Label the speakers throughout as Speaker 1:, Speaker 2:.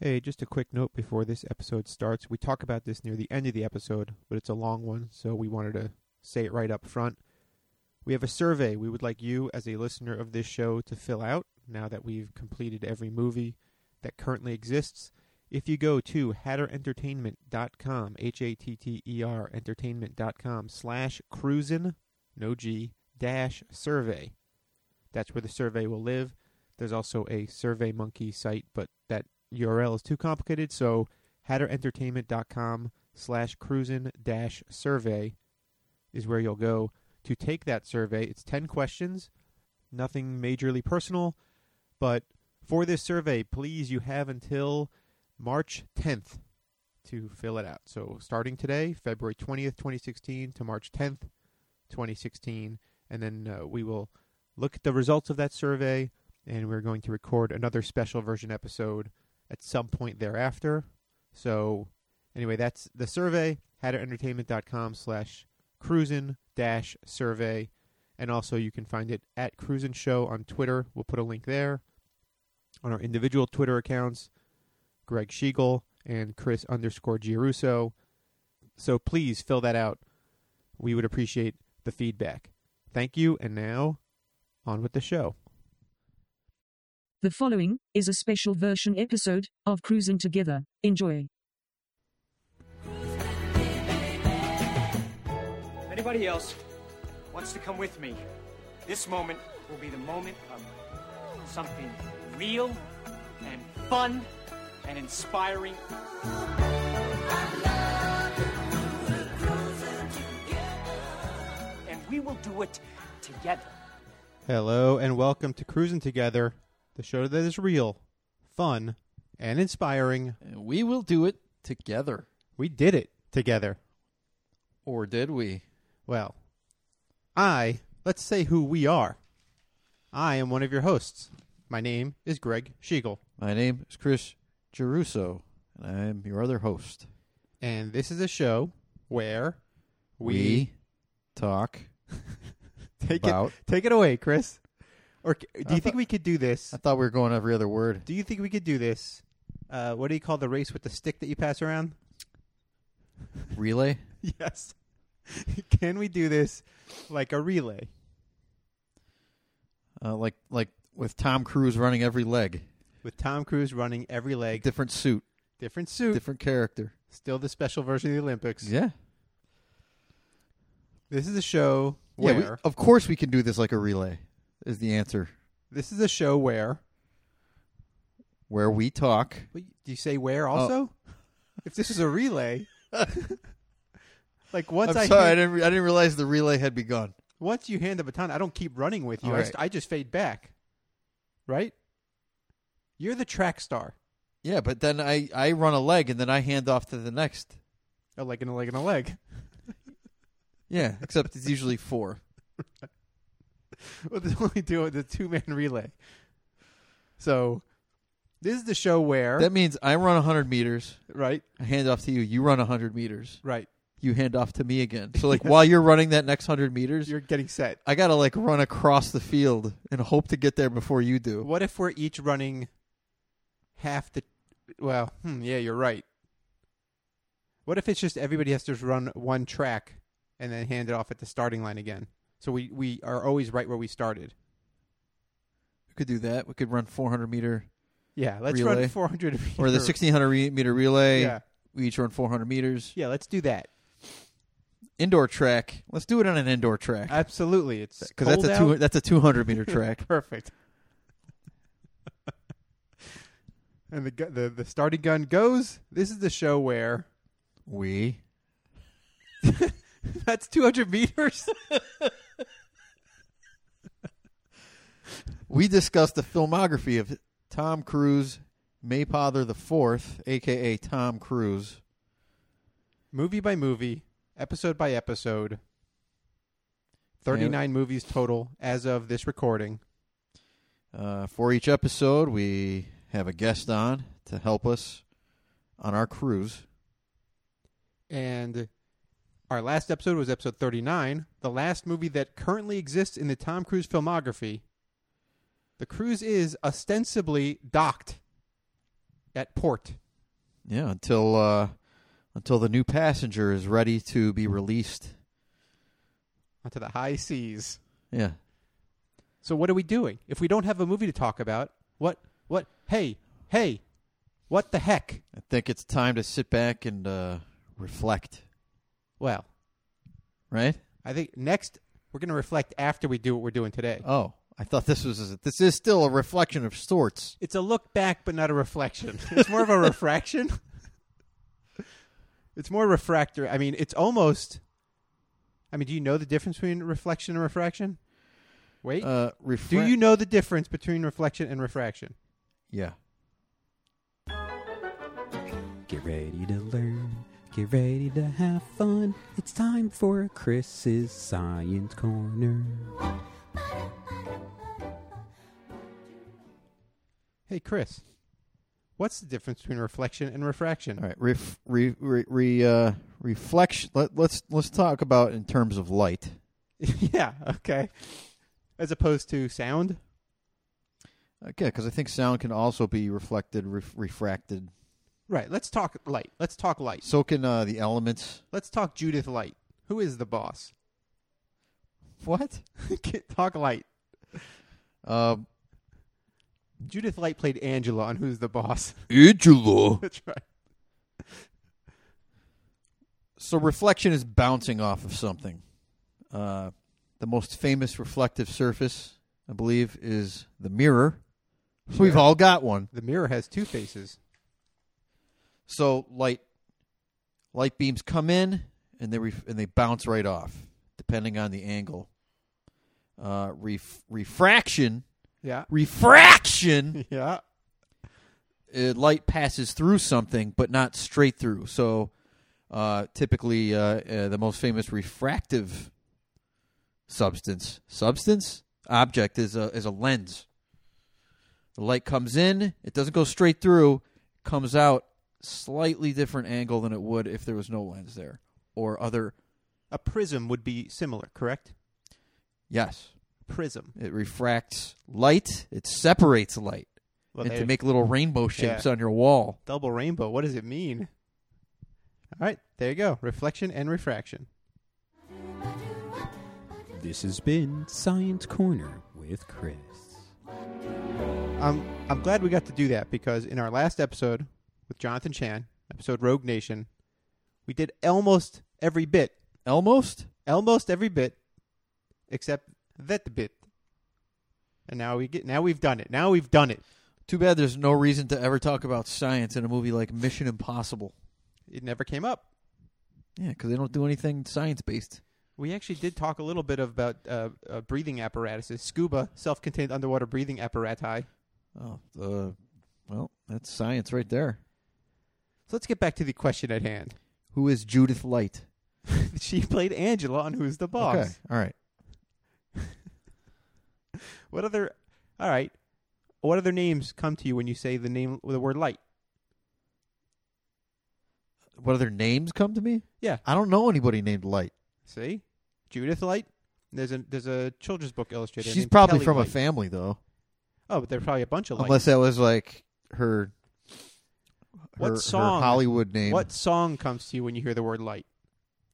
Speaker 1: Hey, just a quick note before this episode starts. We talk about this near the end of the episode, but it's a long one, so we wanted to say it right up front. We have a survey we would like you, as a listener of this show, to fill out now that we've completed every movie that currently exists. If you go to hatterentertainment.com, H A T T E R entertainment.com, slash cruisin, no G, dash survey. That's where the survey will live. There's also a Survey Monkey site, but that URL is too complicated, so hatterentertainment.com slash cruisin dash survey is where you'll go to take that survey. It's 10 questions, nothing majorly personal, but for this survey, please, you have until March 10th to fill it out. So starting today, February 20th, 2016 to March 10th, 2016, and then uh, we will look at the results of that survey and we're going to record another special version episode at some point thereafter. So anyway, that's the survey, hatterentertainment.com slash cruisin dash survey. And also you can find it at Cruisin Show on Twitter. We'll put a link there. On our individual Twitter accounts, Greg Schiegel and Chris underscore Giruso. So please fill that out. We would appreciate the feedback. Thank you, and now on with the show.
Speaker 2: The following is a special version episode of Cruising Together. Enjoy.
Speaker 3: Anybody else wants to come with me? This moment will be the moment of something real and fun and inspiring. And we will do it together.
Speaker 1: Hello and welcome to Cruising Together, the show that is real, fun, and inspiring.
Speaker 4: And we will do it together.
Speaker 1: We did it together.
Speaker 4: Or did we?
Speaker 1: Well, I, let's say who we are. I am one of your hosts. My name is Greg Schiegel,
Speaker 4: My name is Chris Geruso, and I'm your other host.
Speaker 1: and this is a show where
Speaker 4: talk.
Speaker 1: take
Speaker 4: about-
Speaker 1: it take it away, Chris. Or c- do you
Speaker 4: I
Speaker 1: think
Speaker 4: thought-
Speaker 1: we could do this?
Speaker 4: I thought we were going every other word.
Speaker 1: Do you think we could do this? Uh, what do you call the race with the stick that you pass around?
Speaker 4: Relay?
Speaker 1: Yes. Can we do this like a relay?
Speaker 4: Uh, like like with Tom Cruise running every leg.
Speaker 1: with Tom Cruise running every leg,
Speaker 4: Different suit,
Speaker 1: different suit,
Speaker 4: different character.
Speaker 1: still the special version of the Olympics.
Speaker 4: Yeah.
Speaker 1: This is a show
Speaker 4: Yeah,
Speaker 1: where
Speaker 4: we- of course we can do this like a relay is the answer.
Speaker 1: this is a show where.
Speaker 4: Where we talk.
Speaker 1: Wait, do you say where
Speaker 4: Oh.
Speaker 1: also? If this is a relay, like once
Speaker 4: I'm
Speaker 1: I
Speaker 4: sorry, I
Speaker 1: hand-
Speaker 4: didn't, re- I didn't realize the relay had begun.
Speaker 1: once you hand the baton, I don't keep running with you.
Speaker 4: All
Speaker 1: I,
Speaker 4: right.
Speaker 1: st- I just fade back. Right? You're the track star.
Speaker 4: Yeah, but then I, I run a leg and then I hand off to the next.
Speaker 1: A leg and a leg and a leg.
Speaker 4: Yeah, except it's usually four.
Speaker 1: Well, they only do it the two man relay. So, this is the show where
Speaker 4: That means I run 100 meters.
Speaker 1: right,
Speaker 4: I hand off to you. You run 100 meters.
Speaker 1: right.
Speaker 4: You hand off to me again. So, like, while you're running that next 100 meters,
Speaker 1: You're getting set.
Speaker 4: I got to, like, run across the field and hope to get there before you do.
Speaker 1: What if we're each running half the? Well, hmm, yeah, you're right. What if it's just everybody has to run one track and then hand it off at the starting line again? So we we are always right where we started.
Speaker 4: We could do that. We could run 400 meter
Speaker 1: Yeah, let's run
Speaker 4: Relay.
Speaker 1: 400
Speaker 4: or the
Speaker 1: meter-
Speaker 4: 1600 re- meter relay.
Speaker 1: Yeah,
Speaker 4: We each run 400 meters.
Speaker 1: yeah, let's do that.
Speaker 4: Indoor track. Let's do it on an indoor track.
Speaker 1: Absolutely, it's
Speaker 4: Because that's, a two-
Speaker 1: cold out.
Speaker 4: that's a 200 meter track.
Speaker 1: perfect. and the, gu- the the starting gun goes. This is the show where
Speaker 4: We
Speaker 1: that's 200 meters.
Speaker 4: we discussed the filmography of Tom Cruise, Maypother the Fourth, aka Tom Cruise.
Speaker 1: movie by movie, episode by episode. 39 movies total as of this recording.
Speaker 4: Uh, for each episode, we have a guest on to help us on our cruise.
Speaker 1: And our last episode was episode 39, the last movie that currently exists in the Tom Cruise filmography. The cruise is ostensibly docked at port.
Speaker 4: Yeah, until uh, until the new passenger is ready to be released.
Speaker 1: onto the high seas.
Speaker 4: Yeah.
Speaker 1: So what are we doing? If we don't have a movie to talk about, what what hey, hey, what the heck?
Speaker 4: I think it's time to sit back and uh, reflect,
Speaker 1: Well,
Speaker 4: right?
Speaker 1: I think next we're gonna reflect after we do what we're doing today.
Speaker 4: Oh, I thought this was this is still a reflection of sorts.
Speaker 1: It's a look back but not a reflection. It's more of a refraction. it's more refractor. I mean, it's almost I mean, do you know the difference between reflection and refraction? Wait.
Speaker 4: Uh, refra-
Speaker 1: do you know the difference between reflection and refraction?
Speaker 4: Yeah.
Speaker 5: Get ready to learn. Get ready to have fun. It's time for Chris's Science Corner.
Speaker 1: Hey Chris. What's the difference between reflection and refraction?
Speaker 4: All right. Ref, re, re, re, uh, reflection. Let, let's let's talk about in terms of light.
Speaker 1: yeah, okay. As opposed to sound?
Speaker 4: Okay, because I think sound can also be reflected, ref, refracted.
Speaker 1: Right. Let's talk light. Let's talk light.
Speaker 4: So can uh, the elements.
Speaker 1: Let's talk Judith Light. Who is the boss?
Speaker 4: What?
Speaker 1: talk light.
Speaker 4: Uh,
Speaker 1: Judith Light played Angela on Who's the Boss.
Speaker 4: Angela.
Speaker 1: That's right.
Speaker 4: So reflection is bouncing off of something. Uh, the most famous reflective surface, I believe, is the mirror. We've
Speaker 1: Sure.
Speaker 4: all got one.
Speaker 1: The mirror has two faces.
Speaker 4: So light light beams come in and they ref- and they bounce right off, depending on the angle. Uh, ref- refraction,
Speaker 1: Yeah.
Speaker 4: refraction.
Speaker 1: Yeah.
Speaker 4: uh, light passes through something, but not straight through. So uh, typically, uh, uh, the most famous refractive substance, substance, object is a is a lens. The light comes in; it doesn't go straight through. Comes out slightly different angle than it would if there was no lens there or other.
Speaker 1: A prism would be similar, correct?
Speaker 4: Yes,
Speaker 1: Prism.
Speaker 4: it refracts light. It separates light
Speaker 1: Well,
Speaker 4: and
Speaker 1: they-
Speaker 4: to make little rainbow shapes
Speaker 1: Yeah.
Speaker 4: on your wall.
Speaker 1: double rainbow. What does it mean? All right, there you go. Reflection and refraction.
Speaker 5: This has been Science Corner with Chris.
Speaker 1: I'm I'm glad we got to do that because in our last episode with Jonathan Chan, episode Rogue Nation, we did almost every bit,
Speaker 4: Almost.
Speaker 1: almost every bit, except that bit. And now we get now we've done it. Now we've done it.
Speaker 4: Too bad there's no reason to ever talk about science in a movie like Mission Impossible.
Speaker 1: It never came up.
Speaker 4: Yeah, because they don't do anything science based.
Speaker 1: We actually did talk a little bit about uh, uh, breathing apparatuses, scuba, self-contained underwater breathing apparati.
Speaker 4: Oh, uh, well, that's science right there.
Speaker 1: So let's get back to the question at hand.
Speaker 4: Who is Judith Light?
Speaker 1: she played Angela on Who's the Boss.
Speaker 4: Okay, all right.
Speaker 1: What other? All right. What other names come to you when you say the name, the word light?
Speaker 4: What other names come to me?
Speaker 1: Yeah.
Speaker 4: I don't know anybody named Light.
Speaker 1: See, Judith Light. There's a there's a children's book illustrator.
Speaker 4: She's
Speaker 1: named
Speaker 4: probably
Speaker 1: Kelly
Speaker 4: from a
Speaker 1: Light.
Speaker 4: family though,
Speaker 1: Oh, but there's probably a bunch of lights.
Speaker 4: unless that was like her.
Speaker 1: What
Speaker 4: her- her
Speaker 1: song-
Speaker 4: Hollywood name?
Speaker 1: What song comes to you when you hear the word light?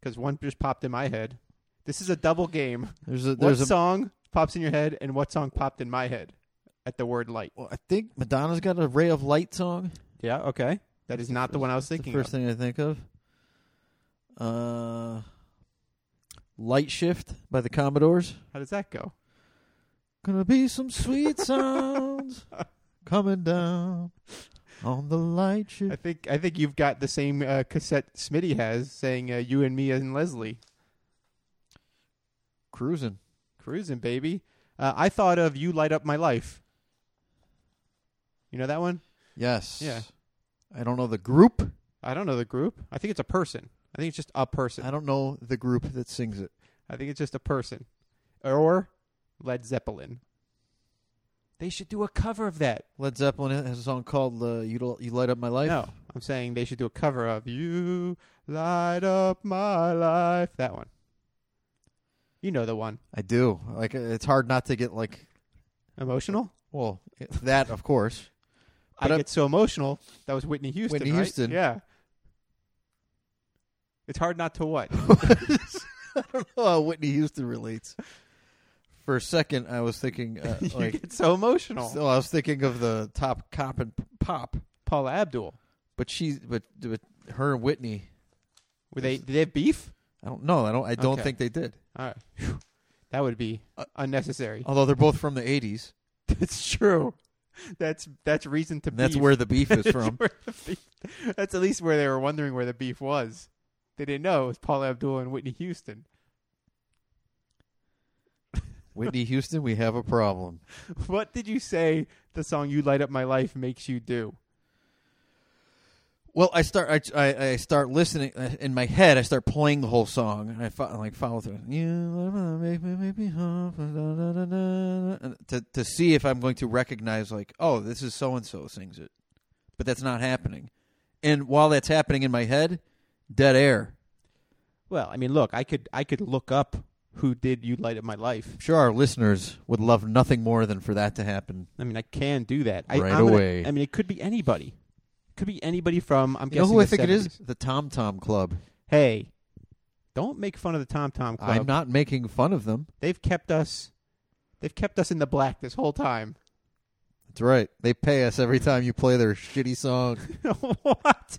Speaker 1: Because one just popped in my head. This is a double game.
Speaker 4: There's a
Speaker 1: What
Speaker 4: there's a.
Speaker 1: song pops in your head, and what song popped in my head at the word light?
Speaker 4: well, I think Madonna's got a Ray of Light song.
Speaker 1: Yeah. Okay. That is not the one I was
Speaker 4: That's
Speaker 1: thinking.
Speaker 4: The first
Speaker 1: of.
Speaker 4: thing I think of. Uh, Light Shift by the Commodores.
Speaker 1: How does that go?
Speaker 4: Gonna be some sweet sounds coming down on the light
Speaker 1: I
Speaker 4: shift.
Speaker 1: think I think you've got the same uh, cassette Smitty has saying uh, "You and me and Leslie."
Speaker 4: Cruising.
Speaker 1: Cruising, baby. Uh, I thought of You Light Up My Life. You know that one?
Speaker 4: Yes.
Speaker 1: Yeah.
Speaker 4: I don't know the group.
Speaker 1: I don't know the group. I think it's a person. I think it's just a person.
Speaker 4: I don't know the group that sings it.
Speaker 1: I think it's just a person. Or Led Zeppelin. They should do a cover of that.
Speaker 4: Led Zeppelin has a song called uh, "You L- You Light Up My Life."
Speaker 1: No, I'm saying they should do a cover of You Light Up My Life. That one. You know the one.
Speaker 4: I do. Like uh, it's hard not to get like
Speaker 1: Emotional?
Speaker 4: well that of course,
Speaker 1: I
Speaker 4: But I'm-
Speaker 1: get so emotional. That was Whitney Houston.
Speaker 4: Whitney
Speaker 1: right?
Speaker 4: Houston.
Speaker 1: Yeah. It's hard not to what?
Speaker 4: I don't know how Whitney Houston relates. For a second, I was thinking, uh,
Speaker 1: you
Speaker 4: like,
Speaker 1: get so emotional.
Speaker 4: so I was thinking of the top cop and pop,
Speaker 1: Paula Abdul.
Speaker 4: but she, but, but her and Whitney,
Speaker 1: Were they? Did they have beef?
Speaker 4: I don't know. I don't. I don't
Speaker 1: Okay.
Speaker 4: think they did.
Speaker 1: All right. Phew. That would be
Speaker 4: Uh,
Speaker 1: unnecessary.
Speaker 4: Although they're both from the '80s,
Speaker 1: It's true. That's that's reason to.
Speaker 4: and that's
Speaker 1: beef.
Speaker 4: where the beef is
Speaker 1: That's
Speaker 4: from.
Speaker 1: where the beef- That's at least where they were wondering where the beef was. They didn't know it was Paula Abdul and Whitney Houston.
Speaker 4: Whitney Houston, we have a problem.
Speaker 1: What did you say the song "You Light Up My Life" makes you do?
Speaker 4: Well, I start I, I, I start listening uh, in my head. I start playing the whole song, and I fo- I, like follow through. You make me make me hop, da, da, da, da, and to to see if I'm going to recognize like, oh, this is so and so sings it, but that's not happening. And while that's happening in my head, dead air.
Speaker 1: Well, I mean, look, I could I could look up who did "You Light Up My Life."
Speaker 4: I'm sure our listeners would love nothing more than for that to happen.
Speaker 1: I mean, I can do that I,
Speaker 4: Right
Speaker 1: I'm gonna-
Speaker 4: away.
Speaker 1: I mean, it could be anybody. Could be anybody from I'm
Speaker 4: You know
Speaker 1: guessing
Speaker 4: who I
Speaker 1: the
Speaker 4: think it is?
Speaker 1: 70s.
Speaker 4: The Tom Tom Club.
Speaker 1: Hey, don't make fun of the Tom Tom Club.
Speaker 4: I'm not making fun of them.
Speaker 1: They've kept us. They've kept us in the black this whole time.
Speaker 4: That's right. They pay us every time you play their shitty song.
Speaker 1: what?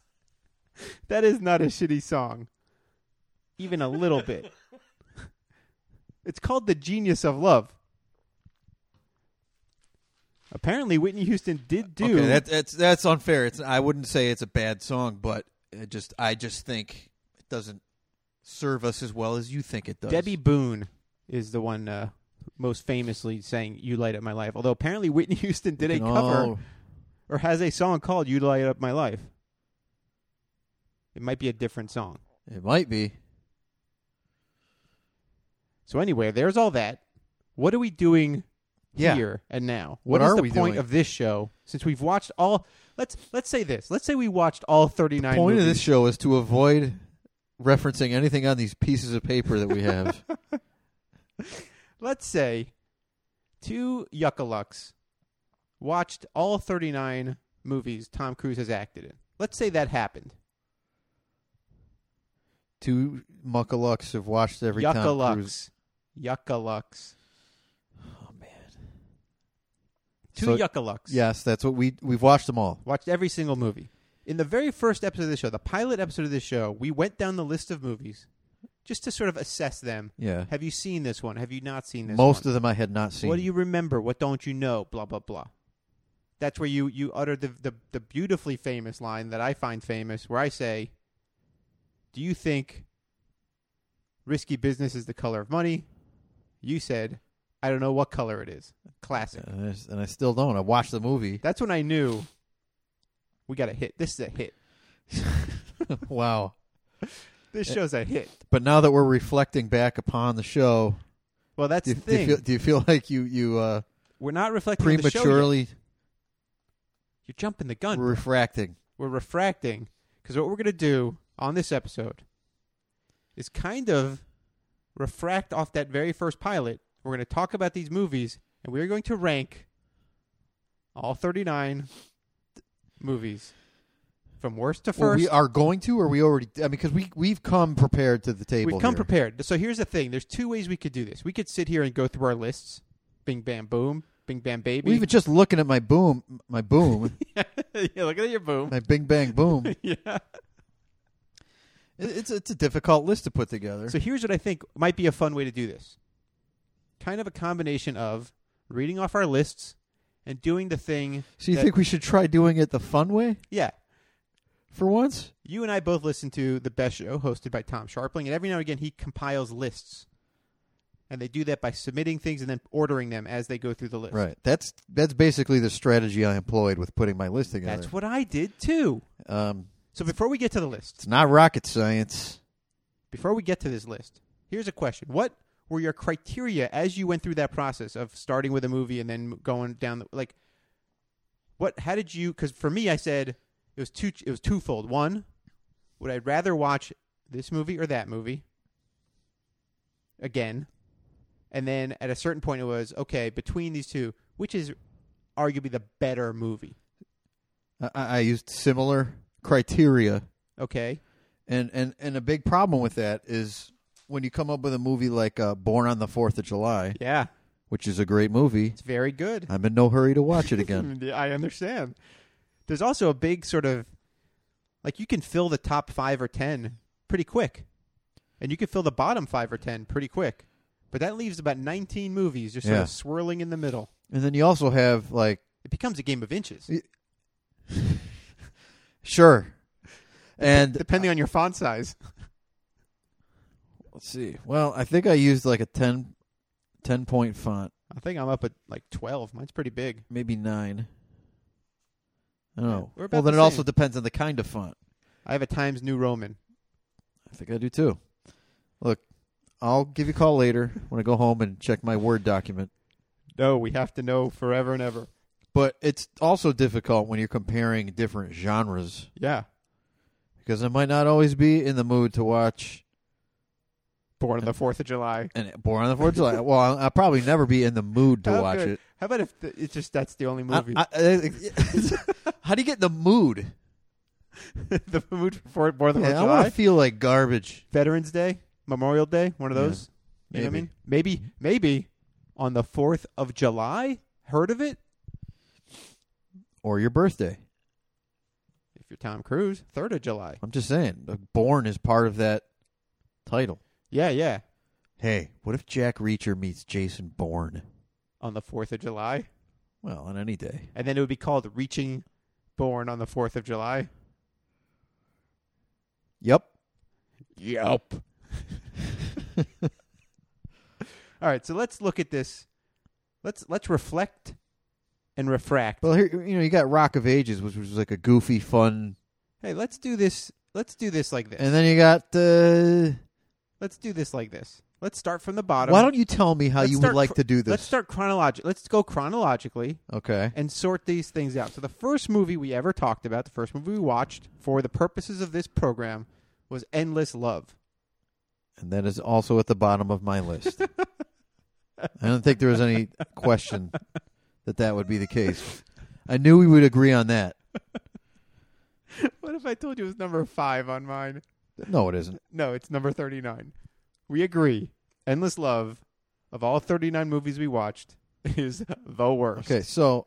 Speaker 1: That is not a shitty song. Even a little bit. It's called The Genius of Love. Apparently Whitney Houston did do
Speaker 4: Okay, that, that's that's unfair. It's I wouldn't say it's a bad song, but it just I just think it doesn't serve us as well as you think it does.
Speaker 1: Debbie Boone is the one uh, most famously saying "You Light Up My Life." Although apparently Whitney Houston did a
Speaker 4: You know,
Speaker 1: cover or has a song called "You Light Up My Life." It might be a different song.
Speaker 4: It might be.
Speaker 1: So anyway, there's all that. What are we doing
Speaker 4: Yeah.
Speaker 1: here and now?
Speaker 4: What
Speaker 1: is
Speaker 4: are
Speaker 1: the
Speaker 4: we
Speaker 1: point
Speaker 4: doing?
Speaker 1: of this show? Since we've watched all, let's let's say this. Let's say we watched all 39.
Speaker 4: The point of
Speaker 1: movies.
Speaker 4: this show is to avoid referencing anything on these pieces of paper that we have.
Speaker 1: let's say two yuckalucks watched all 39 movies Tom Cruise has acted in. Let's say that happened.
Speaker 4: Two muckalucks have watched every time.
Speaker 1: yuckalucks. Yuckalucks.
Speaker 4: Oh man.
Speaker 1: Two
Speaker 4: So-
Speaker 1: yuckalucks.
Speaker 4: Yes, that's what we we've watched them all.
Speaker 1: Watched every single movie. In the very first episode of the show, the pilot episode of the show, we went down the list of movies just to sort of assess them.
Speaker 4: Yeah.
Speaker 1: Have you seen this one? Have you not seen this
Speaker 4: Most
Speaker 1: one?
Speaker 4: of them I had not seen.
Speaker 1: What do you remember? What don't you know? Blah blah blah. That's where you you utter the, the the beautifully famous line that I find famous, where I say, "Do you think risky business is the color of money?" You said, "I don't know what color it is." Classic.
Speaker 4: And I s- Uh, and I still don't. I watched the movie.
Speaker 1: That's when I knew we got a hit. This is a hit.
Speaker 4: wow.
Speaker 1: This
Speaker 4: Eh.
Speaker 1: show's a hit.
Speaker 4: But now that we're reflecting back upon the show,
Speaker 1: Well, that's
Speaker 4: do,
Speaker 1: the
Speaker 4: do you
Speaker 1: thing.
Speaker 4: feel, do you feel like you you uh,
Speaker 1: We're not reflecting on the show yet.
Speaker 4: prematurely
Speaker 1: You're jumping the gun.
Speaker 4: refracting?
Speaker 1: we're refracting because what we're going to do on this episode is kind of refract off that very first pilot. We're going to talk about these movies and we're going to rank all 39 movies from worst to
Speaker 4: Well,
Speaker 1: first.
Speaker 4: we are going to, or we already? I mean, because we we've come prepared to the table.
Speaker 1: We've come
Speaker 4: here.
Speaker 1: prepared. So here's the thing there's two ways we could do this. We could sit here and go through our lists bing, bam, boom, bing, bam, baby.
Speaker 4: We even just looking at my boom, my boom,
Speaker 1: yeah, look at your boom.
Speaker 4: my Bing Bang boom. It-
Speaker 1: yeah.
Speaker 4: It's it's a difficult list to put together.
Speaker 1: So here's what I think might be a fun way to do this. Kind of a combination of reading off our lists and doing the thing.
Speaker 4: So you
Speaker 1: that-
Speaker 4: think we should try doing it the fun way
Speaker 1: Yeah.
Speaker 4: for once?
Speaker 1: You and I both listen to The Best Show, hosted by Tom Sharpling, and every now and again he compiles lists. And they do that by submitting things and then ordering them as they go through the list.
Speaker 4: Right. That's that's basically the strategy I employed with putting my list together.
Speaker 1: That's what I did too.
Speaker 4: um,
Speaker 1: So before we get to the list,
Speaker 4: it's not rocket science.
Speaker 1: before we get to this list, here's a question. What were your criteria as you went through that process of starting with a movie and then going down the like what how did you cuz for me I said it was two it was twofold. One, would I rather watch this movie or that movie again? And then at a certain point it was okay, between these two, which is arguably the better movie?
Speaker 4: I, I used similar criteria,
Speaker 1: Okay.
Speaker 4: and and and a big problem with that is when you come up with a movie like uh, Born on the Fourth of July,
Speaker 1: Yeah.
Speaker 4: which is a great movie.
Speaker 1: It's very good.
Speaker 4: I'm in no hurry to watch it again.
Speaker 1: Mm, I understand. There's also a big sort of like you can fill the top five or ten pretty quick, and you can fill the bottom five or ten pretty quick. But that leaves about 19 movies just sort
Speaker 4: Yeah.
Speaker 1: of swirling in the middle.
Speaker 4: and then you also have like
Speaker 1: It becomes a game of inches,
Speaker 4: Yeah. sure, and
Speaker 1: depending on your font size.
Speaker 4: uh, let's see. Well, I think I used like a 10, 10 point font,
Speaker 1: I think I'm up at like 12. Mine's pretty big.
Speaker 4: maybe nine. I don't know.
Speaker 1: we're about
Speaker 4: well, then
Speaker 1: the
Speaker 4: it also
Speaker 1: same.
Speaker 4: depends on the kind of font.
Speaker 1: I have a Times New Roman.
Speaker 4: I think I do too. Look, I'll give you a call later when I go home and check my Word document.
Speaker 1: No, we have to know forever and ever.
Speaker 4: But it's also difficult when you're comparing different genres
Speaker 1: Yeah.
Speaker 4: because I might not always be in the mood to watch
Speaker 1: Born
Speaker 4: Uh,
Speaker 1: on the 4th of July.
Speaker 4: an Born on the Fourth of July. Well, I'll, I'll probably never be in the mood to
Speaker 1: How
Speaker 4: watch
Speaker 1: good.
Speaker 4: it.
Speaker 1: How about if th it's just that's the only
Speaker 4: I-
Speaker 1: movie?
Speaker 4: I- I- how do you get in the mood?
Speaker 1: the mood for Born on the 4th
Speaker 4: Yeah, I
Speaker 1: of
Speaker 4: want
Speaker 1: July?
Speaker 4: to feel like garbage.
Speaker 1: Veterans Day, Memorial Day, one of
Speaker 4: Yeah.
Speaker 1: those. You know what I
Speaker 4: Maybe.
Speaker 1: mean? Maybe, maybe on the 4th of July. Heard of it?
Speaker 4: Or your birthday.
Speaker 1: If you're Tom Cruise, 3rd of July.
Speaker 4: I'm just saying, uh, Born is part of that title.
Speaker 1: Yeah, yeah.
Speaker 4: Hey, what if Jack Reacher meets Jason Bourne?
Speaker 1: On the 4th of July.
Speaker 4: Well, on any day.
Speaker 1: And then it would be called Reaching Born on the 4th of July.
Speaker 4: Yep.
Speaker 1: Yep. All right, so let's look at this. Let's let's reflect and refract.
Speaker 4: Well, here you know you got Rock of Ages, which was like a goofy, fun,
Speaker 1: Hey, let's do this. Let's do this like this.
Speaker 4: and then you got. Uh,
Speaker 1: let's do this like this. Let's start from the bottom.
Speaker 4: why don't you tell me how
Speaker 1: Let's
Speaker 4: you would
Speaker 1: start
Speaker 4: like
Speaker 1: cr-
Speaker 4: to do this?
Speaker 1: Let's start chronologically. Let's go chronologically
Speaker 4: Okay.
Speaker 1: and sort these things out. So the first movie we ever talked about, the first movie we watched for the purposes of this program was Endless Love.
Speaker 4: And that is also at the bottom of my list. I don't think there was any question that that would be the case. I knew we would agree on that.
Speaker 1: what if I told you it was number 5 on mine?
Speaker 4: No, it isn't.
Speaker 1: No, it's number 39. We agree. Endless Love, of all 39 movies we watched, is the worst.
Speaker 4: Okay, so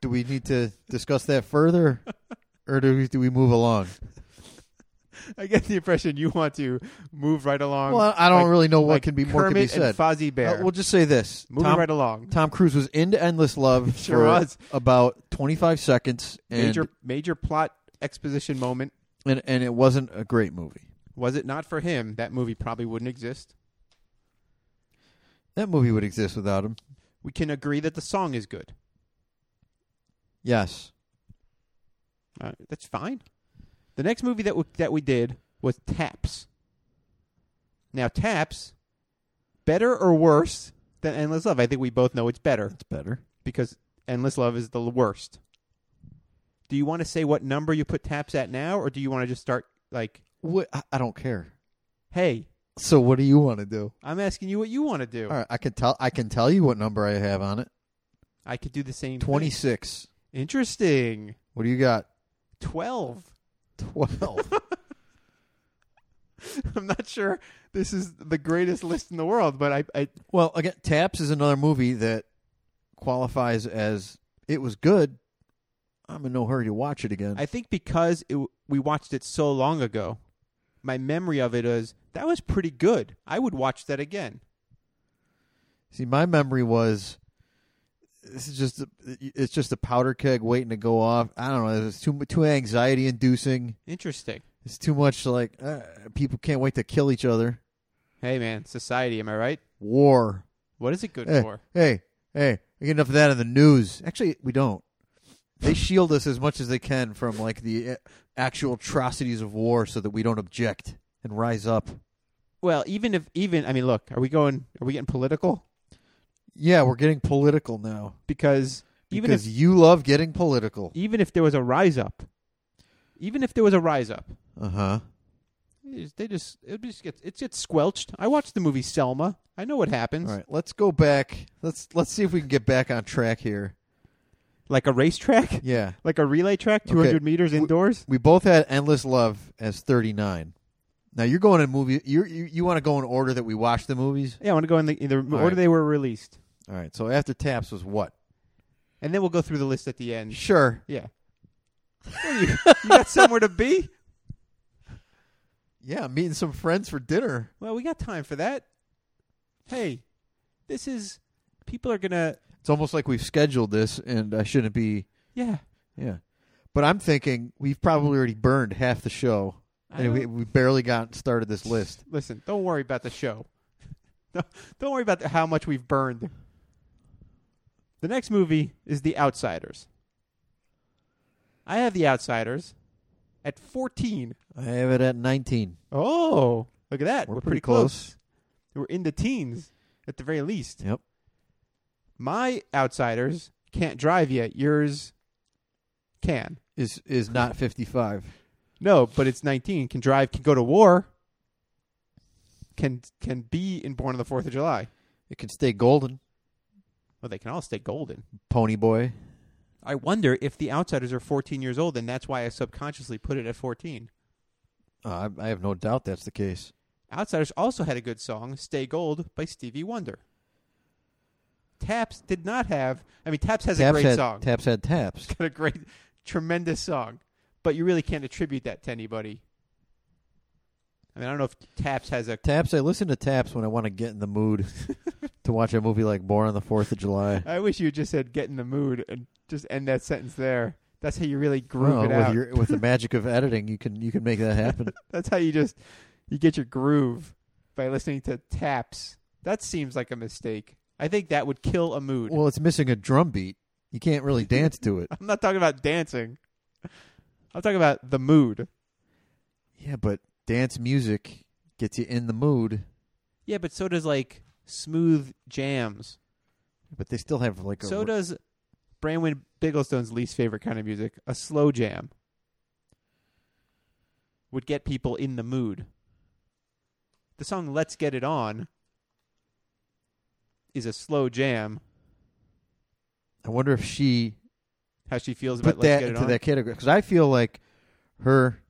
Speaker 4: do we need to discuss that further, or do we, do we move along?
Speaker 1: I get the impression you want to move right along.
Speaker 4: Well, I don't
Speaker 1: Um, like-
Speaker 4: really know what
Speaker 1: like
Speaker 4: can be more can be
Speaker 1: Kermit
Speaker 4: said.
Speaker 1: And Fozzie
Speaker 4: Uh,
Speaker 1: Bear.
Speaker 4: we'll just say this:
Speaker 1: Moving
Speaker 4: Tom,
Speaker 1: right along.
Speaker 4: Tom Cruise was into "Endless Love"
Speaker 1: Sure
Speaker 4: for
Speaker 1: was.
Speaker 4: about twenty-five seconds, and
Speaker 1: Major major plot exposition moment.
Speaker 4: and and it wasn't a great movie.
Speaker 1: Was it not for him, that movie probably wouldn't exist.
Speaker 4: That movie would exist without him.
Speaker 1: We can agree that the song is good.
Speaker 4: Yes.
Speaker 1: Uh, that's fine. The next movie that we, that we did was Taps. Now Taps, better or worse than Endless Love? I think we both know it's better
Speaker 4: That's better.
Speaker 1: because Endless Love is the l- worst. Do you want to say what number you put Taps at now, or do you want to just start like,
Speaker 4: What? I, I don't care.
Speaker 1: hey,
Speaker 4: So what do you want to do?
Speaker 1: I'm asking you what you want to do?
Speaker 4: All right, I can tell. I can tell you what number I have on it.
Speaker 1: I could do the same. thing.
Speaker 4: Twenty-six.
Speaker 1: Interesting.
Speaker 4: What do you got?
Speaker 1: Twelve.
Speaker 4: Twelve.
Speaker 1: I'm not sure this is the greatest list in the world, but I, I
Speaker 4: well, again, Taps is another movie that qualifies as it was good. I'm in no hurry to watch it again.
Speaker 1: I think because it, w- we watched it so long ago, my memory of it is that was pretty good. I would watch that again.
Speaker 4: See, my memory was this is just a, it's just a powder keg waiting to go off. I don't know. It's too mu- too anxiety inducing.
Speaker 1: Interesting.
Speaker 4: It's too much like uh, people can't wait to kill each other.
Speaker 1: Hey, man, society, am I right?
Speaker 4: War.
Speaker 1: What is it good
Speaker 4: Hey,
Speaker 1: for?
Speaker 4: hey, hey! We get enough of that in the news. Actually, we don't. They shield us as much as they can from like the uh, actual atrocities of war, so that we don't object and rise up.
Speaker 1: Well, even if even I mean, look, are we going? Are we getting political?
Speaker 4: Yeah, we're getting political now
Speaker 1: Because even
Speaker 4: because
Speaker 1: if
Speaker 4: you love getting political.
Speaker 1: even if there was a rise up, even if there was a rise up,
Speaker 4: Uh huh.
Speaker 1: they just- they just it just gets it gets squelched. I watched the movie Selma. I know what happens.
Speaker 4: All right, let's go back. Let's let's see if we can get back on track here.
Speaker 1: Like a racetrack?
Speaker 4: Yeah.
Speaker 1: Like a relay track, 200 meters
Speaker 4: W-
Speaker 1: indoors?
Speaker 4: We both had Endless Love as 39. Now you're going in movie. You're, you you want to go in order that we watch the movies?
Speaker 1: Yeah, I want to go in the, in the order
Speaker 4: right.
Speaker 1: they were released.
Speaker 4: All right. So after Taps was what?
Speaker 1: And then we'll go through the list at the end.
Speaker 4: Sure.
Speaker 1: Yeah. What are you, you got somewhere to be?
Speaker 4: Yeah, meeting some friends for dinner.
Speaker 1: Well, we got time for that. Hey, this is. People are going to.
Speaker 4: It's almost like we've scheduled this, and I shouldn't be.
Speaker 1: Yeah.
Speaker 4: Yeah. But I'm thinking we've probably already burned half the show,
Speaker 1: I
Speaker 4: and we,
Speaker 1: don't-
Speaker 4: we barely got started this list.
Speaker 1: Listen, don't worry about the show. No, don't worry about the, how much we've burned. The next movie is The Outsiders. I have The Outsiders at 14.
Speaker 4: I have it at 19.
Speaker 1: Oh, look at that.
Speaker 4: We're
Speaker 1: We're,
Speaker 4: pretty
Speaker 1: pretty, close. We're in the teens at the very least.
Speaker 4: Yep.
Speaker 1: My Outsiders can't drive yet. Yours can.
Speaker 4: Is is not 55.
Speaker 1: No, but it's 19. Can drive, can go to war. Can can be in Born on the 4th of July.
Speaker 4: It can stay golden.
Speaker 1: Well, they can all stay golden.
Speaker 4: Pony boy.
Speaker 1: I wonder if the outsiders are 14 years old, and that's why I subconsciously put it at 14.
Speaker 4: Uh, I, I have no doubt that's the case.
Speaker 1: Outsiders also had a good song, Stay Gold, by Stevie Wonder. Taps did not have, I mean, Taps has a great
Speaker 4: had,
Speaker 1: song.
Speaker 4: Taps had taps.
Speaker 1: Got a great, tremendous song. But you really can't attribute that to anybody. I mean, I don't know if Taps has a.
Speaker 4: Taps. I listen to taps when I want to get in the mood to watch a movie like Born on the Fourth of July.
Speaker 1: I wish you had just said get in the mood and just end that sentence there. That's how you really groove
Speaker 4: Well,
Speaker 1: it
Speaker 4: with
Speaker 1: out.
Speaker 4: your with the magic of editing, you can you can make that happen.
Speaker 1: That's how you just you get your groove by listening to taps. That seems like a mistake. I think that would kill a mood.
Speaker 4: well, it's missing a drum beat. You can't really dance to it.
Speaker 1: I'm not talking about dancing. I'm talking about the mood.
Speaker 4: Yeah, but dance music gets you in the mood.
Speaker 1: Yeah, but so does like smooth jams.
Speaker 4: But they still have like a
Speaker 1: So does Branwyn Biglestone's least favorite kind of music, a slow jam. Would get people in the mood. The song Let's Get It On is a slow jam.
Speaker 4: I wonder if she
Speaker 1: How she feels about
Speaker 4: put
Speaker 1: Let's
Speaker 4: that
Speaker 1: Get It
Speaker 4: into
Speaker 1: On.
Speaker 4: that category because I feel like her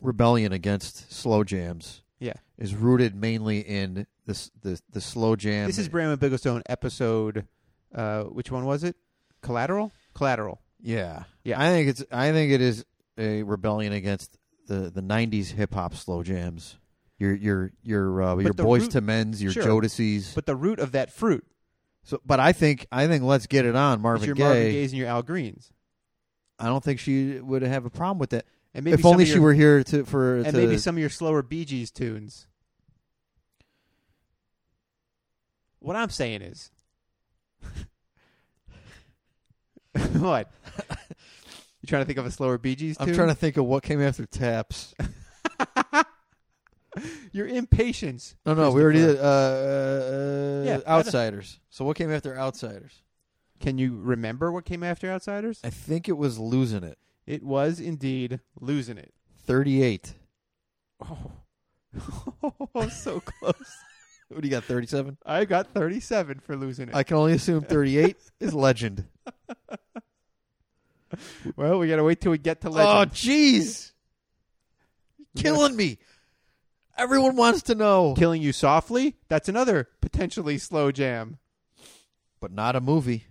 Speaker 4: rebellion against slow jams
Speaker 1: Yeah.
Speaker 4: is rooted mainly in this the the slow jam.
Speaker 1: This is Bram and Bigglestone episode. Uh, which one was it? Collateral. Collateral.
Speaker 4: yeah
Speaker 1: Yeah.
Speaker 4: I think it's I think it is a rebellion against the the '90s hip hop slow jams. Your your your uh, your
Speaker 1: the
Speaker 4: boys
Speaker 1: root-
Speaker 4: to men's your
Speaker 1: Sure.
Speaker 4: Jodeci's.
Speaker 1: But the root of that fruit
Speaker 4: so, but I think I think let's get it on
Speaker 1: is
Speaker 4: Marvin
Speaker 1: your
Speaker 4: Gaye.
Speaker 1: Marvin Gaye's and your Al Greens.
Speaker 4: I don't think she would have a problem with that.
Speaker 1: And maybe
Speaker 4: if
Speaker 1: some
Speaker 4: only
Speaker 1: of
Speaker 4: she
Speaker 1: your-
Speaker 4: were here to for
Speaker 1: And
Speaker 4: to,
Speaker 1: maybe some of your slower Bee Gees tunes. What I'm saying is, what you trying to think of a slower Bee Gees?
Speaker 4: I'm
Speaker 1: tune?
Speaker 4: trying to think of what came after Taps.
Speaker 1: Your impatience.
Speaker 4: No, no, we already
Speaker 1: Christopher.
Speaker 4: did. Uh, uh,
Speaker 1: Yeah,
Speaker 4: uh, Outsiders. So what came after Outsiders?
Speaker 1: Can you remember what came after Outsiders?
Speaker 4: I think it was losing it.
Speaker 1: It was indeed losing it.
Speaker 4: Thirty-eight.
Speaker 1: Oh, so close.
Speaker 4: What do you got? Thirty-seven.
Speaker 1: I got 37 for losing it.
Speaker 4: I can only assume thirty-eight is legend.
Speaker 1: well, we got to wait till we get to
Speaker 4: Oh,
Speaker 1: legend.
Speaker 4: jeez, killing me. Everyone wants to know,
Speaker 1: Killing You Softly? That's another potentially slow jam.
Speaker 4: but not a movie.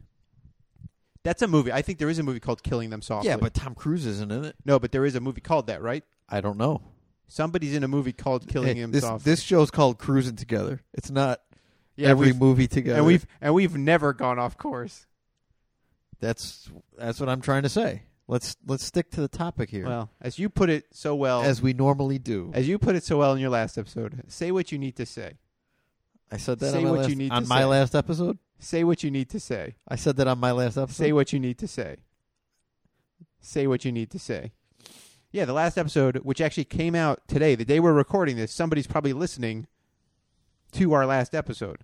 Speaker 1: That's a movie. I think there is a movie called Killing Them Softly.
Speaker 4: Yeah, but Tom Cruise isn't in it.
Speaker 1: No, but there is a movie called that, right?
Speaker 4: I don't know.
Speaker 1: Somebody's in a movie called Killing
Speaker 4: Hey,
Speaker 1: Him
Speaker 4: Eh, this
Speaker 1: Softly.
Speaker 4: this show's called Cruising Together. It's not
Speaker 1: yeah,
Speaker 4: every
Speaker 1: we've-
Speaker 4: movie together.
Speaker 1: and we've and we've never gone off course.
Speaker 4: that's that's what I'm trying to say. Let's let's stick to the topic here,
Speaker 1: Well, as you put it so well,
Speaker 4: as we normally do.
Speaker 1: as you put it so well in your last episode, say what you need to say.
Speaker 4: I said that
Speaker 1: Say
Speaker 4: on my,
Speaker 1: what
Speaker 4: last,
Speaker 1: you need
Speaker 4: on
Speaker 1: to
Speaker 4: my
Speaker 1: say.
Speaker 4: last episode.
Speaker 1: Say what you need to say.
Speaker 4: I said that on my last episode.
Speaker 1: Say what you need to say. Say what you need to say. Yeah, the last episode, which actually came out today, the day we're recording this, somebody's probably listening to our last episode,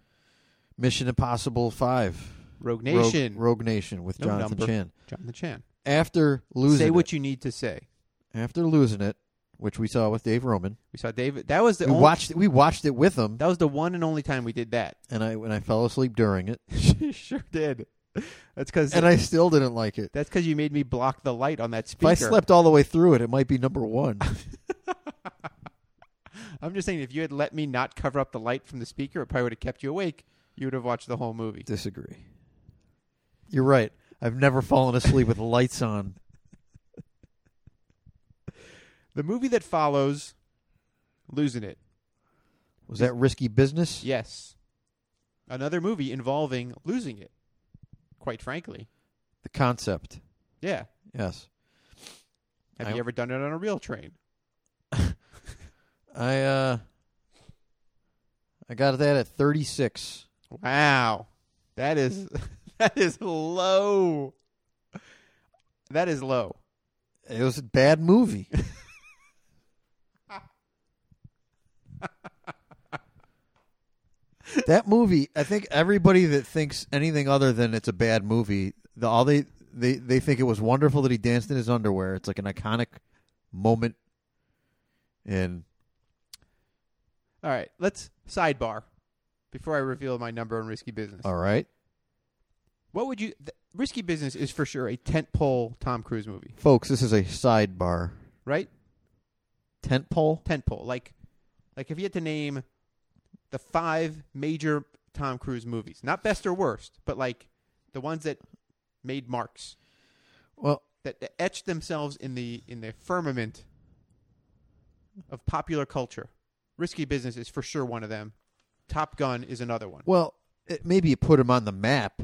Speaker 4: Mission Impossible Five.
Speaker 1: Rogue
Speaker 4: Rogue-
Speaker 1: Nation,
Speaker 4: Rogue, Nation with
Speaker 1: No
Speaker 4: Jonathan
Speaker 1: number.
Speaker 4: Chan.
Speaker 1: Jonathan Chan.
Speaker 4: After losing
Speaker 1: say
Speaker 4: it,
Speaker 1: what you need to say.
Speaker 4: after losing it, which we saw with Dave Roman,
Speaker 1: We saw David. That was the
Speaker 4: we
Speaker 1: only,
Speaker 4: watched we watched it with him,
Speaker 1: That was the one and only time we did that.
Speaker 4: and I when I fell asleep during it.
Speaker 1: she sure did. That's because
Speaker 4: and I still didn't like it.
Speaker 1: that's because you made me block the light on that
Speaker 4: If
Speaker 1: speaker.
Speaker 4: I slept all the way through it, it might be number one.
Speaker 1: I'm just saying, if you had let me not cover up the light from the speaker, it probably would have kept you awake. You would have watched the whole movie.
Speaker 4: Disagree. You're right. I've never fallen asleep with lights on.
Speaker 1: The movie that follows, losing it.
Speaker 4: Was that risky business?
Speaker 1: Yes, another movie involving losing it. Quite frankly,
Speaker 4: The concept.
Speaker 1: yeah.
Speaker 4: Yes.
Speaker 1: Have
Speaker 4: I-
Speaker 1: you ever done it on a real train?
Speaker 4: I uh I got that at 36.
Speaker 1: Wow, that is that is low. That is low.
Speaker 4: It was a bad movie. that movie, I think everybody that thinks anything other than it's a bad movie, the, all they, they they think it was wonderful that he danced in his underwear. It's like an iconic moment in
Speaker 1: All right, let's sidebar before I reveal my number on risky business.
Speaker 4: all right.
Speaker 1: What would you? Th- risky business is for sure a tentpole Tom Cruise movie,
Speaker 4: Folks, this is a sidebar.
Speaker 1: right?
Speaker 4: Tent pole?
Speaker 1: Tentpole, like, like if you had to name the five major Tom Cruise movies, not best or worst, but like the ones that made marks
Speaker 4: Well,
Speaker 1: that, that etched themselves in the in the firmament of popular culture. Risky business is for sure one of them. Top Gun is another one.
Speaker 4: well, it, maybe it put him on the map.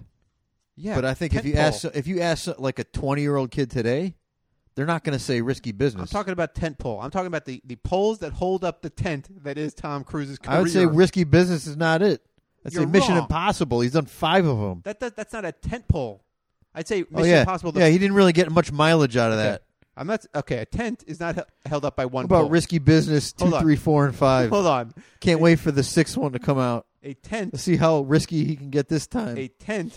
Speaker 1: Yeah,
Speaker 4: but I think if you
Speaker 1: tentpole.
Speaker 4: ask if you ask like a twenty year old kid today, they're not going to say risky business.
Speaker 1: I'm talking about tent pole. I'm talking about the, the poles that hold up the tent that is Tom Cruise's career.
Speaker 4: I would say risky business is not it. I'd say
Speaker 1: You're
Speaker 4: Mission
Speaker 1: wrong.
Speaker 4: Impossible. He's done five of them.
Speaker 1: that, that that's not a tent pole. I'd say Mission
Speaker 4: oh yeah,
Speaker 1: Impossible. the-
Speaker 4: yeah. He didn't really get much mileage out of
Speaker 1: Okay.
Speaker 4: that.
Speaker 1: I'm not okay. A tent is not he- held up by one.
Speaker 4: What about
Speaker 1: pole.
Speaker 4: risky business two,
Speaker 1: Hold on.
Speaker 4: three, four, and five?
Speaker 1: Hold on,
Speaker 4: Can't wait for the sixth one to come out.
Speaker 1: a tent
Speaker 4: Let's see how risky he can get this time.
Speaker 1: a tent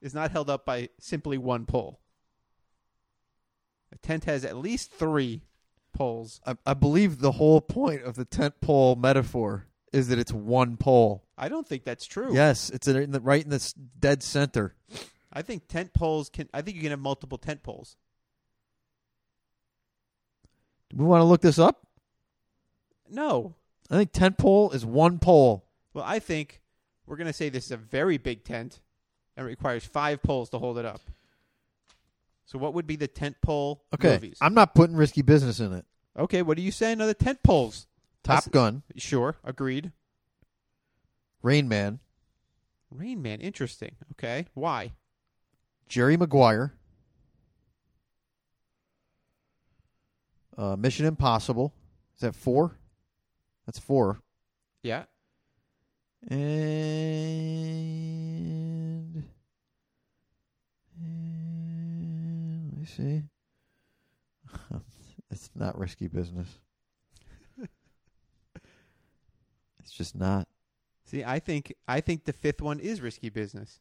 Speaker 1: is not held up by simply one pole. A tent has at least three poles.
Speaker 4: I, I believe the whole point of the tent pole metaphor is that it's one pole.
Speaker 1: I don't think that's true.
Speaker 4: Yes, it's in the, right in the s- dead center.
Speaker 1: I think tent poles can. I think you can have multiple tent poles.
Speaker 4: Do we want to look this up?
Speaker 1: No.
Speaker 4: I think tent pole is one pole.
Speaker 1: Well, I think we're gonna say this is a very big tent, and it requires five poles to hold it up. So, what would be the tent pole
Speaker 4: Okay,
Speaker 1: movies?
Speaker 4: I'm not putting risky business in it.
Speaker 1: okay, what are you saying? Are the tent poles?
Speaker 4: Top
Speaker 1: That's-
Speaker 4: Gun,
Speaker 1: Sure, agreed.
Speaker 4: Rain Man,
Speaker 1: Rain Man, interesting. Okay, why?
Speaker 4: Jerry Maguire, uh, Mission Impossible. Is that four? That's four.
Speaker 1: Yeah,
Speaker 4: And, and let me see. it's not risky business. it's just not.
Speaker 1: See, I think I think the fifth one is risky business.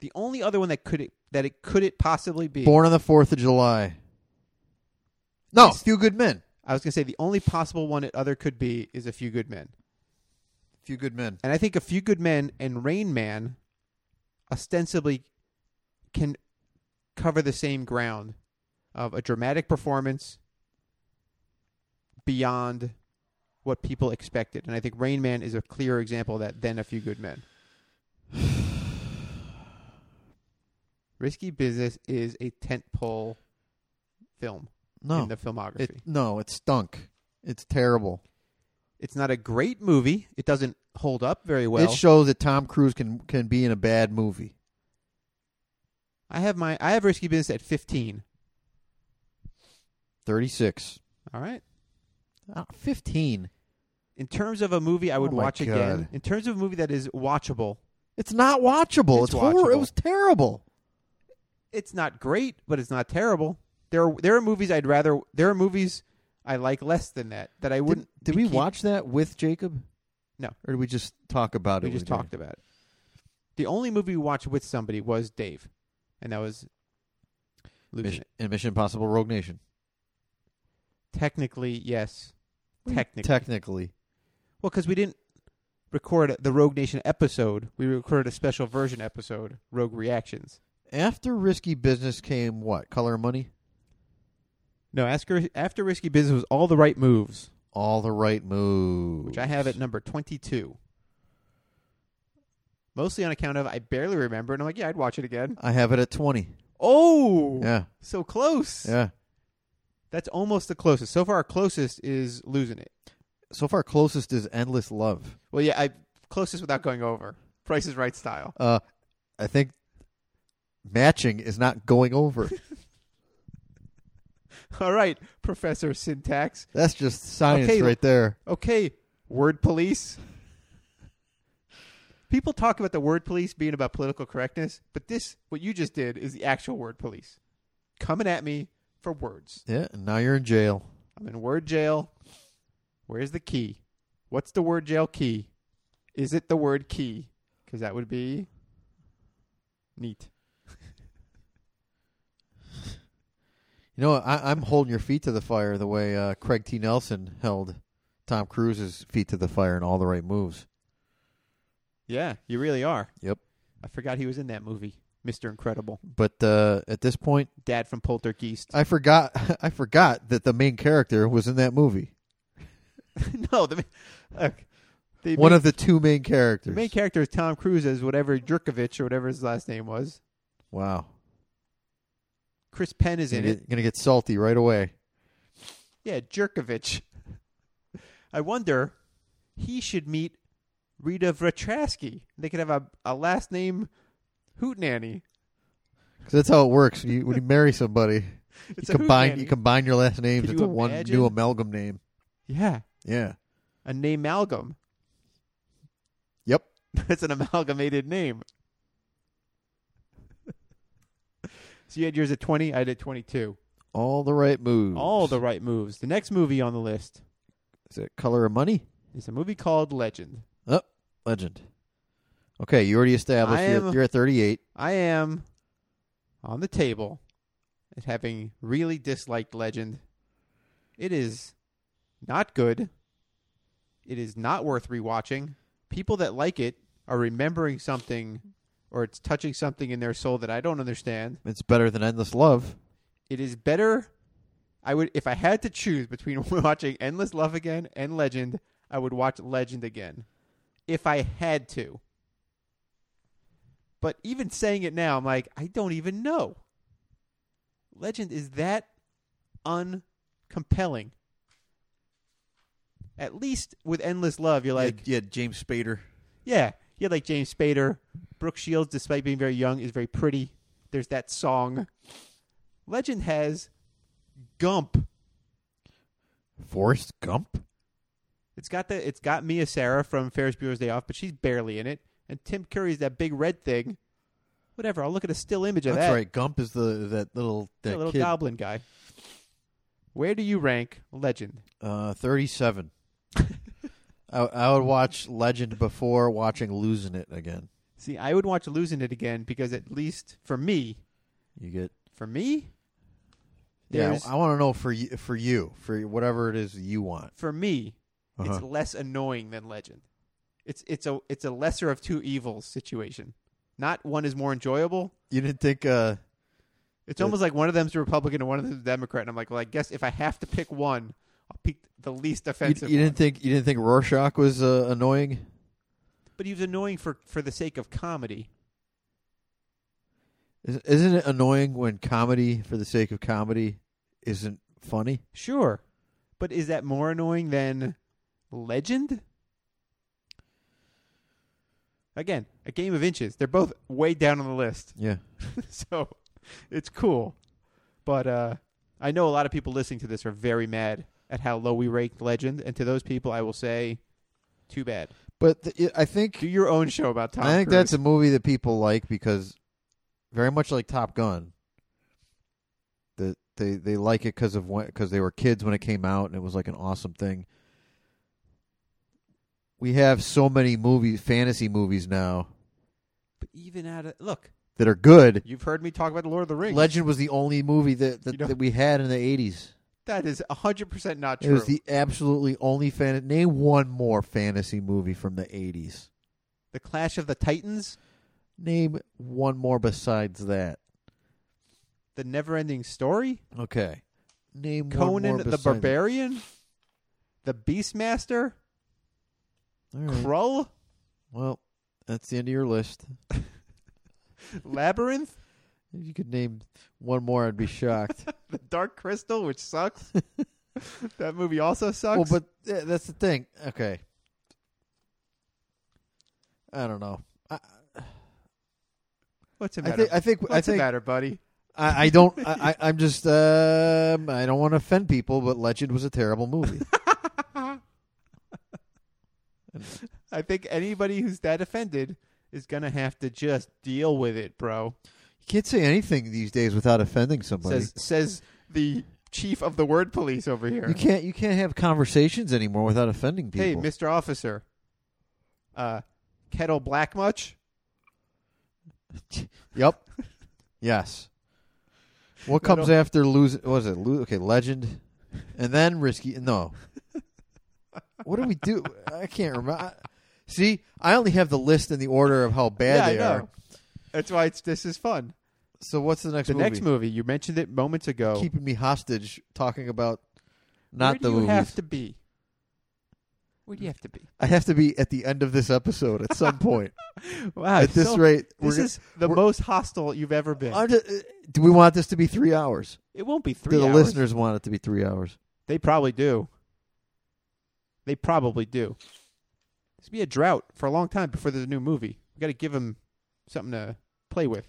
Speaker 1: The only other one that could it, that it could it possibly be.
Speaker 4: Born on the Fourth of July. No,
Speaker 1: Yes.
Speaker 4: Few Good Men.
Speaker 1: I was gonna say the only possible one it other could be is a few good men,
Speaker 4: Few Good Men.
Speaker 1: and I think a few good men and Rain Man, ostensibly, can cover the same ground of a dramatic performance beyond what people expected, and I think Rain Man is a clearer example of that than a few good men. Risky Business is a tentpole film
Speaker 4: No,
Speaker 1: in the filmography.
Speaker 4: it, no, it stunk. It's terrible.
Speaker 1: it's not a great movie. It doesn't hold up very well.
Speaker 4: it shows that Tom Cruise can can be in a bad movie.
Speaker 1: I have my I have Risky Business at 15.
Speaker 4: Thirty six.
Speaker 1: All right.
Speaker 4: Ah, Fifteen.
Speaker 1: In terms of a movie I would
Speaker 4: Oh my
Speaker 1: watch again.
Speaker 4: God.
Speaker 1: In terms of a movie that is watchable,
Speaker 4: It's not watchable.
Speaker 1: It's
Speaker 4: It's, horror. It
Speaker 1: watchable.
Speaker 4: was terrible.
Speaker 1: it's not great, but it's not terrible. There are, there are movies I'd rather there are movies I like less than that that I
Speaker 4: Did,
Speaker 1: wouldn't
Speaker 4: did
Speaker 1: be
Speaker 4: we
Speaker 1: keen-
Speaker 4: watch that with Jacob?
Speaker 1: No.
Speaker 4: Or did we just talk about
Speaker 1: We
Speaker 4: it?
Speaker 1: just
Speaker 4: with
Speaker 1: talked about it. The only movie we watched with somebody was Dave. And that was
Speaker 4: Jacob?
Speaker 1: Losing
Speaker 4: Mission,
Speaker 1: It.
Speaker 4: and Mission Impossible Rogue Nation.
Speaker 1: Technically, yes. Technically.
Speaker 4: Technically.
Speaker 1: Well, because we didn't record the Rogue Nation episode, we recorded a special version episode, Rogue Reactions.
Speaker 4: After Risky Business came what? Color of Money?
Speaker 1: No, after, after Risky Business was All the Right Moves,
Speaker 4: All the Right Moves.
Speaker 1: which I have at number 22. Mostly on account of I barely remember, and I'm like, yeah, I'd watch it again.
Speaker 4: I have it at 20.
Speaker 1: Oh,
Speaker 4: Yeah.
Speaker 1: so close.
Speaker 4: Yeah.
Speaker 1: That's almost the closest. So far, our closest is losing it.
Speaker 4: So far, closest is Endless Love.
Speaker 1: Well, yeah, I closest without going over. Price is Right style.
Speaker 4: Uh, I think matching is not going over.
Speaker 1: All right, Professor Syntax.
Speaker 4: That's just science
Speaker 1: Okay.
Speaker 4: right there.
Speaker 1: Okay, word police. People talk about the word police being about political correctness, but this, what you just did, is the actual word police. Coming at me for words.
Speaker 4: Yeah, and now you're in jail.
Speaker 1: I'm in word jail. Where's the key? What's the word jail key? Is it the word key? Because that would be neat.
Speaker 4: You know, I, I'm holding your feet to the fire the way uh, Craig T. Nelson held Tom Cruise's feet to the fire in all the right moves.
Speaker 1: Yeah, you really are.
Speaker 4: Yep.
Speaker 1: I forgot he was in that movie, Mr. Incredible.
Speaker 4: But uh, at this point,
Speaker 1: Dad from Poltergeist.
Speaker 4: I forgot. I forgot that the main character was in that movie.
Speaker 1: no, the, look, the
Speaker 4: One
Speaker 1: main,
Speaker 4: of the two main characters.
Speaker 1: the main character is Tom Cruise as whatever Drukovich or whatever his last name was.
Speaker 4: wow.
Speaker 1: Chris Penn is in
Speaker 4: gonna
Speaker 1: it.
Speaker 4: Get, gonna get salty right away.
Speaker 1: Yeah, Jerkovich. I wonder he should meet Rita Vratrasky. They could have a, a last name hootenanny.
Speaker 4: Because that's how it works. You, when you marry somebody,
Speaker 1: It's
Speaker 4: you
Speaker 1: a
Speaker 4: combine
Speaker 1: hootenanny.
Speaker 4: you combine your last names
Speaker 1: Could
Speaker 4: into
Speaker 1: you
Speaker 4: one
Speaker 1: imagine?
Speaker 4: new amalgam name.
Speaker 1: Yeah,
Speaker 4: Yeah.
Speaker 1: a name amalgam.
Speaker 4: Yep.
Speaker 1: That's an amalgamated name. So you had yours at 20, I did 22.
Speaker 4: All the right moves.
Speaker 1: All the right moves. The next movie on the list
Speaker 4: Is it Color of Money?
Speaker 1: is a movie called Legend.
Speaker 4: Oh, Legend. Okay, you already established.
Speaker 1: I
Speaker 4: You're,
Speaker 1: am-
Speaker 4: you're at 38.
Speaker 1: I am on the table at having really disliked Legend. It is not good. It is not worth rewatching. People that like it are remembering something or it's touching something in their soul that I don't understand.
Speaker 4: It's better than Endless Love.
Speaker 1: It is better I would if I had to choose between watching Endless Love again and Legend, I would watch Legend again. If I had to. But even saying it now, I'm like, I don't even know. Legend is that uncompelling. At least with Endless Love, you're like,
Speaker 4: yeah, James Spader.
Speaker 1: yeah, yeah, like James Spader, Brooke Shields, despite being very young, is very pretty. There's that song. Legend has Gump.
Speaker 4: Forrest Gump.
Speaker 1: It's got the it's got Mia Sarah from Ferris Bueller's Day Off, but she's barely in it. And Tim Curry's that big red thing. Whatever. I'll look at a still image of
Speaker 4: That's
Speaker 1: that.
Speaker 4: right. Gump is the that little that
Speaker 1: Yeah, little
Speaker 4: kid.
Speaker 1: goblin guy. Where do you rank Legend?
Speaker 4: Uh, 37. I, I would watch Legend before watching Losing It again.
Speaker 1: See, I would watch Losing It again because at least for me,
Speaker 4: You get
Speaker 1: for me,
Speaker 4: yeah.
Speaker 1: there's-
Speaker 4: I want to know for you, for you for whatever it is you want.
Speaker 1: for me, it's
Speaker 4: Uh-huh.
Speaker 1: less annoying than legend. It's it's a it's a lesser of two evils situation. Not one is more enjoyable.
Speaker 4: You didn't think uh,
Speaker 1: It's
Speaker 4: Good.
Speaker 1: almost like one of them's a Republican and one of them's a Democrat. And I'm like, well, I guess if I have to pick one, I'll pick the least
Speaker 4: you,
Speaker 1: offensive.
Speaker 4: you
Speaker 1: one.
Speaker 4: didn't think you didn't think Rorschach was uh, annoying.
Speaker 1: but he was annoying for for the sake of comedy.
Speaker 4: Is- Isn't it annoying when comedy for the sake of comedy isn't funny?
Speaker 1: Sure, but is that more annoying than legend? Again, a game of inches. They're both way down on the list.
Speaker 4: Yeah.
Speaker 1: so it's cool. But uh, I know a lot of people listening to this are very mad at how low we ranked Legend, and to those people, I will say, too bad.
Speaker 4: But th- it- I think
Speaker 1: Do your own show about Tom.
Speaker 4: I think
Speaker 1: Cruise.
Speaker 4: that's a movie that people like because very much like Top Gun. That they they like it because of because they were kids when it came out and it was like an awesome thing. We have so many movies, fantasy movies now
Speaker 1: But even out of look,
Speaker 4: that are good.
Speaker 1: you've heard me talk about the Lord of the Rings.
Speaker 4: Legend was the only movie that that,
Speaker 1: You know-
Speaker 4: that we had in the eighties.
Speaker 1: That is hundred percent not
Speaker 4: It
Speaker 1: true.
Speaker 4: was the absolutely only fan. Name one more fantasy movie from the eighties.
Speaker 1: The Clash of the Titans.
Speaker 4: Name one more besides that.
Speaker 1: The Never-Ending Story,
Speaker 4: Okay. Name one more
Speaker 1: Conan the
Speaker 4: besides-
Speaker 1: Barbarian, The Beastmaster,
Speaker 4: All right.
Speaker 1: Krull,
Speaker 4: Well, that's the end of your list.
Speaker 1: Labyrinth,
Speaker 4: If you could name one more, I'd be shocked.
Speaker 1: The Dark Crystal, which sucks. that movie also sucks.
Speaker 4: well, but th- that's the thing. Okay. I don't know. I,
Speaker 1: what's the
Speaker 4: I
Speaker 1: matter?
Speaker 4: think I think
Speaker 1: what's
Speaker 4: I think
Speaker 1: the matter, buddy?
Speaker 4: I, I don't. I, I- I'm just. Um, I don't want to offend people, but Legend was a terrible movie.
Speaker 1: I think anybody who's that offended is gonna have to just deal with it, bro.
Speaker 4: You can't say anything these days without offending somebody.
Speaker 1: Says says the chief of the word police over here.
Speaker 4: you can't. You can't have conversations anymore without offending people.
Speaker 1: Hey, Mister Officer, uh, kettle black much?
Speaker 4: Yep. yes. What
Speaker 1: I
Speaker 4: comes
Speaker 1: don't-
Speaker 4: after losing? What is it? Lo- okay, Legend, and then Risky. No. what do we do? I can't remember. See, I only have the list in the order of how bad
Speaker 1: yeah,
Speaker 4: they
Speaker 1: I know.
Speaker 4: are.
Speaker 1: That's why it's this is fun.
Speaker 4: So what's the next?
Speaker 1: The
Speaker 4: movie?
Speaker 1: next movie you mentioned it moments ago.
Speaker 4: keeping me hostage talking about
Speaker 1: Where
Speaker 4: not
Speaker 1: do
Speaker 4: the
Speaker 1: you
Speaker 4: movies.
Speaker 1: have to be? Where do you have to be?
Speaker 4: I have to be at the end of this episode at some point.
Speaker 1: Wow,
Speaker 4: at this
Speaker 1: so-
Speaker 4: rate, we're
Speaker 1: this
Speaker 4: gonna-
Speaker 1: is the
Speaker 4: we're-
Speaker 1: most hostile you've ever been.
Speaker 4: I'm just- uh, do we want this to be three hours?
Speaker 1: it won't be three.
Speaker 4: do the
Speaker 1: hours.
Speaker 4: listeners want it to be three hours?
Speaker 1: They probably do. They probably do. This will be a drought for a long time before there's a new movie. We got to give them something to play with.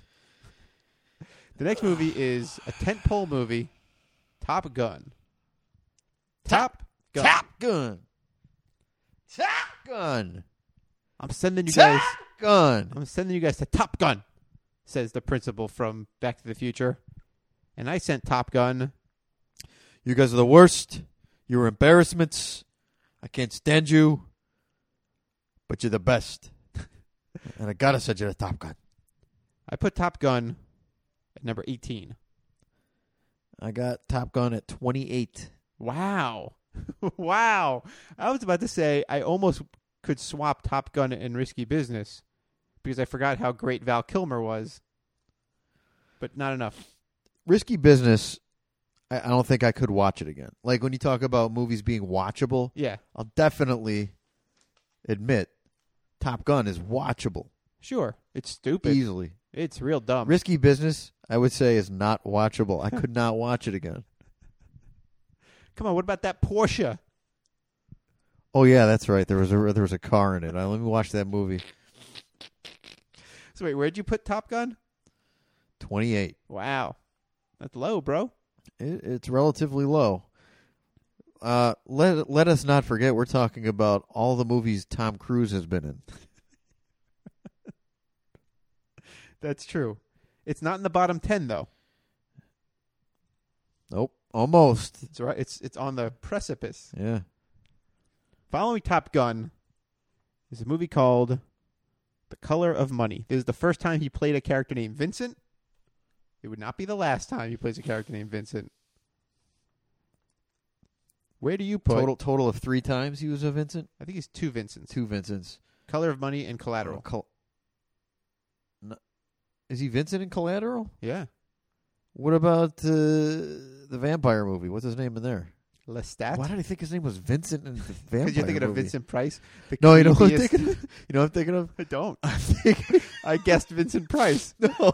Speaker 1: The next movie is a tentpole movie, Top Gun. Top Gun.
Speaker 4: Top Gun. Top Gun.
Speaker 1: I'm sending you guys.
Speaker 4: Top Gun.
Speaker 1: I'm sending you guys to Top Gun, says the principal from Back to the Future. And I sent Top Gun.
Speaker 4: You guys are the worst. You were embarrassments. I can't stand you. But you're the best. and I gotta send you to Top Gun.
Speaker 1: I put Top Gun at number 18.
Speaker 4: I got Top Gun at twenty eight.
Speaker 1: Wow. wow. I was about to say I almost could swap Top Gun and Risky Business because I forgot how great Val Kilmer was. But not enough.
Speaker 4: risky business I, I don't think i could watch it again like when you talk about movies being watchable
Speaker 1: Yeah,
Speaker 4: i'll definitely admit top gun is watchable
Speaker 1: sure. It's stupid.
Speaker 4: easily
Speaker 1: It's real dumb.
Speaker 4: risky business i would say is not watchable i could not watch it again
Speaker 1: Come on, what about that Porsche?
Speaker 4: oh yeah that's right there was a there was a car in it I, let me watch that movie
Speaker 1: So wait, where'd you put Top Gun?
Speaker 4: 28
Speaker 1: Wow. That's low, bro.
Speaker 4: it, it's relatively low uh, let let us not forget we're talking about all the movies Tom Cruise has been in.
Speaker 1: That's true. It's not in the bottom 10 though.
Speaker 4: Nope, almost.
Speaker 1: It's right. It's it's on the precipice.
Speaker 4: Yeah,
Speaker 1: Following Top Gun is a movie called The Color of Money. This is the first time he played a character named Vincent. It would not be the last time he plays a character named Vincent. Where do you put?
Speaker 4: total total of three times he was a Vincent.
Speaker 1: I think he's two Vincents.
Speaker 4: Two Vincents.
Speaker 1: Color of Money and Collateral.
Speaker 4: Col- No- Is he Vincent in Collateral?
Speaker 1: Yeah,
Speaker 4: What about uh, the vampire movie? What's his name in there?
Speaker 1: Lestat.
Speaker 4: Why did I think his name was Vincent in the vampire?
Speaker 1: Because you're thinking of
Speaker 4: movie?
Speaker 1: Vincent Price. the
Speaker 4: No, you know what I'm
Speaker 1: creepiest-
Speaker 4: thinking. Of? You know what I'm thinking of.
Speaker 1: I don't.
Speaker 4: I'm thinking.
Speaker 1: I guessed Vincent Price.
Speaker 4: No.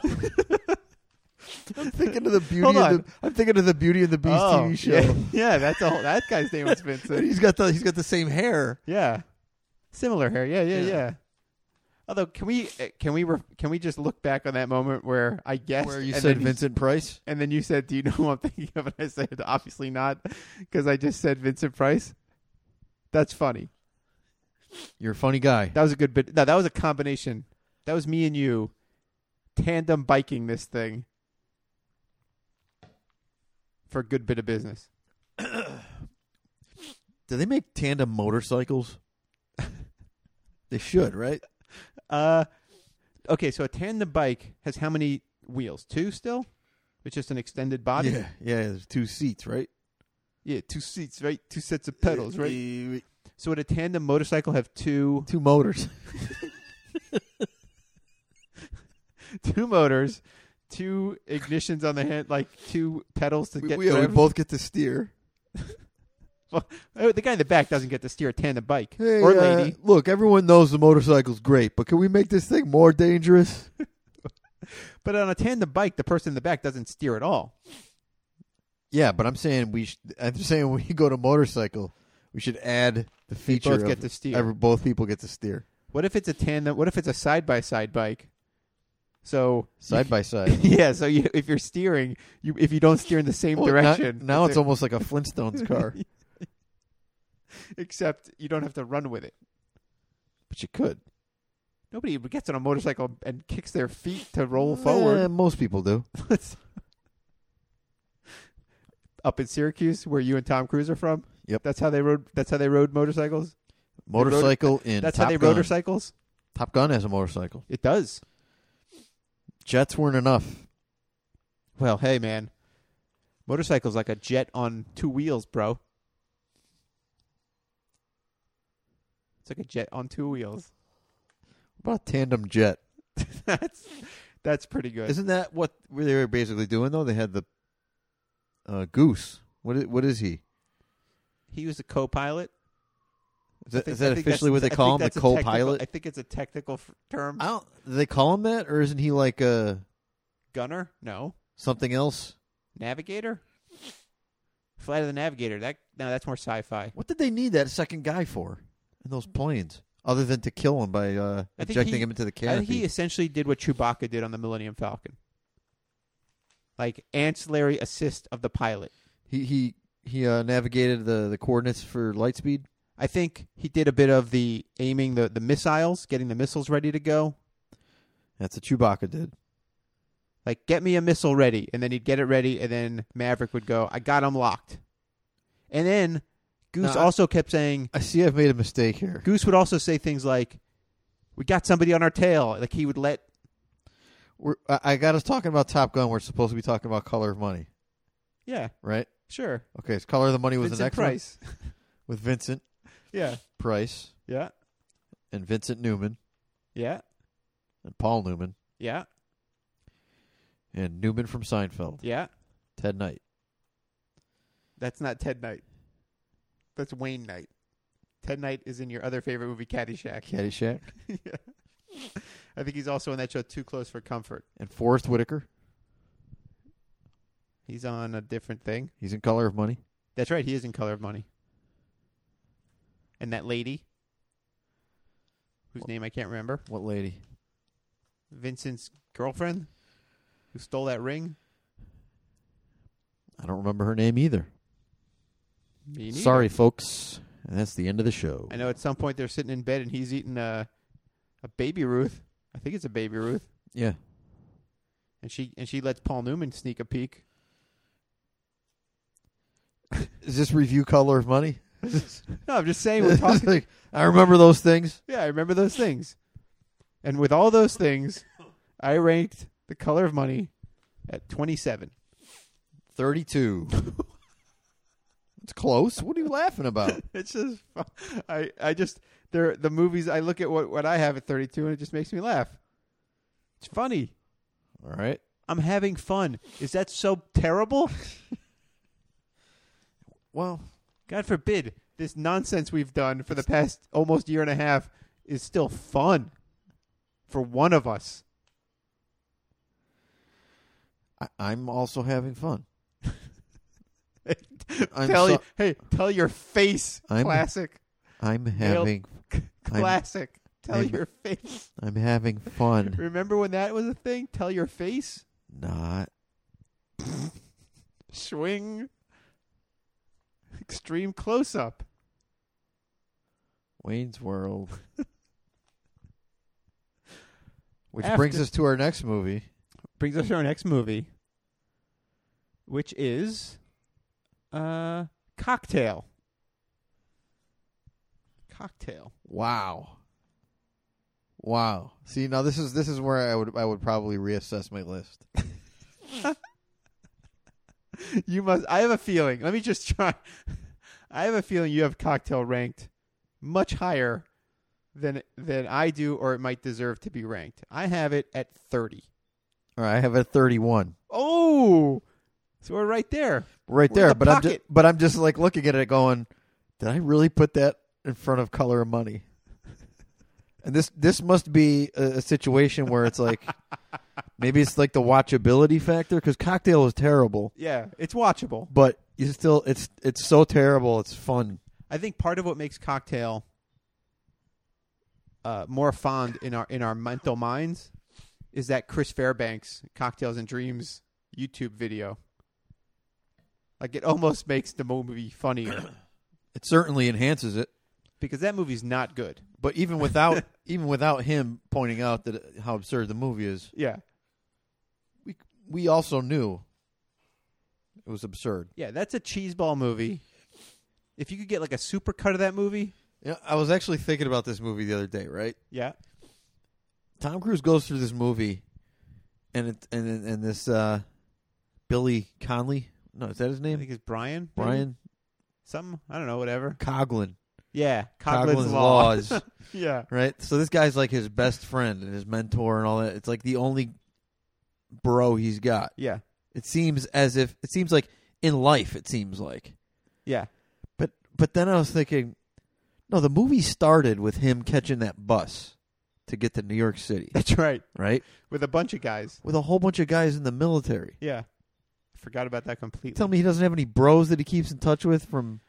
Speaker 4: I'm thinking of the beauty.
Speaker 1: Hold
Speaker 4: Of
Speaker 1: on.
Speaker 4: the, I'm thinking of the Beauty and the Beast
Speaker 1: Oh,
Speaker 4: TV show.
Speaker 1: Yeah, yeah that's all. That guy's name was
Speaker 4: And
Speaker 1: Vincent.
Speaker 4: he's got the he's got the same hair.
Speaker 1: Yeah, similar hair. Yeah, yeah,
Speaker 4: Yeah.
Speaker 1: yeah. Although, can we uh, can we re- can we just look back on that moment where I guess
Speaker 4: where you said Vincent Price.
Speaker 1: and then you said, "Do you know who I'm thinking of?" And I said, "Obviously not," because I just said Vincent Price. That's funny.
Speaker 4: You're a funny guy.
Speaker 1: That was a good bit. No, that was a combination. That was me and you tandem biking this thing for a good bit of business.
Speaker 4: Do they make tandem motorcycles? they should, right?
Speaker 1: Uh, okay, so a tandem bike has how many wheels? Two still? It's just an extended body.
Speaker 4: Yeah, yeah. There's two seats, right?
Speaker 1: Yeah, two seats, right? Two sets of pedals, right?
Speaker 4: Eh,
Speaker 1: So would a tandem motorcycle have two?
Speaker 4: Two motors.
Speaker 1: two motors, two ignitions on the hand, like two pedals to
Speaker 4: We,
Speaker 1: get.
Speaker 4: we, yeah, we
Speaker 1: rev.
Speaker 4: both get to steer.
Speaker 1: Oh, the guy in the back doesn't get to steer a tandem bike
Speaker 4: Hey,
Speaker 1: or
Speaker 4: uh,
Speaker 1: lady.
Speaker 4: look, everyone knows the motorcycle's great, but can we make this thing more dangerous?
Speaker 1: But on a tandem bike, the person in the back doesn't steer at all.
Speaker 4: Yeah, but I'm saying we. Sh- I'm saying when you go to motorcycle, we should add the feature.
Speaker 1: both
Speaker 4: of
Speaker 1: get to steer.
Speaker 4: every- both people get to steer
Speaker 1: What if it's a tandem? What if it's a side by side bike? So
Speaker 4: side by side.
Speaker 1: yeah, so you, if you're steering, you if you don't steer in the same
Speaker 4: Well, now-
Speaker 1: direction,
Speaker 4: Now, it's almost like a Flintstones car,
Speaker 1: except you don't have to run with it.
Speaker 4: but you could
Speaker 1: Nobody gets on a motorcycle and kicks their feet to roll forward.
Speaker 4: Eh, most people do.
Speaker 1: Let's- Up in Syracuse, where you and Tom Cruise are from.
Speaker 4: Yep.
Speaker 1: That's how they rode. That's how they rode motorcycles.
Speaker 4: Motorcycle in
Speaker 1: that's
Speaker 4: Top
Speaker 1: how they
Speaker 4: Gun.
Speaker 1: rode motorcycles.
Speaker 4: Top Gun has a motorcycle.
Speaker 1: It does.
Speaker 4: Jets weren't enough.
Speaker 1: Well, hey man, motorcycles like a jet on two wheels, bro. It's like a jet on two wheels.
Speaker 4: What about a tandem jet?
Speaker 1: that's that's pretty good.
Speaker 4: Isn't that what they were basically doing though? They had the uh, goose. What is, what is he?
Speaker 1: he was a co-pilot.
Speaker 4: Is
Speaker 1: I
Speaker 4: that,
Speaker 1: think-
Speaker 4: is that
Speaker 1: I think
Speaker 4: officially
Speaker 1: that's-
Speaker 4: what they
Speaker 1: I think
Speaker 4: call him?
Speaker 1: that's
Speaker 4: The
Speaker 1: a technical-
Speaker 4: co-pilot?
Speaker 1: I think it's a technical f- term.
Speaker 4: I don't. Do they call him that, or isn't he like a
Speaker 1: Gunner? No.
Speaker 4: something else?
Speaker 1: Navigator? Flight of the Navigator. That no, that's more sci-fi.
Speaker 4: What did they need that second guy for in those planes, other than to kill him by uh,
Speaker 1: I think
Speaker 4: ejecting
Speaker 1: he-
Speaker 4: him into the
Speaker 1: I
Speaker 4: canopy?
Speaker 1: think he essentially did what Chewbacca did on the Millennium Falcon. Like ancillary assist of the pilot.
Speaker 4: he he he uh, navigated the the coordinates for light speed.
Speaker 1: I think he did a bit of the aiming the, the missiles, getting the missiles ready to go.
Speaker 4: That's what Chewbacca did.
Speaker 1: Like, get me a missile ready. And then he'd get it ready, and then Maverick would go, I got him locked. And then Goose
Speaker 4: No, I-
Speaker 1: also kept saying,
Speaker 4: I see. I've made a mistake here.
Speaker 1: Goose would also say things like, We got somebody on our tail. Like, he would let
Speaker 4: We're, I, I got us talking about Top Gun. We're supposed to be talking about Color of Money,
Speaker 1: Yeah,
Speaker 4: right?
Speaker 1: sure.
Speaker 4: Okay, so Color of the Money was the
Speaker 1: Vincent
Speaker 4: next one
Speaker 1: Price.
Speaker 4: with Vincent
Speaker 1: yeah,
Speaker 4: Price
Speaker 1: yeah,
Speaker 4: and Vincent Newman
Speaker 1: yeah,
Speaker 4: and Paul Newman
Speaker 1: yeah,
Speaker 4: and Newman from Seinfeld,
Speaker 1: yeah.
Speaker 4: Ted Knight.
Speaker 1: That's not Ted Knight. That's Wayne Knight. Ted Knight is in your other favorite movie, Caddyshack.
Speaker 4: Caddyshack,
Speaker 1: I think he's also in that show, Too Close for Comfort.
Speaker 4: and Forrest Whitaker.
Speaker 1: He's on a different thing.
Speaker 4: He's in Color of Money.
Speaker 1: That's right. He is in Color of Money. And that lady, whose name I can't remember,
Speaker 4: What lady?
Speaker 1: Vincent's girlfriend, who stole that ring.
Speaker 4: I don't remember her name either.
Speaker 1: Me neither.
Speaker 4: Sorry, folks. And that's the end of the show.
Speaker 1: I know at some point they're sitting in bed and he's eating a, a baby Ruth. I think it's a baby Ruth.
Speaker 4: Yeah.
Speaker 1: And she and she lets Paul Newman sneak a peek.
Speaker 4: Is this review Color of Money?
Speaker 1: No, I'm just saying we're talking.
Speaker 4: Like, I remember those things.
Speaker 1: yeah, I remember those things. And with all those things, I ranked The Color of Money at 27.
Speaker 4: 32. it's close. What are you laughing about?
Speaker 1: It's just fu- I I just there the movies I look at what what I have at 32 and it just makes me laugh. It's funny.
Speaker 4: All right.
Speaker 1: I'm having fun. Is that so terrible?
Speaker 4: Well,
Speaker 1: God forbid this nonsense we've done for the past almost year and a half is still fun for one of us.
Speaker 4: I- I'm also having fun. I'm
Speaker 1: tell
Speaker 4: so-
Speaker 1: you, hey, tell your face,
Speaker 4: I'm-
Speaker 1: classic,
Speaker 4: I'm
Speaker 1: Nailed.
Speaker 4: having I'm-
Speaker 1: classic. Tell
Speaker 4: I'm-
Speaker 1: your face.
Speaker 4: I'm having fun.
Speaker 1: Remember when that was a thing? Tell your face.
Speaker 4: Not
Speaker 1: Swing. Extreme close up.
Speaker 4: Wayne's World. Which
Speaker 1: After-
Speaker 4: brings us to our next movie.
Speaker 1: brings us to our next movie, which is uh, Cocktail. Cocktail.
Speaker 4: Wow. Wow. See, now this is this is where I would I would probably reassess my list.
Speaker 1: You must. I have a feeling. Let me just try. I have a feeling you have Cocktail ranked much higher than than I do, or it might deserve to be ranked. I have it at thirty.
Speaker 4: All right, I have a 31
Speaker 1: Oh, so we're right there.
Speaker 4: right
Speaker 1: We're in
Speaker 4: there,
Speaker 1: the
Speaker 4: but I'm just,
Speaker 1: pocket.
Speaker 4: but I'm just like looking at it, going, "Did I really put that in front of color of money?" And this this must be a, a situation where it's like maybe it's like the watchability factor because Cocktail is terrible,
Speaker 1: Yeah, it's watchable.
Speaker 4: but you still it's it's so terrible, it's fun.
Speaker 1: I think part of what makes cocktail uh, more fond in our in our mental minds is that Chris Fairbanks Cocktails and Dreams YouTube video. Like it almost makes the movie funnier
Speaker 4: It certainly enhances it.
Speaker 1: because that movie's not good.
Speaker 4: But even without even without him pointing out that how absurd the movie is,
Speaker 1: Yeah,
Speaker 4: we we also knew it was absurd.
Speaker 1: yeah, that's a cheeseball movie. If you could get like a super cut of that movie,
Speaker 4: You know, I was actually thinking about this movie the other day, right?
Speaker 1: yeah,
Speaker 4: Tom Cruise goes through this movie, and it, and and this uh, Billy Conley, no, is that his
Speaker 1: I
Speaker 4: name?
Speaker 1: think it's Brian. maybe?
Speaker 4: Brian
Speaker 1: something I don't know, whatever.
Speaker 4: Coglin.
Speaker 1: Yeah, Coughlin's
Speaker 4: Coughlin's
Speaker 1: Law.
Speaker 4: Laws.
Speaker 1: yeah,
Speaker 4: right? So this guy's like his best friend and his mentor and all that. It's like the only bro he's got.
Speaker 1: yeah,
Speaker 4: It seems as if it seems like in life it seems like.
Speaker 1: yeah,
Speaker 4: But but then I was thinking, no, the movie started with him catching that bus to get to New York City,
Speaker 1: that's right.
Speaker 4: right?
Speaker 1: With a bunch of guys.
Speaker 4: With a whole bunch of guys in the military.
Speaker 1: Yeah. Forgot about that completely.
Speaker 4: Tell me he doesn't have any bros that he keeps in touch with from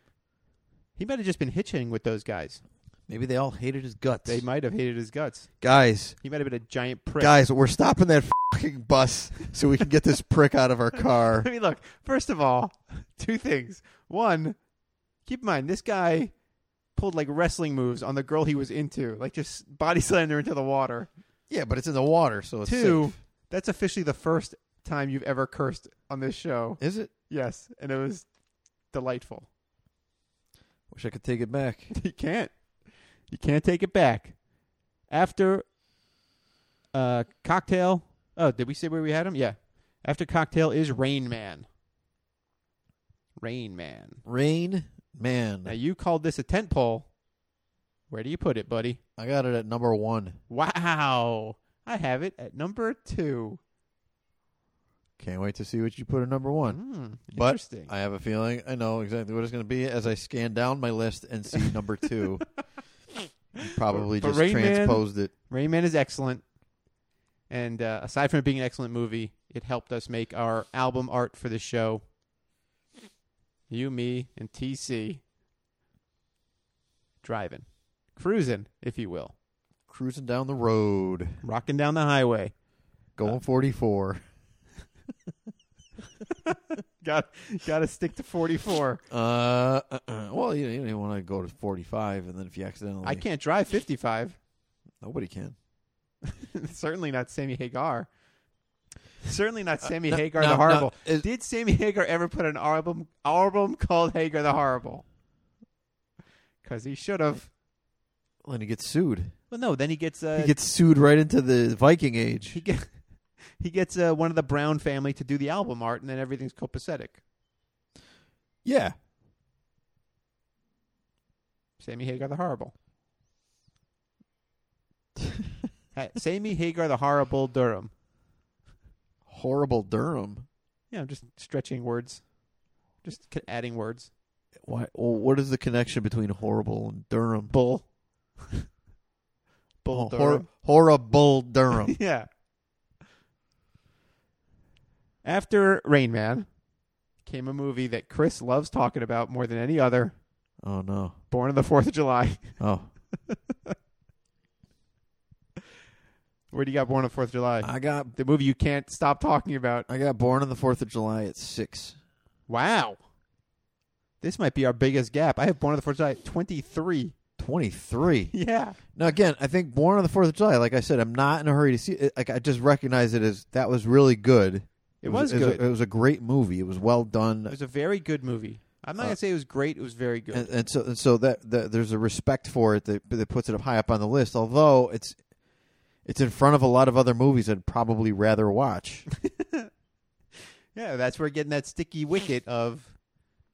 Speaker 1: He might have just been hitching with those guys.
Speaker 4: maybe they all hated his guts.
Speaker 1: They might have hated his guts.
Speaker 4: guys,
Speaker 1: He might have been a giant prick.
Speaker 4: guys, we're stopping that fucking bus so we can get this prick out of our car.
Speaker 1: I mean, look, first of all, two things. One, keep in mind, this guy pulled like wrestling moves on the girl he was into, like just body slammed her into the water.
Speaker 4: Yeah, but it's in the water, so it's
Speaker 1: Two,
Speaker 4: safe.
Speaker 1: that's officially the first time you've ever cursed on this show.
Speaker 4: Is it?
Speaker 1: Yes, and it was delightful.
Speaker 4: Wish I could take it back.
Speaker 1: you can't. You can't take it back. After uh, cocktail. Oh, did we say where we had him? Yeah. After cocktail is Rain Man. Rain Man.
Speaker 4: Rain
Speaker 1: Now
Speaker 4: Man.
Speaker 1: you called this a tent pole. Where do you put it, buddy?
Speaker 4: I got it at number one.
Speaker 1: Wow. I have it at number two.
Speaker 4: Can't wait to see what you put at number one.
Speaker 1: Mm,
Speaker 4: But
Speaker 1: interesting.
Speaker 4: I have a feeling I know exactly what it's going to be as I scan down my list and see number two. You probably
Speaker 1: But- but
Speaker 4: just
Speaker 1: Rain Man-
Speaker 4: transposed it.
Speaker 1: Rain Man is excellent. And uh, aside from it being an excellent movie, it helped us make our album art for the show. You, me, and TC driving, cruising, if you will,
Speaker 4: Cruising down the road,
Speaker 1: rocking down the highway. Uh,
Speaker 4: going 44.
Speaker 1: Got got to stick to 44.
Speaker 4: Uh, uh, uh, well, you, you don't want to go to 45, and then if you accidentally.
Speaker 1: I can't drive 55.
Speaker 4: Nobody can.
Speaker 1: Certainly not Sammy Hagar. Certainly not Uh, Sammy
Speaker 4: no-
Speaker 1: Hagar
Speaker 4: no,
Speaker 1: the
Speaker 4: no,
Speaker 1: Horrible.
Speaker 4: is-
Speaker 1: Did Sammy Hagar ever put an album album called Hagar the Horrible? Because he should have.
Speaker 4: Well, Then he gets sued.
Speaker 1: Well, no. Then he gets. Uh,
Speaker 4: He gets sued right into the Viking
Speaker 1: He,
Speaker 4: age.
Speaker 1: get, he gets uh, one of the Brown family to do the album art, and then everything's copacetic.
Speaker 4: Yeah.
Speaker 1: Sammy Hagar the Horrible. Hey, Sammy Hagar the Horrible Durham.
Speaker 4: Horrible Durham.
Speaker 1: Yeah, I'm just stretching words, just c- adding words.
Speaker 4: Why? Well, what is the connection between horrible and Durham?
Speaker 1: Bull. Bull
Speaker 4: Oh, hor-
Speaker 1: Durham.
Speaker 4: horrible Durham.
Speaker 1: yeah. After Rain Man came a movie that Chris loves talking about more than any other
Speaker 4: oh no.
Speaker 1: Born on the Fourth of July.
Speaker 4: Oh,
Speaker 1: Where do you got Born on the Fourth of July?
Speaker 4: I got
Speaker 1: the movie you can't stop talking about.
Speaker 4: I got born on the Fourth of July at six.
Speaker 1: Wow. This might be our biggest gap. I have Born on the Fourth of July at 23.
Speaker 4: Twenty three.
Speaker 1: Yeah.
Speaker 4: Now again, I think born on the Fourth of July. Like I said, I'm not in a hurry to see. It. Like I just recognize it as that was really good.
Speaker 1: It was
Speaker 4: it
Speaker 1: good.
Speaker 4: A, it was a great movie. It was well done.
Speaker 1: It was a very good movie. I'm not
Speaker 4: Uh,
Speaker 1: going to say it was great. It was very good.
Speaker 4: and, and so and so that, that there's a respect for it that that puts it up high up on the list. Although it's it's in front of a lot of other movies I'd probably rather watch.
Speaker 1: yeah, that's where getting that sticky wicket of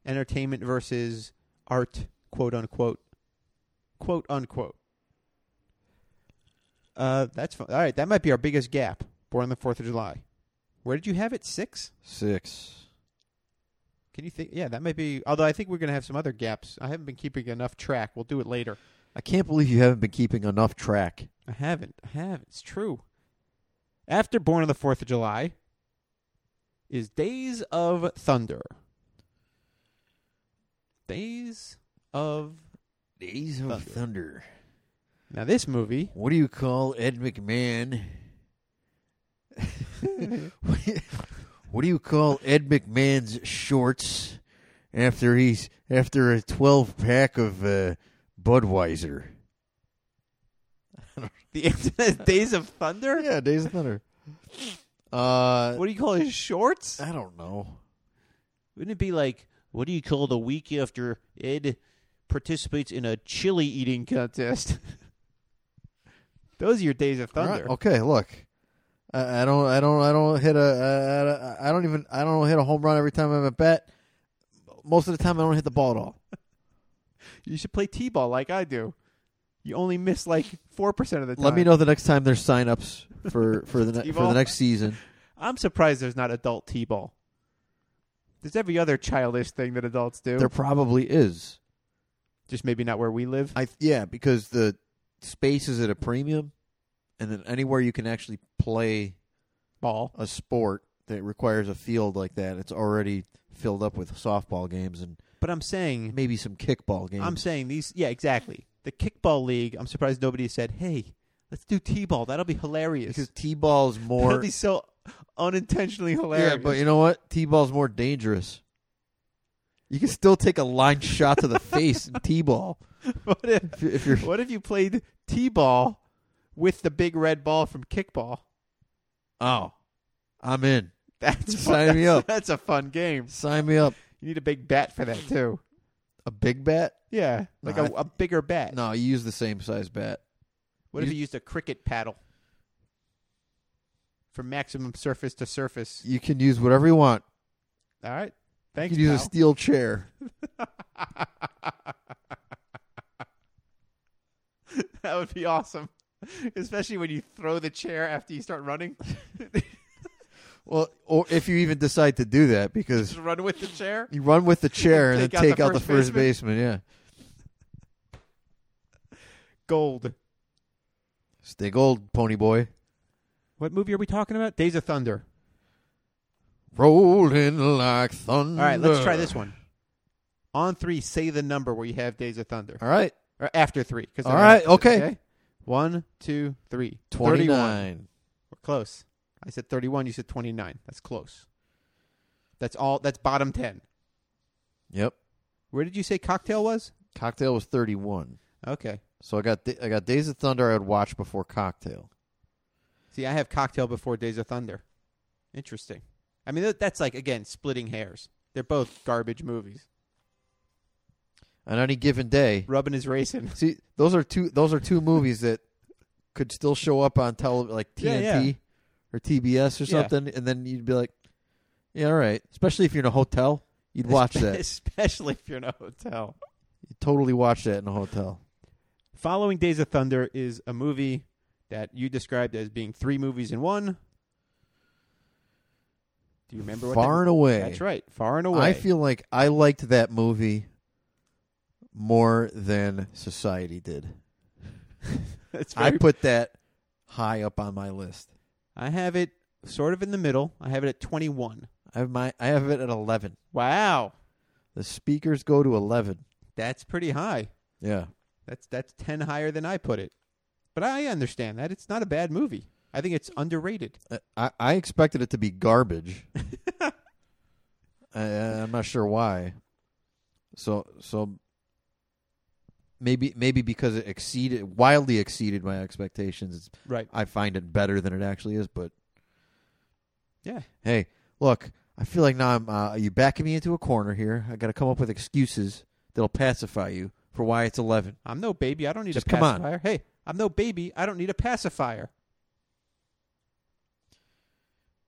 Speaker 1: entertainment versus art, quote unquote. Quote unquote. Uh, that's fun. All right, that might be our biggest gap. Born on the 4th of July. Where did you have it? Six?
Speaker 4: Six.
Speaker 1: Can you think? Yeah, that might be. Although I think we're going to have some other gaps. I haven't been keeping enough track. We'll do it later.
Speaker 4: I can't believe you haven't been keeping enough track.
Speaker 1: I haven't. I haven't. It's true. After Born on the Fourth of July is Days of Thunder. Days of
Speaker 4: Days of
Speaker 1: Thunder.
Speaker 4: Thunder.
Speaker 1: now this movie.
Speaker 4: What do you call Ed McMahon? what do you- what do you call Ed McMahon's shorts after he's after a twelve pack of uh, Budweiser?
Speaker 1: The answer is Days of Thunder.
Speaker 4: Yeah, Days of Thunder. Uh,
Speaker 1: What do you call his shorts?
Speaker 4: I don't know.
Speaker 1: Wouldn't it be like what do you call the week after Ed participates in a chili eating contest? Those are your Days of
Speaker 4: All right, oh.
Speaker 1: Thunder.
Speaker 4: okay, look. I, I don't. I don't. I don't hit a. I, I don't even. I don't hit a home run every time I'm at bat. Most of the time, I don't hit the ball at all.
Speaker 1: You should play t-ball like I do. You only miss like four percent of the time.
Speaker 4: Let me know the next time there's signups for for the ne- for
Speaker 1: T-ball?
Speaker 4: the next season.
Speaker 1: I'm surprised there's not adult t-ball. There's every other childish thing that adults do.
Speaker 4: There probably is.
Speaker 1: just maybe not where we live.
Speaker 4: I yeah, because the space is at a premium, and then anywhere you can actually play
Speaker 1: Ball.
Speaker 4: a sport that requires a field like that, it's already filled up with softball games and
Speaker 1: But I'm saying,
Speaker 4: maybe some kickball games.
Speaker 1: I'm saying these. Yeah, exactly. The kickball league. I'm surprised nobody said, "Hey, let's do t-ball. That'll be hilarious."
Speaker 4: because t-ball is more.
Speaker 1: That'd be so unintentionally hilarious.
Speaker 4: Yeah, but you know what? T-ball's more dangerous. You can still take a line shot to the face in T-ball
Speaker 1: what, if,
Speaker 4: if, you- if you're.
Speaker 1: what if you played t-ball with the big red ball from kickball?
Speaker 4: Oh, I'm in.
Speaker 1: That's fun.
Speaker 4: Sign me
Speaker 1: that's-
Speaker 4: up.
Speaker 1: That's a fun game.
Speaker 4: Sign me up.
Speaker 1: You need a big bat for that too.
Speaker 4: A big bat?
Speaker 1: Yeah, like
Speaker 4: No,
Speaker 1: a,
Speaker 4: I-
Speaker 1: a bigger bat.
Speaker 4: No, you use the same size bat.
Speaker 1: What if
Speaker 4: You-
Speaker 1: you used a cricket paddle for maximum surface to surface?
Speaker 4: You can use whatever you want.
Speaker 1: All right, thanks.
Speaker 4: you can use a
Speaker 1: pal.
Speaker 4: steel chair.
Speaker 1: that would be awesome, especially when you throw the chair after you start running.
Speaker 4: Well, or if you even decide to do that, because
Speaker 1: Just run with the chair.
Speaker 4: you run with the chair and
Speaker 1: Take
Speaker 4: then
Speaker 1: out the
Speaker 4: take out the
Speaker 1: first
Speaker 4: first baseman. Yeah,
Speaker 1: Gold.
Speaker 4: stay gold, pony boy.
Speaker 1: What movie are we talking about? Days of Thunder.
Speaker 4: Rolling like thunder.
Speaker 1: All right, let's try this one. On three, say the number where you have Days of Thunder.
Speaker 4: All right,
Speaker 1: Or after three. 'cause
Speaker 4: All
Speaker 1: they're
Speaker 4: right,
Speaker 1: after,
Speaker 4: okay.
Speaker 1: One, two, three.
Speaker 4: 29.
Speaker 1: 31. We're close. I said 31. You said 29. That's close. That's all. That's bottom 10.
Speaker 4: Yep.
Speaker 1: Where did you say cocktail was?
Speaker 4: Cocktail was 31.
Speaker 1: Okay.
Speaker 4: So I got I got Days of Thunder. I'd watch before Cocktail.
Speaker 1: See, I have cocktail before Days of Thunder. Interesting. I mean, tha- that's like, again, splitting hairs. They're both garbage movies.
Speaker 4: On any given day,
Speaker 1: Rubbin' is racing.
Speaker 4: see those are two those are two movies that could still show up on tele like
Speaker 1: Yeah,
Speaker 4: TNT
Speaker 1: yeah.
Speaker 4: or TBS or
Speaker 1: Yeah.
Speaker 4: something, and then you'd be like, yeah, all right. Especially if you're in a hotel, you'd watch that.
Speaker 1: Especially if you're in a hotel.
Speaker 4: You'd totally watch that in a hotel.
Speaker 1: Following Days of Thunder is a movie that you described as being three movies in one. Do you remember what that
Speaker 4: Far and away.
Speaker 1: That's right. Far and away.
Speaker 4: I feel like I liked that movie more than Society did.
Speaker 1: That's
Speaker 4: I
Speaker 1: very-
Speaker 4: put that high up on my list.
Speaker 1: I have it sort of in the middle. I have it at 21.
Speaker 4: I have my I have it at eleven.
Speaker 1: Wow.
Speaker 4: The speakers go to eleven.
Speaker 1: That's pretty high.
Speaker 4: Yeah.
Speaker 1: That's that's 10 higher than I put it. But I understand that it's not a bad movie. I think it's underrated.
Speaker 4: Uh, I, I expected it to be garbage. I, I- I'm not sure why. So so maybe maybe because it exceeded wildly exceeded my expectations. It's,
Speaker 1: Right.
Speaker 4: I find it better than it actually is. But
Speaker 1: Yeah.
Speaker 4: hey, look, I feel like now I'm uh, you backing me into a corner here. I got to come up with excuses that'll pacify you for why it's eleven.
Speaker 1: I'm no baby. I don't need
Speaker 4: Just
Speaker 1: a
Speaker 4: come on.
Speaker 1: pacifier. Hey, I'm no baby. I don't need a pacifier.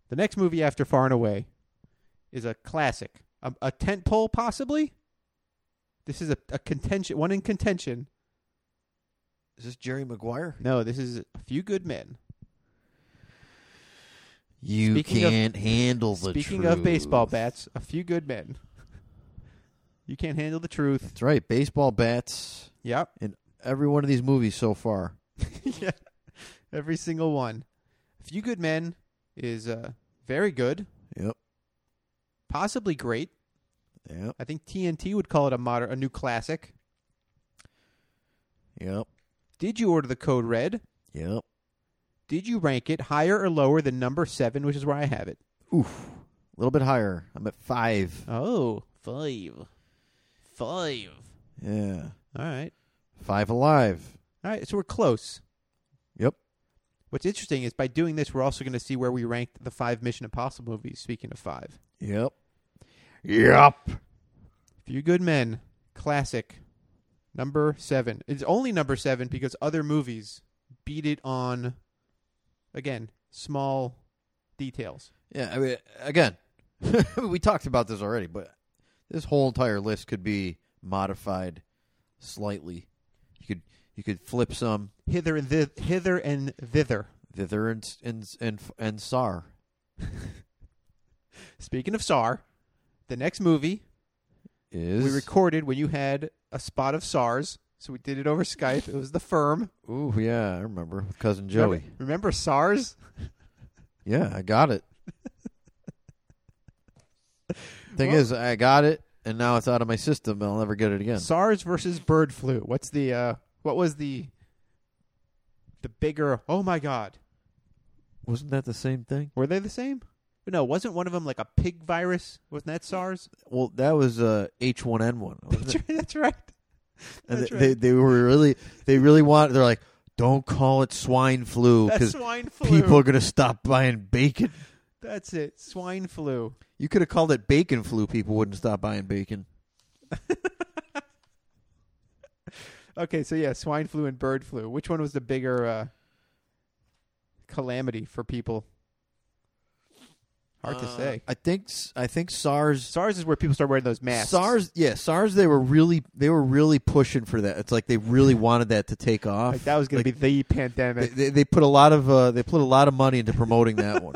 Speaker 1: The next movie after Far and Away is a classic, a, a tent pole possibly. This is a, a contention, one in contention.
Speaker 4: Is this Jerry Maguire?
Speaker 1: No, this is a few good men.
Speaker 4: You
Speaker 1: Speaking of-
Speaker 4: can't handle the
Speaker 1: Speaking
Speaker 4: truth.
Speaker 1: of baseball bats, a few good men. you can't handle the truth.
Speaker 4: That's right. Baseball bats.
Speaker 1: Yep.
Speaker 4: Every one of these movies so far.
Speaker 1: yeah. Every single one. A few good men is uh, very good,
Speaker 4: Yep.
Speaker 1: possibly great.
Speaker 4: Yep.
Speaker 1: I think TNT would call it a modern, a new classic.
Speaker 4: Yep.
Speaker 1: Did you order the code red?
Speaker 4: Yep.
Speaker 1: Did you rank it higher or lower than number seven, which is where I have it?
Speaker 4: Oof. A little bit higher. I'm at five.
Speaker 1: Oh, five. Five.
Speaker 4: Yeah.
Speaker 1: All right.
Speaker 4: Five alive.
Speaker 1: All right. So we're close.
Speaker 4: Yep.
Speaker 1: What's interesting is by doing this, we're also going to see where we ranked the five Mission Impossible movies. Speaking of five,
Speaker 4: Yep. Yep.
Speaker 1: Few Good Men, classic, number seven. It's only number seven because other movies beat it on, again, small details.
Speaker 4: Yeah. I mean, again, we talked about this already, but this whole entire list could be modified slightly. You could you could flip some
Speaker 1: Hither and thith- hither and thither.
Speaker 4: thither and s- and s- and f- and sar.
Speaker 1: Speaking of SAR, the next movie
Speaker 4: Is
Speaker 1: we recorded when you had a spot of SARS, so we did it over Skype. It was the firm.
Speaker 4: Ooh, yeah, I remember with cousin Joey.
Speaker 1: Remember, remember SARS?
Speaker 4: Yeah, I got it. Thing
Speaker 1: Well-
Speaker 4: is, I got it, and now it's out of my system, and I'll never get it again.
Speaker 1: SARS versus bird flu. What's the uh what was the the bigger oh my god.
Speaker 4: Wasn't that the same thing?
Speaker 1: Were they the same? No, wasn't one of them like a pig virus? Wasn't that SARS?
Speaker 4: Well, that was uh, H1N1.
Speaker 1: That's
Speaker 4: wasn't it?
Speaker 1: right. That's right.
Speaker 4: And
Speaker 1: that's
Speaker 4: they, they
Speaker 1: right.
Speaker 4: they were really they really want. They're like, don't call it swine flu
Speaker 1: That's
Speaker 4: because
Speaker 1: swine flu.
Speaker 4: people are gonna stop buying bacon.
Speaker 1: That's it. Swine flu.
Speaker 4: You could have called it bacon flu. People wouldn't stop buying bacon.
Speaker 1: Okay, so yeah, swine flu and bird flu. Which one was the bigger uh calamity for people? Hard to
Speaker 4: Uh,
Speaker 1: say.
Speaker 4: I think s- I think SARS
Speaker 1: SARS is where people start wearing those masks.
Speaker 4: SARS, yeah, SARS. They were really, they were really pushing for that. It's like they really wanted that to take off.
Speaker 1: like that was going to
Speaker 4: Like,
Speaker 1: be the pandemic.
Speaker 4: They, they, they put a lot of, uh, they put a lot of money into promoting that one.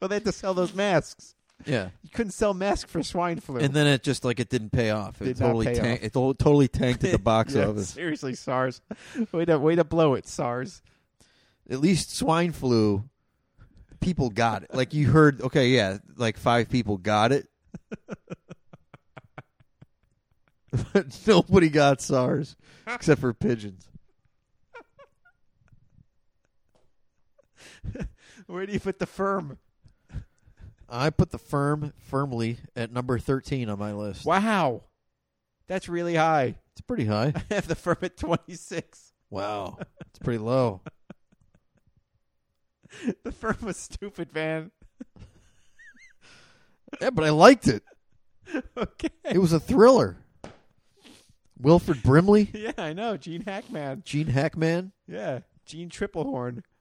Speaker 1: well, they had to sell those masks.
Speaker 4: Yeah,
Speaker 1: You couldn't sell masks for swine flu.
Speaker 4: and then it just like it didn't pay off. It
Speaker 1: Did not
Speaker 4: totally,
Speaker 1: pay
Speaker 4: tank,
Speaker 1: off.
Speaker 4: it to- totally tanked at the box
Speaker 1: Yeah,
Speaker 4: office.
Speaker 1: Seriously, SARS. Way to way to blow it, SARS.
Speaker 4: At least swine flu, people got it. Like you heard, okay, yeah, like five people got it. But nobody got SARS except for pigeons.
Speaker 1: Where do you put the firm?
Speaker 4: I put the firm firmly at number thirteen on my list.
Speaker 1: Wow, that's really high.
Speaker 4: It's pretty high.
Speaker 1: I have the firm at twenty six.
Speaker 4: Wow. It's pretty low.
Speaker 1: The firm was stupid, man.
Speaker 4: Yeah, but I liked it.
Speaker 1: Okay.
Speaker 4: It was a thriller. Wilfred Brimley,
Speaker 1: Yeah, I know. Gene Hackman.
Speaker 4: Gene Hackman.
Speaker 1: Yeah, Gene Triplehorn.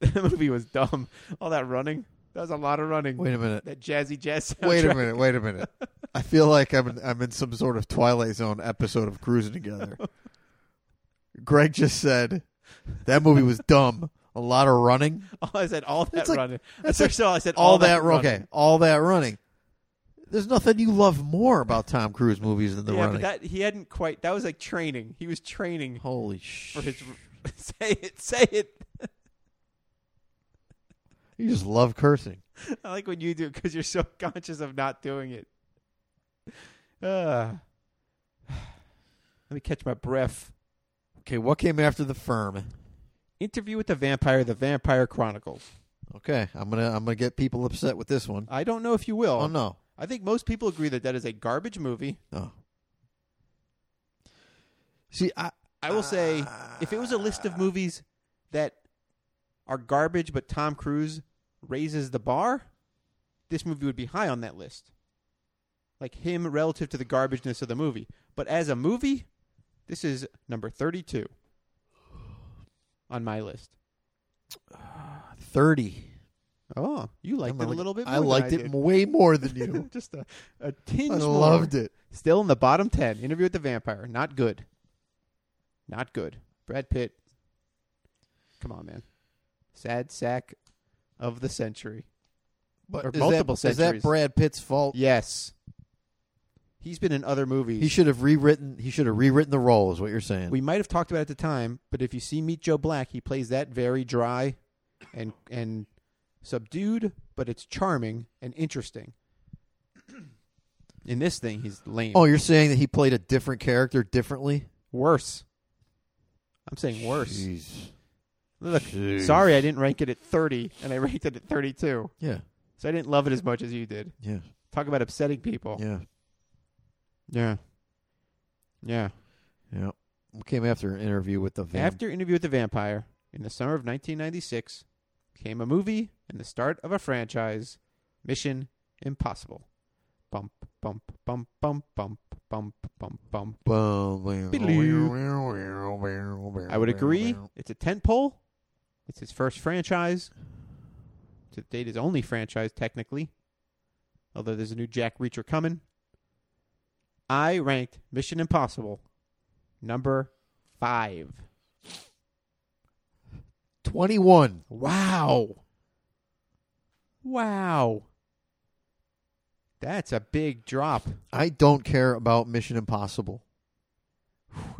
Speaker 1: That movie was dumb. All that running. That was a lot of running.
Speaker 4: Wait a minute.
Speaker 1: That jazzy jazz.
Speaker 4: Wait a
Speaker 1: soundtrack.
Speaker 4: minute. Wait a minute. I feel like I'm in, I'm in some sort of Twilight Zone episode of Cruising Together. Greg just said that movie was dumb. A lot of running.
Speaker 1: Oh, I said all that
Speaker 4: It's like-
Speaker 1: running.
Speaker 4: that's
Speaker 1: That's first
Speaker 4: like
Speaker 1: of all, I said
Speaker 4: All,
Speaker 1: all
Speaker 4: that,
Speaker 1: running.
Speaker 4: okay. All that running. There's nothing you love more about Tom Cruise movies than the
Speaker 1: yeah,
Speaker 4: running.
Speaker 1: but that he hadn't quite. That was like training. He was training
Speaker 4: Holy shit.
Speaker 1: for his. say it. Say it.
Speaker 4: You just love cursing.
Speaker 1: I like when you do because you're so conscious of not doing it. Uh, let me catch my breath.
Speaker 4: Okay, what came after the firm?
Speaker 1: Interview with the Vampire, The Vampire Chronicles.
Speaker 4: Okay, I'm gonna I'm gonna get people upset with this one.
Speaker 1: I don't know if you will.
Speaker 4: Oh no,
Speaker 1: I think most people agree that that is a garbage movie.
Speaker 4: no. See, I
Speaker 1: I will say, if it was a list of movies that are garbage, but Tom Cruise raises the bar, this movie would be high on that list. Like him relative to the garbageness of the movie. But as a movie, this is number 32 on my list.
Speaker 4: thirty
Speaker 1: Oh, you liked
Speaker 4: I'm
Speaker 1: it a
Speaker 4: like-
Speaker 1: little bit more.
Speaker 4: I liked
Speaker 1: than
Speaker 4: it
Speaker 1: I did.
Speaker 4: way more than you.
Speaker 1: Just a, a
Speaker 4: I
Speaker 1: tinge more.
Speaker 4: loved it.
Speaker 1: Still in the bottom 10. Interview with the Vampire. Not good. Not good. Brad Pitt. Come on, man. Sad sack of the century.
Speaker 4: But
Speaker 1: Or
Speaker 4: is that-
Speaker 1: multiple
Speaker 4: Is that
Speaker 1: centuries.
Speaker 4: Brad Pitt's fault?
Speaker 1: Yes. He's been in other movies.
Speaker 4: He should have rewritten. He should have rewritten the role. Is what you're saying?
Speaker 1: we might have talked about it at the time, but if you see Meet Joe Black, he plays that very dry and and subdued, but it's charming and interesting. In this thing, he's lame.
Speaker 4: oh, you're saying that he played a different character differently?
Speaker 1: worse. I'm saying worse.
Speaker 4: Jeez.
Speaker 1: Look,
Speaker 4: Jeez.
Speaker 1: sorry I didn't rank it at 30, and I ranked it at 32,
Speaker 4: Yeah.
Speaker 1: so I didn't love it as much as you did.
Speaker 4: Yeah.
Speaker 1: Talk about upsetting people.
Speaker 4: Yeah.
Speaker 1: Yeah. Yeah.
Speaker 4: Yeah. We came after an interview with the van.
Speaker 1: After Interview with the Vampire, in the summer of 1996, came a movie and the start of a franchise, Mission Impossible. Bump, bump, bump, bump, bump, bump, bump, bump. I
Speaker 4: I
Speaker 1: would agree. It's a tentpole. It's his first franchise. To date, his only franchise technically. Although there's a new Jack Reacher coming. I ranked Mission Impossible number five.
Speaker 4: 21.
Speaker 1: Wow. Wow. That's a big drop.
Speaker 4: I don't care about Mission Impossible.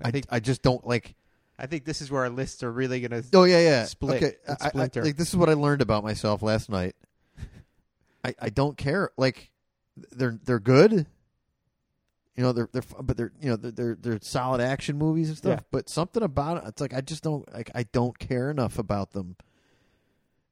Speaker 1: I
Speaker 4: I,
Speaker 1: think
Speaker 4: I just don't like.
Speaker 1: I think this is where our lists are really gonna
Speaker 4: Oh yeah, yeah.
Speaker 1: Split.
Speaker 4: Okay,
Speaker 1: It's
Speaker 4: I- I-
Speaker 1: splinter.
Speaker 4: like this is what I learned about myself last night. I, I don't care. Like they're they're good. You know they're they're fu- but they're you know they're they're, they're solid action movies and stuff.
Speaker 1: Yeah.
Speaker 4: But something about it, it's like I just don't like I don't care enough about them,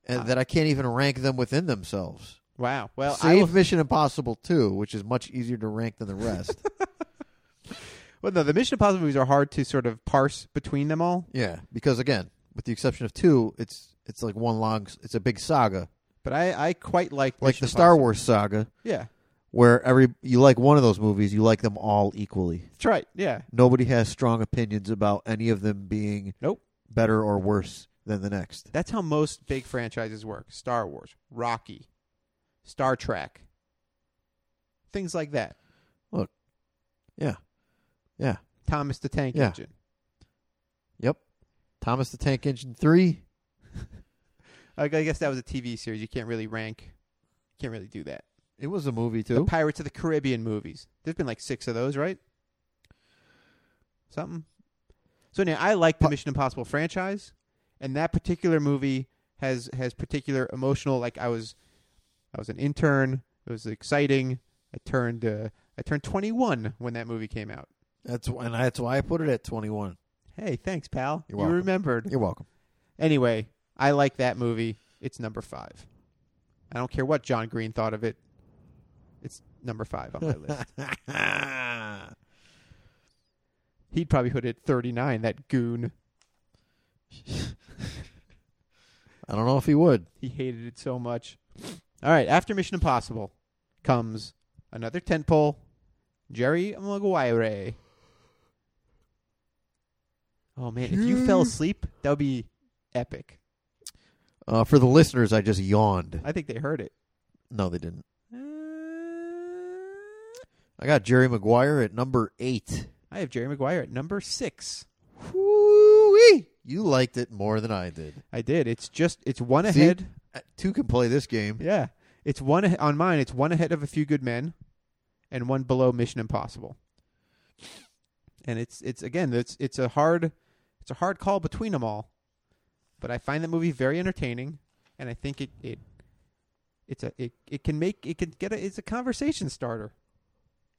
Speaker 4: and that I can't even rank them within themselves.
Speaker 1: Wow. Uh, Well I
Speaker 4: Save
Speaker 1: will,
Speaker 4: Mission Impossible two, which is much easier to rank than the rest.
Speaker 1: well no, the Mission Impossible movies are hard to sort of parse between them all.
Speaker 4: yeah, because again, with the exception of two, it's it's like one long. s- It's a big saga,
Speaker 1: But I, I quite like
Speaker 4: like
Speaker 1: Mission
Speaker 4: the Star
Speaker 1: Impossible.
Speaker 4: Wars saga.
Speaker 1: Yeah.
Speaker 4: where every you like one of those movies, you like them all equally.
Speaker 1: That's right. Yeah.
Speaker 4: Nobody has strong opinions about any of them being
Speaker 1: Nope.
Speaker 4: better or worse than the next.
Speaker 1: That's how most big franchises work. Star Wars, Rocky, Star Trek. Things like that.
Speaker 4: Yeah. Yeah.
Speaker 1: Thomas the Tank
Speaker 4: Yeah.
Speaker 1: Engine.
Speaker 4: Yep. Thomas the Tank Engine 3.
Speaker 1: I I guess that was a TV series. You can't really rank can't really do that.
Speaker 4: It was a movie
Speaker 1: The
Speaker 4: too.
Speaker 1: Pirates of the Caribbean movies. There's been like six of those, right? Something. So now I like the
Speaker 4: Pa-
Speaker 1: Mission Impossible franchise, and that particular movie has has particular emotional. Like I was, I was an intern. It was exciting. I turned uh, I turned 21 when that movie came out.
Speaker 4: That's wh- and that's why I put it at 21.
Speaker 1: Hey, thanks, pal. you
Speaker 4: You're welcome.
Speaker 1: remembered.
Speaker 4: You're welcome.
Speaker 1: Anyway, I like that movie. It's number five. I don't care what John Green thought of it. It's number five on my list. He'd probably put it 39, that goon.
Speaker 4: I don't know if he would.
Speaker 1: He hated it so much. All right, after Mission Impossible comes another tentpole, Jerry Maguire. Oh man, if you fell asleep, that would be epic.
Speaker 4: Uh, for the listeners, I just yawned.
Speaker 1: I think they heard it.
Speaker 4: No, they didn't. I got Jerry Maguire at number 8.
Speaker 1: I have Jerry Maguire at number six.
Speaker 4: Woo-wee. You liked it more than I did.
Speaker 1: I did. It's just it's one
Speaker 4: See?
Speaker 1: ahead.
Speaker 4: Uh, Two can play this game.
Speaker 1: Yeah, it's one ahe- on mine. It's one ahead of A Few Good Men, and one below Mission Impossible. And it's it's again it's it's a hard it's a hard call between them all, but I find that movie very entertaining, and I think it it it's a it, it can make it can get a, it's a conversation starter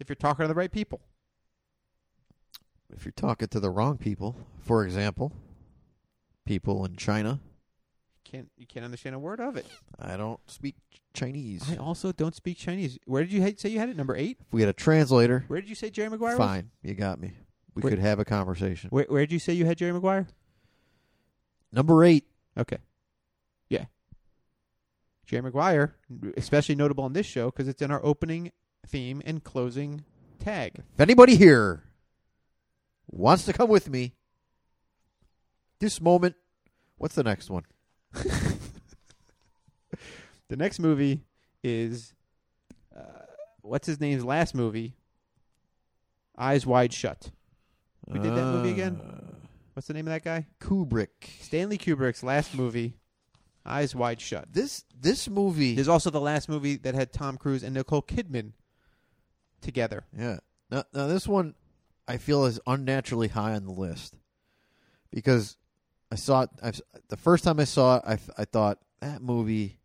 Speaker 1: if you're talking to the right people.
Speaker 4: If you're talking to the wrong people, for example, people in China,
Speaker 1: Can't you can't understand a word of it.
Speaker 4: I don't speak Ch- Chinese.
Speaker 1: I also don't speak Chinese. Where did you ha- say you had it? Number eight.
Speaker 4: if we had a translator,
Speaker 1: Where did you say Jerry Maguire? was?
Speaker 4: fine, you got me. We
Speaker 1: Wait.
Speaker 4: could have a conversation.
Speaker 1: Where where did you say you had Jerry Maguire?
Speaker 4: Number eight,
Speaker 1: Okay. Yeah. Jerry Maguire, especially notable on this show because it's in our opening theme and closing tag.
Speaker 4: if anybody here wants to come with me, this moment, what's the next one?
Speaker 1: The next movie is uh, what's his name's last movie? Eyes Wide Shut. Who did that movie again?
Speaker 4: Uh,
Speaker 1: What's the name of that guy?
Speaker 4: Kubrick.
Speaker 1: Stanley Kubrick's last movie Eyes Wide Shut.
Speaker 4: This this movie.
Speaker 1: There's also the last movie that had Tom Cruise and Nicole Kidman together.
Speaker 4: Yeah. Now, now this one, I feel is unnaturally high on the list because I saw it. I've, the first time I saw it, I, f- I thought that movie,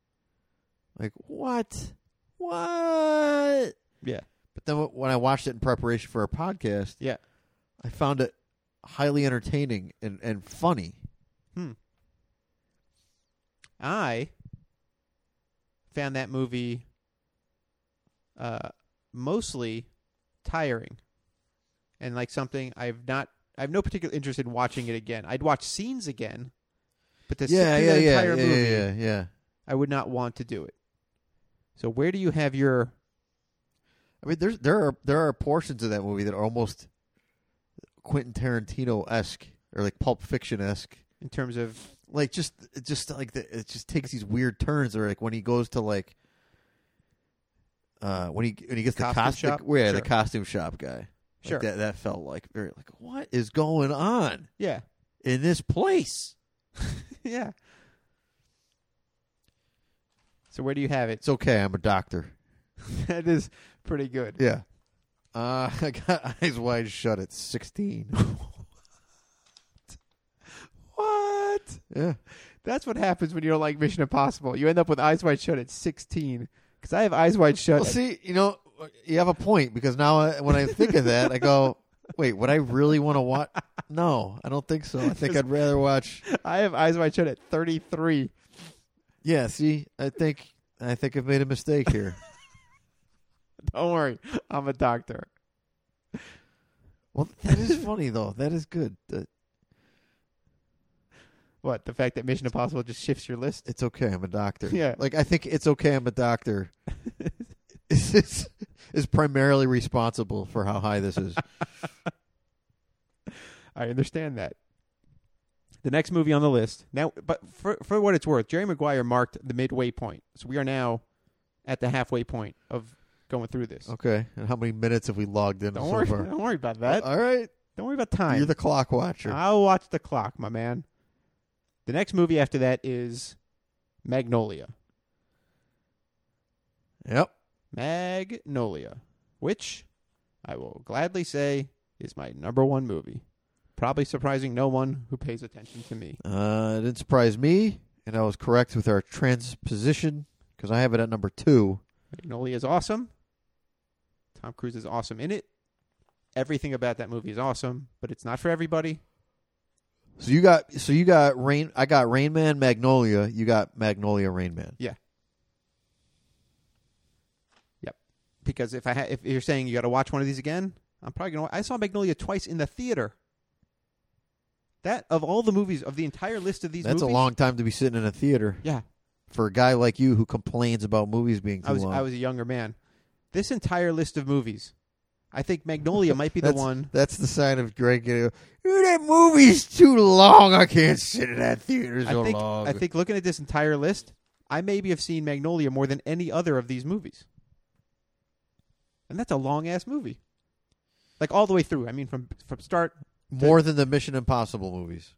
Speaker 4: like what, what?
Speaker 1: Yeah.
Speaker 4: But then wh- when I watched it in preparation for our podcast,
Speaker 1: Yeah.
Speaker 4: I found it highly entertaining and and funny.
Speaker 1: I found that movie uh, mostly tiring and like something I've not, I have no particular interest in watching it again. I'd watch scenes again, but to sit through that entire
Speaker 4: yeah,
Speaker 1: movie,
Speaker 4: yeah, yeah.
Speaker 1: I would not want to do it. So where do you have your?
Speaker 4: I mean, there's there are there are portions of that movie that are almost Quentin Tarantino esque or like Pulp Fiction esque.
Speaker 1: In terms of
Speaker 4: like just it just like the, it just takes these weird turns or like when he goes to like uh when he when he gets the
Speaker 1: Costume
Speaker 4: costume
Speaker 1: shop?
Speaker 4: yeah the
Speaker 1: Sure.
Speaker 4: costume shop guy Like,
Speaker 1: Sure.
Speaker 4: that that felt like very like what is going on
Speaker 1: yeah,
Speaker 4: in this place
Speaker 1: yeah. So where do you have it?
Speaker 4: it's okay I'm a doctor
Speaker 1: that is pretty good.
Speaker 4: yeah uh I got eyes wide shut at sixteen
Speaker 1: What?
Speaker 4: yeah
Speaker 1: That's what happens when you don't like Mission Impossible. You end up with Eyes Wide Shut at 16. Because I have Eyes Wide Shut.
Speaker 4: well see you know you have a point because now I, when I think of that I go wait would I really want to watch no I don't think so I think I'd rather watch.
Speaker 1: I have Eyes Wide Shut at 33.
Speaker 4: Yeah, see, I think I think I've made a mistake here.
Speaker 1: Don't worry, I'm a doctor.
Speaker 4: well, that is funny though. That is good. Uh,
Speaker 1: What the fact that Mission Impossible just shifts your list?
Speaker 4: it's okay. I'm a doctor.
Speaker 1: Yeah.
Speaker 4: like I think it's okay. I'm a doctor. is is is primarily responsible for how high this is.
Speaker 1: I understand that. The next movie on the list now, but for for what it's worth, Jerry Maguire marked the midway point, so we are now at the halfway point of going through this.
Speaker 4: okay, and how many minutes have we logged in
Speaker 1: Don't
Speaker 4: so
Speaker 1: worry,
Speaker 4: far?
Speaker 1: don't worry about that. Ah.
Speaker 4: All right,
Speaker 1: Don't worry about time.
Speaker 4: you're the clock watcher.
Speaker 1: I'll watch the clock, my man. The next movie after that is Magnolia.
Speaker 4: yep.
Speaker 1: Magnolia, which I will gladly say is my number one movie. Probably surprising no one who pays attention to me.
Speaker 4: Uh, it didn't surprise me, and I was correct with our transposition because I have it at number two.
Speaker 1: Magnolia is awesome. Tom Cruise is awesome in it. Everything about that movie is awesome, but it's not for everybody.
Speaker 4: So you got so you got Rain. I got Rain Man, Magnolia. You got Magnolia, Rain Man.
Speaker 1: Because if I ha- if you're saying you got to watch one of these again, I'm probably gonna. I saw Magnolia twice in the theater. That of all the movies of the entire list of these,
Speaker 4: That's
Speaker 1: movies-
Speaker 4: a long time to be sitting in a theater
Speaker 1: Yeah,
Speaker 4: for a guy like you who complains about movies being too
Speaker 1: I was
Speaker 4: long.
Speaker 1: I was a younger man. This entire list of movies, I think Magnolia might be the
Speaker 4: that's,
Speaker 1: one.
Speaker 4: That's the sign of Greg. Getting, "Dude, that movie's too long. I can't sit in that theater
Speaker 1: I
Speaker 4: so
Speaker 1: think
Speaker 4: long.
Speaker 1: I think looking at this entire list, I maybe have seen Magnolia more than any other of these movies. And that's a long ass movie. Like all the way through. I mean from from start
Speaker 4: more than the Mission Impossible movies.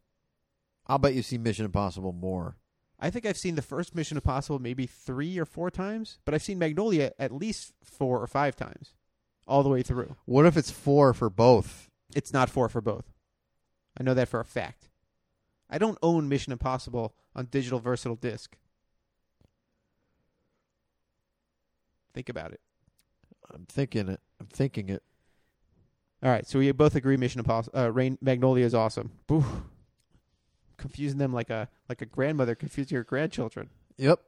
Speaker 4: I'll bet you see Mission Impossible more.
Speaker 1: I think I've seen the first Mission Impossible maybe 3 or 4 times, but I've seen Magnolia at least 4 or 5 times all the way through.
Speaker 4: What if it's four for both?
Speaker 1: It's not 4 for both. I know that for a fact. I don't own Mission Impossible on digital versatile disc. Think about it.
Speaker 4: I'm thinking it. I'm thinking it.
Speaker 1: All right, so we both agree Mission Impossible uh, Rain Magnolia is awesome. Boo. Confusing them like a like a grandmother confusing her grandchildren.
Speaker 4: Yep.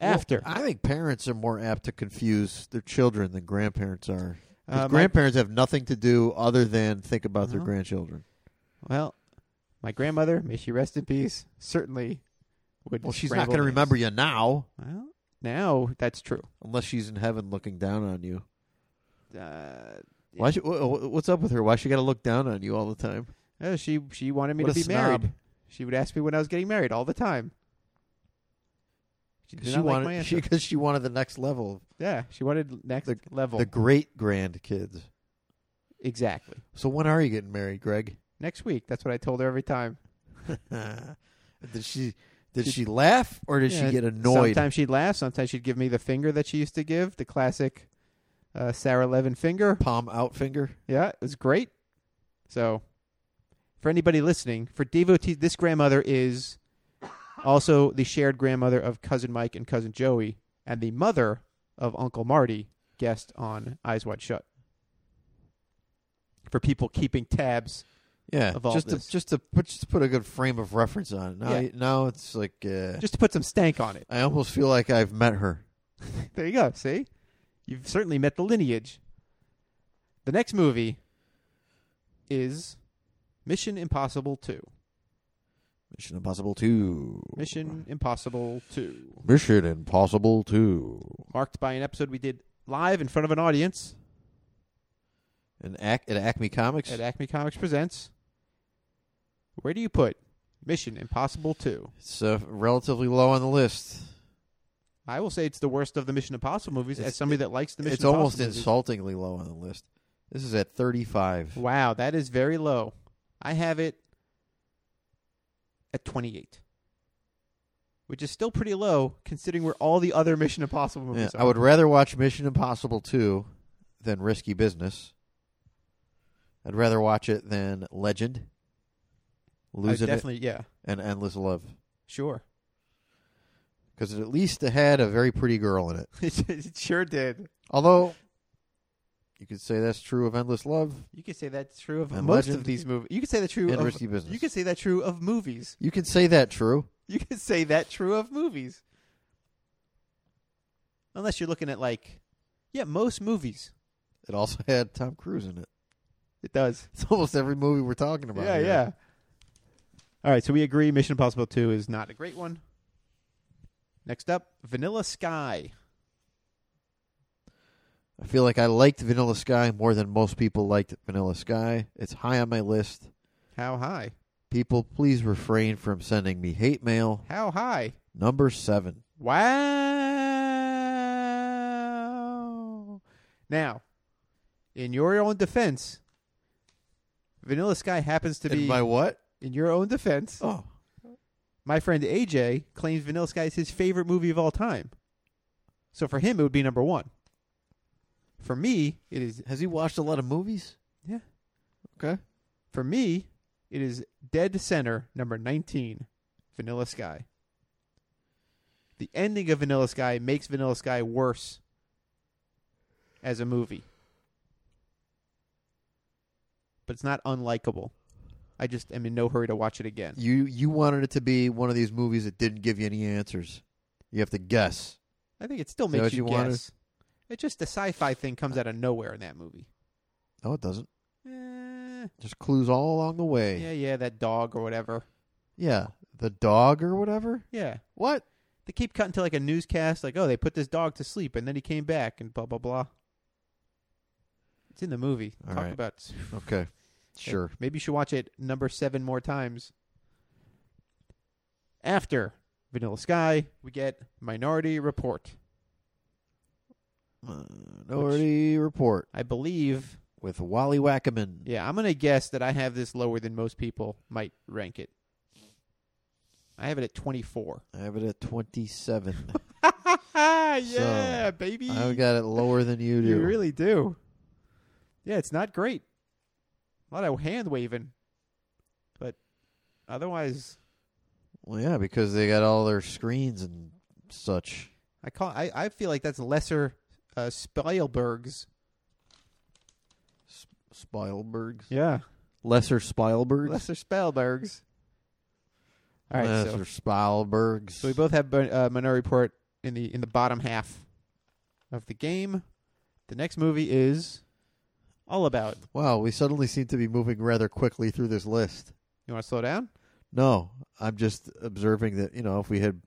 Speaker 1: After
Speaker 4: Well, I think parents are more apt to confuse their children than grandparents are. 'Cause
Speaker 1: Uh, my- Uh-huh.
Speaker 4: grandparents have nothing to do other than think about their
Speaker 1: No.
Speaker 4: grandchildren.
Speaker 1: Well, my grandmother, may she rest in peace, certainly would.
Speaker 4: Well, she's not
Speaker 1: scramble
Speaker 4: going to
Speaker 1: names.
Speaker 4: remember you now
Speaker 1: Well, now that's true.
Speaker 4: unless she's in heaven looking down on you.
Speaker 1: Uh,
Speaker 4: Why? She, wh- wh- what's up with her? Why she got to look down on you all the time?
Speaker 1: yeah, she she wanted me
Speaker 4: What
Speaker 1: to be
Speaker 4: a snob.
Speaker 1: married. She would ask me when I was getting married all the time. She did
Speaker 4: She
Speaker 1: not like
Speaker 4: wanted
Speaker 1: my answer.
Speaker 4: because she, wanted the next level,
Speaker 1: yeah, she wanted next
Speaker 4: The-
Speaker 1: level.
Speaker 4: the great grandkids.
Speaker 1: exactly.
Speaker 4: So when are you getting married, Greg?
Speaker 1: Next week. That's what I told her every time.
Speaker 4: Did she Did she laugh or did
Speaker 1: Yeah,
Speaker 4: she get annoyed?
Speaker 1: Sometimes she'd laugh. Sometimes she'd give me the finger that she used to give, the classic uh, Sarah Levin finger.
Speaker 4: Palm out finger.
Speaker 1: Yeah, it was great. So, for anybody listening, for devotees, this grandmother is also the shared grandmother of cousin Mike and cousin Joey, and the mother of Uncle Marty, guest on Eyes Wide Shut. For people keeping tabs,
Speaker 4: Yeah,
Speaker 1: Of all
Speaker 4: just
Speaker 1: this.
Speaker 4: to just to put just to put a good frame of reference on it. Now,
Speaker 1: Yeah.
Speaker 4: now it's like uh,
Speaker 1: just to put some stank on it.
Speaker 4: I almost feel like I've met her.
Speaker 1: There you go. See, you've certainly met the lineage. The next movie is Mission Impossible Two.
Speaker 4: Mission Impossible Two.
Speaker 1: Mission Impossible Two.
Speaker 4: Mission Impossible Two.
Speaker 1: marked by an episode we did live in front of an audience
Speaker 4: An Ac- at Acme Comics.
Speaker 1: at Acme Comics Presents. Where do you put Mission Impossible 2?
Speaker 4: it's uh, relatively low on the list.
Speaker 1: I will say it's the worst of the Mission Impossible movies
Speaker 4: It's-
Speaker 1: as somebody that likes the Mission
Speaker 4: it's almost
Speaker 1: Impossible
Speaker 4: insultingly low on the list. This is at 35.
Speaker 1: movies. Wow, that is very low. I have it at 28. Which is still pretty low considering where all the other Mission Impossible
Speaker 4: Yeah,
Speaker 1: movies are.
Speaker 4: I would rather watch Mission Impossible 2 than Risky Business. I'd rather watch it than Legend,
Speaker 1: I
Speaker 4: Losing It,
Speaker 1: definitely, yeah.
Speaker 4: and Endless Love.
Speaker 1: Sure.
Speaker 4: Because it at least had a very pretty girl in it.
Speaker 1: it sure did.
Speaker 4: Although, you could say that's true of Endless Love.
Speaker 1: You could say that's true of
Speaker 4: And
Speaker 1: most of
Speaker 4: Legend.
Speaker 1: these movies. You could say that true
Speaker 4: And
Speaker 1: of
Speaker 4: Risky Business.
Speaker 1: You could say that true of movies.
Speaker 4: You could say that true.
Speaker 1: You could say that true of movies. Unless you're looking at like yeah, most movies.
Speaker 4: It also had Tom Cruise in it.
Speaker 1: It does.
Speaker 4: It's almost every movie we're talking about.
Speaker 1: yeah,
Speaker 4: here.
Speaker 1: yeah. All right, so we agree Mission Impossible 2 is not a great one. Next up, Vanilla Sky.
Speaker 4: I feel like I liked Vanilla Sky more than most people liked Vanilla Sky. It's high on my list.
Speaker 1: How high?
Speaker 4: People, please refrain from sending me hate mail.
Speaker 1: How high?
Speaker 4: Number seven.
Speaker 1: Wow. Now, in your own defense, Vanilla Sky happens to be
Speaker 4: what?
Speaker 1: in your own defense.
Speaker 4: Oh,
Speaker 1: my friend AJ claims Vanilla Sky is his favorite movie of all time. So for him, it would be number one. For me, it is.
Speaker 4: has he watched a lot of movies?
Speaker 1: Yeah.
Speaker 4: Okay.
Speaker 1: For me, it is Dead Center number nineteen, Vanilla Sky. The ending of Vanilla Sky makes Vanilla Sky worse as a movie, but it's not unlikable. I just am in no hurry to watch it again.
Speaker 4: You you wanted it to be one of these movies that didn't give you any answers. You have to guess.
Speaker 1: I think it still
Speaker 4: Is that
Speaker 1: makes
Speaker 4: what
Speaker 1: you,
Speaker 4: you wanted?
Speaker 1: guess. It's just the sci-fi thing comes out of nowhere in that movie.
Speaker 4: No, it doesn't.
Speaker 1: Eh,
Speaker 4: Just clues all along the way.
Speaker 1: yeah, yeah, that dog or whatever.
Speaker 4: Yeah. The dog or whatever.
Speaker 1: Yeah,
Speaker 4: What?
Speaker 1: they keep cutting to like a newscast, like, oh, they put this dog to sleep and then he came back and blah blah blah. It's in the movie.
Speaker 4: All
Speaker 1: Talk
Speaker 4: right.
Speaker 1: about
Speaker 4: Okay. Sure.
Speaker 1: Maybe you should watch it number seven more times. After Vanilla Sky, we get Minority Report. Uh,
Speaker 4: Minority Report
Speaker 1: I believe,
Speaker 4: with Wally Wackerman.
Speaker 1: yeah, I'm gonna guess that I have this lower than most people might rank it. I have it at 24.
Speaker 4: I have it at 27.
Speaker 1: Ah, yeah, baby.
Speaker 4: I've got it lower than you do.
Speaker 1: You really do. Yeah, it's not great. A lot of hand waving. But otherwise,
Speaker 4: Well, yeah, because they got all their screens and such.
Speaker 1: I call I, I feel like that's lesser uh, Spielberg's.
Speaker 4: Spielbergs.
Speaker 1: Yeah.
Speaker 4: Lesser Spielbergs.
Speaker 1: Lesser Spielberg's. All right,
Speaker 4: Lesser
Speaker 1: so,
Speaker 4: Spielbergs.
Speaker 1: so we both have Bon- uh, Minority Report in the in the bottom half of the game. The next movie is all about.
Speaker 4: wow, we suddenly seem to be moving rather quickly through this list.
Speaker 1: You want to slow down?
Speaker 4: No, I'm just observing that, you know, if we had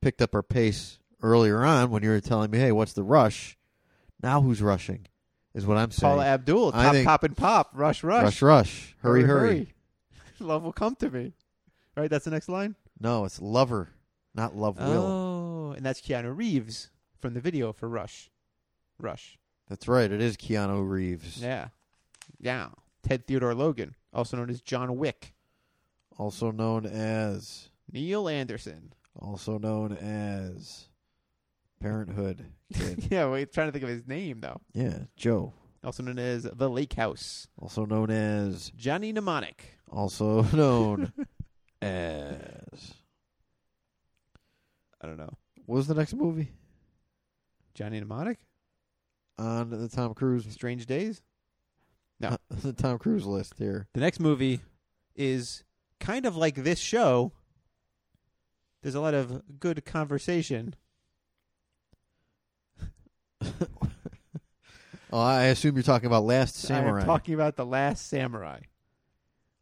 Speaker 4: picked up our pace earlier on when you were telling me, hey, what's the rush? Now who's rushing? Is what I'm saying.
Speaker 1: Paula Abdul,
Speaker 4: I
Speaker 1: top
Speaker 4: think-
Speaker 1: pop and pop, rush rush.
Speaker 4: rush, rush. Hurry, hurry.
Speaker 1: Love will come to me. Right, that's the next line.
Speaker 4: No, it's lover, not love will.
Speaker 1: Oh, and that's Keanu Reeves from the video for Rush. Rush.
Speaker 4: That's right. It is Keanu Reeves,
Speaker 1: Yeah. Yeah. Ted Theodore Logan, also known as John Wick.
Speaker 4: also known as
Speaker 1: Neil Anderson.
Speaker 4: also known as Parenthood Kid.
Speaker 1: yeah, we're trying to think of his name though.
Speaker 4: yeah, Joe,
Speaker 1: Also known as the Lake House.
Speaker 4: also known as,
Speaker 1: Johnny Mnemonic.
Speaker 4: also known as.
Speaker 1: I don't know.
Speaker 4: What was the next movie
Speaker 1: Johnny Mnemonic.
Speaker 4: on the Tom Cruise?
Speaker 1: Strange Days. No.
Speaker 4: on the Tom Cruise list here.
Speaker 1: The next movie is kind of like this show. There's a lot of good conversation.
Speaker 4: Oh, I assume you're talking about Last Samurai.
Speaker 1: I'm talking about The Last Samurai,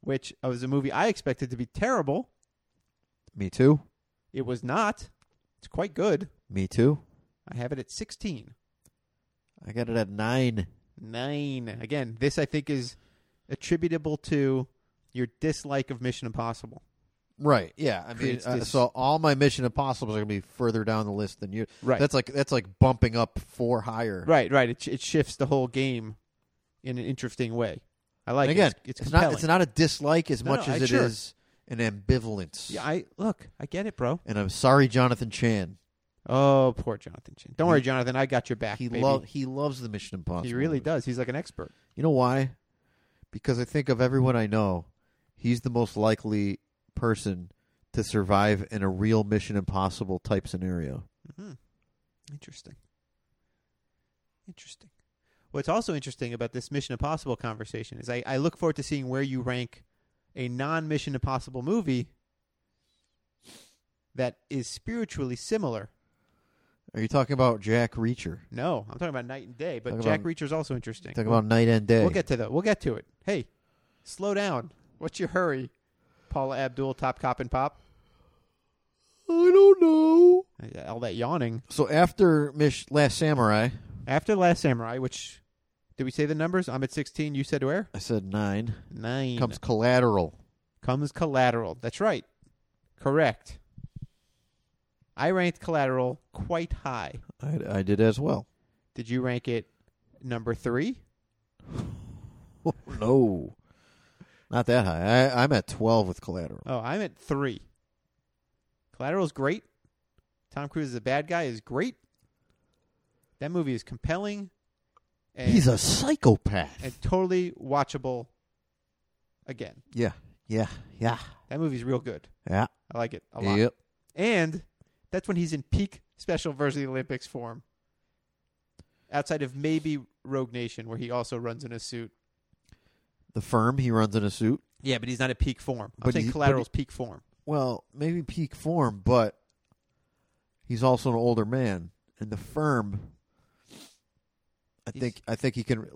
Speaker 1: which was a movie I expected to be terrible.
Speaker 4: Me too.
Speaker 1: It was not. It's quite good.
Speaker 4: Me too.
Speaker 1: I have it at 16.
Speaker 4: I got it at nine.
Speaker 1: Nine. Again, this I think is attributable to your dislike of Mission Impossible.
Speaker 4: Right. Yeah. I mean,
Speaker 1: Creates
Speaker 4: uh,
Speaker 1: this-
Speaker 4: so all my Mission Impossibles are gonna be further down the list than you.
Speaker 1: Right.
Speaker 4: That's like that's like bumping up four higher.
Speaker 1: right, right. It, sh- it shifts the whole game in an interesting way. I like
Speaker 4: And again,
Speaker 1: it. It's, it's,
Speaker 4: not
Speaker 1: compelling.
Speaker 4: it's not a dislike as
Speaker 1: No,
Speaker 4: much
Speaker 1: no,
Speaker 4: as
Speaker 1: I-
Speaker 4: it is
Speaker 1: sure.
Speaker 4: an ambivalence.
Speaker 1: Yeah, I look. I get it, bro.
Speaker 4: and I'm sorry, Jonathan Chan.
Speaker 1: Oh, poor Jonathan Chin. Don't
Speaker 4: He-
Speaker 1: worry, Jonathan. I got your back.
Speaker 4: he
Speaker 1: baby.
Speaker 4: lo- he loves the Mission Impossible.
Speaker 1: He really
Speaker 4: movies.
Speaker 1: does. He's like an expert.
Speaker 4: You know why? Because I think of everyone I know, he's the most likely person to survive in a real Mission Impossible type scenario.
Speaker 1: Mm-hmm. Interesting. Interesting. What's also interesting about this Mission Impossible conversation is I, I look forward to seeing where you rank a non Mission Impossible movie that is spiritually similar.
Speaker 4: Are you talking about Jack Reacher?
Speaker 1: No, I'm talking about night and day, but
Speaker 4: Talking
Speaker 1: Jack
Speaker 4: about-
Speaker 1: Reacher is also interesting.
Speaker 4: Talking about Night and Day.
Speaker 1: We'll get to that. We'll get to it. Hey, slow down. What's your hurry? Paula Abdul, Top Cop and Pop.
Speaker 4: I don't know.
Speaker 1: Yeah, All that yawning.
Speaker 4: So after Mish Last Samurai,
Speaker 1: After Last Samurai, which did we say the numbers? I'm at 16. You said where?
Speaker 4: I said nine
Speaker 1: Nine.
Speaker 4: comes Collateral.
Speaker 1: comes Collateral. That's right. Correct. I ranked Collateral quite high.
Speaker 4: I, I did as well.
Speaker 1: Did you rank it number three?
Speaker 4: Oh, no, not that high. I, I'm at twelve with Collateral.
Speaker 1: Oh, I'm at three. Collateral's great. Tom Cruise is a bad guy is great. That movie is compelling. And,
Speaker 4: He's a psychopath.
Speaker 1: and totally watchable. Again,
Speaker 4: yeah, yeah, yeah,
Speaker 1: that movie's real good.
Speaker 4: yeah.
Speaker 1: I like it a lot.
Speaker 4: Yep.
Speaker 1: And that's when he's in peak special versus the Olympics form. Outside of maybe Rogue Nation, where he also runs in a suit.
Speaker 4: The firm he runs in a suit.
Speaker 1: Yeah, but he's not at peak form. I'm
Speaker 4: But
Speaker 1: saying
Speaker 4: he- but
Speaker 1: Collateral's peak form.
Speaker 4: Well, maybe peak form, but he's also an older man. And the firm, I
Speaker 1: He's-
Speaker 4: think, I think he can.